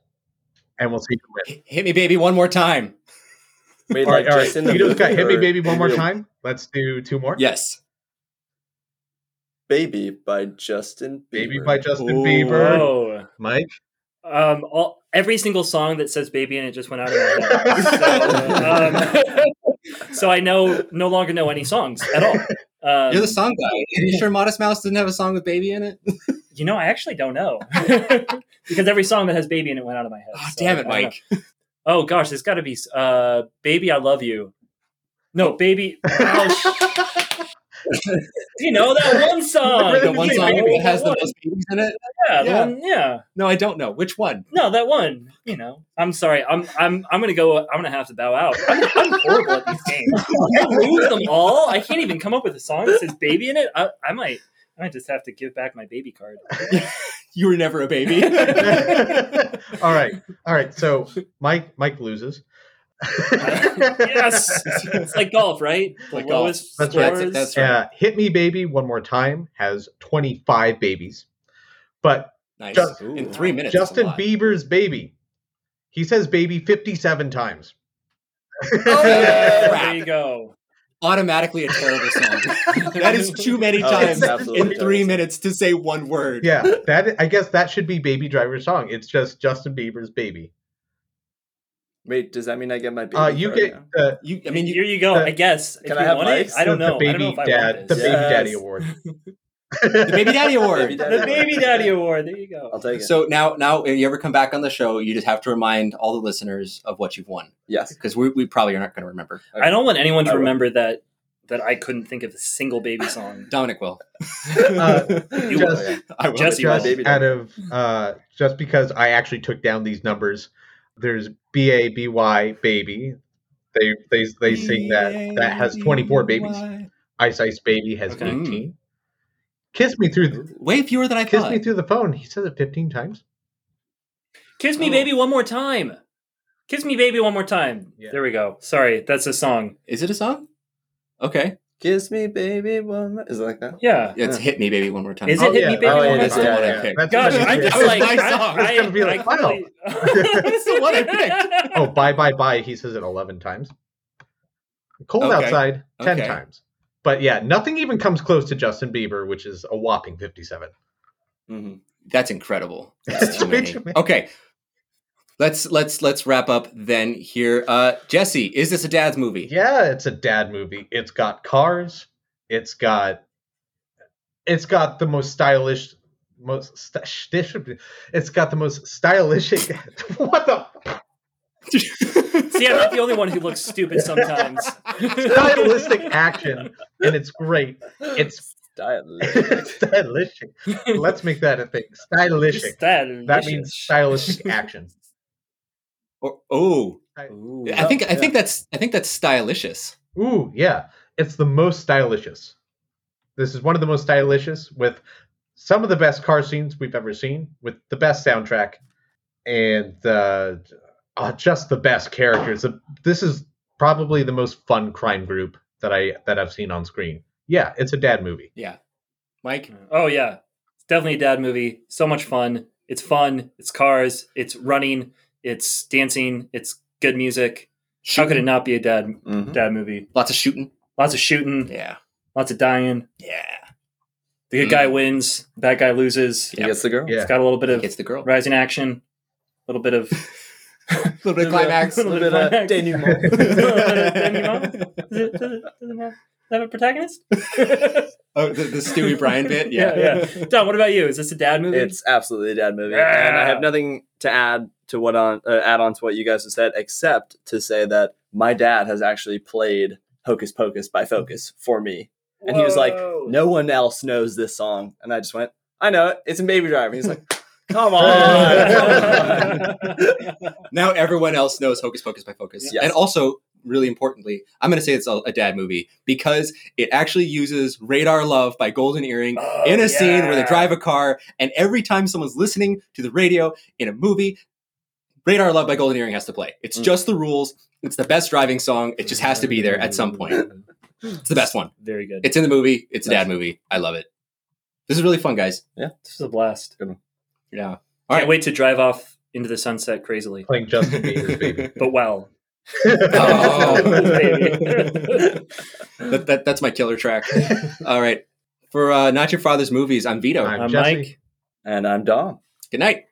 Speaker 4: and we'll see who wins.
Speaker 1: H- Hit me, baby, one more time.
Speaker 3: Wait,
Speaker 4: All right,
Speaker 3: like,
Speaker 4: all right.
Speaker 3: just in the
Speaker 4: You just got
Speaker 3: movie
Speaker 4: hit me,
Speaker 3: or
Speaker 4: baby, one
Speaker 3: in
Speaker 4: more
Speaker 3: real-
Speaker 4: time. Let's do two more.
Speaker 1: Yes.
Speaker 3: Baby by Justin.
Speaker 4: Baby
Speaker 3: Bieber.
Speaker 4: by Justin
Speaker 1: Ooh.
Speaker 2: Oh.
Speaker 4: Bieber.
Speaker 2: Whoa.
Speaker 4: Mike.
Speaker 2: Um, all, every single song that says "baby" and it just went out of my head. So, um, so I know no longer know any songs at all. Um,
Speaker 1: You're the song guy. Are you sure Modest Mouse didn't have a song with baby in it?
Speaker 2: You know, I actually don't know because every song that has "baby" in it went out of my head.
Speaker 1: Oh,
Speaker 2: so
Speaker 1: damn
Speaker 2: I-
Speaker 1: it,
Speaker 2: I don't know.
Speaker 1: Mike.
Speaker 2: Oh gosh, there's got to be uh, "Baby, I Love You." No, baby. Oh, sh- you know that one song.
Speaker 4: Really?
Speaker 1: The one song
Speaker 2: Baby,
Speaker 1: that has the
Speaker 2: one.
Speaker 1: most babies in it?
Speaker 2: yeah, the
Speaker 1: yeah.
Speaker 2: one, yeah.
Speaker 1: No, I don't know. Which one?
Speaker 2: No, that one. You know, I'm sorry. I'm I'm I'm gonna go. I'm gonna have to bow out. I'm, I'm horrible at these games. I lose them all. I can't even come up with a song that says "baby" in it. I, I might. I might just have to give back my baby card.
Speaker 1: You were never a baby.
Speaker 4: all right, all right. So Mike, Mike loses.
Speaker 2: yes, it's like golf, right? The
Speaker 1: Like golf.
Speaker 2: lowest
Speaker 4: That's right.
Speaker 2: scores.
Speaker 1: That's right.
Speaker 4: Uh, Hit Me Baby One More Time has 25 babies. But
Speaker 1: nice.
Speaker 4: Just-
Speaker 1: In three minutes. is a
Speaker 4: Justin
Speaker 1: lot.
Speaker 4: Bieber's baby, he says baby 57 times.
Speaker 3: Oh,
Speaker 2: Yeah,
Speaker 1: crap.
Speaker 2: there you go.
Speaker 1: Automatically a terrible song. that is too many
Speaker 3: Oh,
Speaker 1: times
Speaker 3: it's absolutely
Speaker 1: in three
Speaker 3: terrible.
Speaker 1: minutes to say one word.
Speaker 4: yeah, that I guess that should be Baby Driver's song. It's just Justin Bieber's baby.
Speaker 3: Wait, does that mean I get my baby?
Speaker 4: Uh, you
Speaker 3: card
Speaker 4: get
Speaker 3: now?
Speaker 4: uh,
Speaker 1: You, I mean, you,
Speaker 2: here you go.
Speaker 4: the-
Speaker 2: I guess. If
Speaker 3: Can
Speaker 2: you
Speaker 3: I have
Speaker 2: want
Speaker 3: mics?
Speaker 2: it, I don't
Speaker 4: the
Speaker 2: know. I don't know
Speaker 4: baby
Speaker 2: if I
Speaker 4: dad,
Speaker 2: want
Speaker 4: the
Speaker 2: this.
Speaker 4: baby daddy
Speaker 3: Yes.
Speaker 4: award.
Speaker 1: the Baby Daddy Award.
Speaker 3: Baby
Speaker 2: The baby daddy award. There you
Speaker 3: I'll
Speaker 2: go.
Speaker 3: take it.
Speaker 1: So now, now, if you ever come back on the show, you just have to remind all the listeners of what you've won
Speaker 3: yes.
Speaker 1: because we, we probably are not going to remember.
Speaker 2: I don't want anyone
Speaker 3: I
Speaker 2: to
Speaker 3: will.
Speaker 2: remember that that I couldn't think of a single baby song.
Speaker 1: Dominic will.
Speaker 4: Uh,
Speaker 3: You
Speaker 4: just-
Speaker 3: will, yeah.
Speaker 1: I will.
Speaker 2: Jesse
Speaker 4: just
Speaker 2: will.
Speaker 3: baby
Speaker 4: out
Speaker 3: daddy.
Speaker 4: of uh, just because I actually took down these numbers. There's B A B Y baby. They they they sing that that has 24 babies. Ice Ice Baby has
Speaker 2: Okay.
Speaker 3: Hmm.
Speaker 4: 18. Kiss me through the,
Speaker 1: Way fewer than I
Speaker 4: kiss
Speaker 1: thought.
Speaker 4: me through the phone. He says it 15 times.
Speaker 2: Kiss me,
Speaker 1: Oh.
Speaker 2: baby, one more time. Kiss me, baby, one more time.
Speaker 4: Yeah.
Speaker 2: There we go. Sorry, that's a song.
Speaker 1: Is it a song? Okay,
Speaker 3: Kiss me, baby, one. more- Is it like that?
Speaker 2: Yeah.
Speaker 1: it's
Speaker 3: Yeah.
Speaker 1: hit me, baby, one more time.
Speaker 2: Is it Hit Me Baby
Speaker 3: Oh,
Speaker 2: One
Speaker 3: yeah,
Speaker 2: More
Speaker 3: that's-
Speaker 2: Time?
Speaker 1: That's the
Speaker 3: yeah,
Speaker 1: one I
Speaker 3: yeah.
Speaker 1: picked.
Speaker 4: That's
Speaker 2: Gosh,
Speaker 4: what it
Speaker 2: I'm
Speaker 4: is.
Speaker 2: just
Speaker 1: That was
Speaker 2: like
Speaker 1: my
Speaker 2: I-
Speaker 1: song.
Speaker 2: I-
Speaker 4: It's gonna be
Speaker 2: I
Speaker 4: like, wow.
Speaker 2: completely-
Speaker 1: That's the one I picked.
Speaker 4: Oh, bye bye bye. He says it 11 times. Cold
Speaker 1: Okay.
Speaker 4: outside 10
Speaker 1: Okay.
Speaker 4: times. But yeah, nothing even comes close to Justin Bieber, which is a whopping 57.
Speaker 3: Mhm.
Speaker 1: That's incredible. That's too many.
Speaker 4: Bitch, man.
Speaker 1: Okay. Let's let's let's wrap up then here. Uh Jesse, is this a dad's movie?
Speaker 4: Yeah, it's a dad movie. It's got cars. It's got it's got the most stylish most st- sh- it's got the most stylish what the
Speaker 2: See, I'm not the only one who looks stupid sometimes.
Speaker 4: stylistic action and it's great. It's
Speaker 3: stylish.
Speaker 4: stylistic. Let's make that a thing. Stylistic. That means stylistic action.
Speaker 1: Or, oh,
Speaker 2: Ooh.
Speaker 1: I think I think that's I think that's stylicious.
Speaker 4: Ooh, yeah. It's the most stylicious. This is one of the most stylicious with some of the best car scenes we've ever seen, with the best soundtrack, and uh, uh, just the best characters. The- This is probably the most fun crime group that I that I've seen on screen. Yeah, it's a dad movie.
Speaker 1: Yeah. Mike,
Speaker 2: Oh yeah, it's definitely a dad movie. So much fun. It's fun. It's cars. It's running. It's dancing. It's good music. How could it not be a dad
Speaker 3: Mhm.
Speaker 2: dad movie?
Speaker 1: lots of shooting.
Speaker 2: Lots of shooting.
Speaker 1: Yeah.
Speaker 2: Lots of dying.
Speaker 1: Yeah.
Speaker 2: The good guy wins. Bad guy loses.
Speaker 3: He gets the girl.
Speaker 4: Yeah.
Speaker 2: It's got a little bit
Speaker 1: He
Speaker 2: of
Speaker 1: gets the girl.
Speaker 2: rising action. A little bit of
Speaker 1: A little bit of climax.
Speaker 2: A little bit of climax. denouement. Does it, does it, does it have, have a protagonist?
Speaker 1: oh, the, the Stewie Bryan bit. Yeah.
Speaker 2: Yeah, Don, what about you? Is this a dad movie?
Speaker 3: It's absolutely a dad movie,
Speaker 2: Yeah.
Speaker 3: and I have nothing to add to what on uh, add on to what you guys have said, except to say that my dad has actually played Hocus Pocus by Focus for me, and he was like,
Speaker 2: Whoa.
Speaker 3: "No one else knows this song," and I just went, "I know it. It's in Baby Driver." He's like, "Come
Speaker 1: Oh
Speaker 3: on."
Speaker 1: Now everyone else knows Hocus Pocus by Focus.
Speaker 3: Yes.
Speaker 1: And also, really importantly, I'm going to say it's a, a dad movie because it actually uses Radar Love by Golden Earring
Speaker 2: Oh,
Speaker 1: in a scene where they
Speaker 2: yeah.
Speaker 1: drive a car. And every time someone's listening to the radio in a movie, Radar Love by Golden Earring has to play. It's
Speaker 3: Mm.
Speaker 1: just the rules. It's the best driving song. It just has to be there at some point. It's the best one.
Speaker 2: Very good.
Speaker 1: It's in the movie. It's a
Speaker 3: Nice.
Speaker 1: dad movie. I love it. This is really fun, guys.
Speaker 2: this is a blast.
Speaker 1: Yeah.
Speaker 2: Can't
Speaker 1: right.
Speaker 2: wait to drive off into the sunset crazily,
Speaker 4: Playing Justin Bieber's baby.
Speaker 2: but well.
Speaker 1: Oh. that, that, that's my killer track. All right. For uh, Not Your Father's Movies, I'm Vito.
Speaker 4: I'm
Speaker 2: I'm
Speaker 4: Jesse.
Speaker 2: Mike.
Speaker 3: and I'm Dom.
Speaker 1: Good night.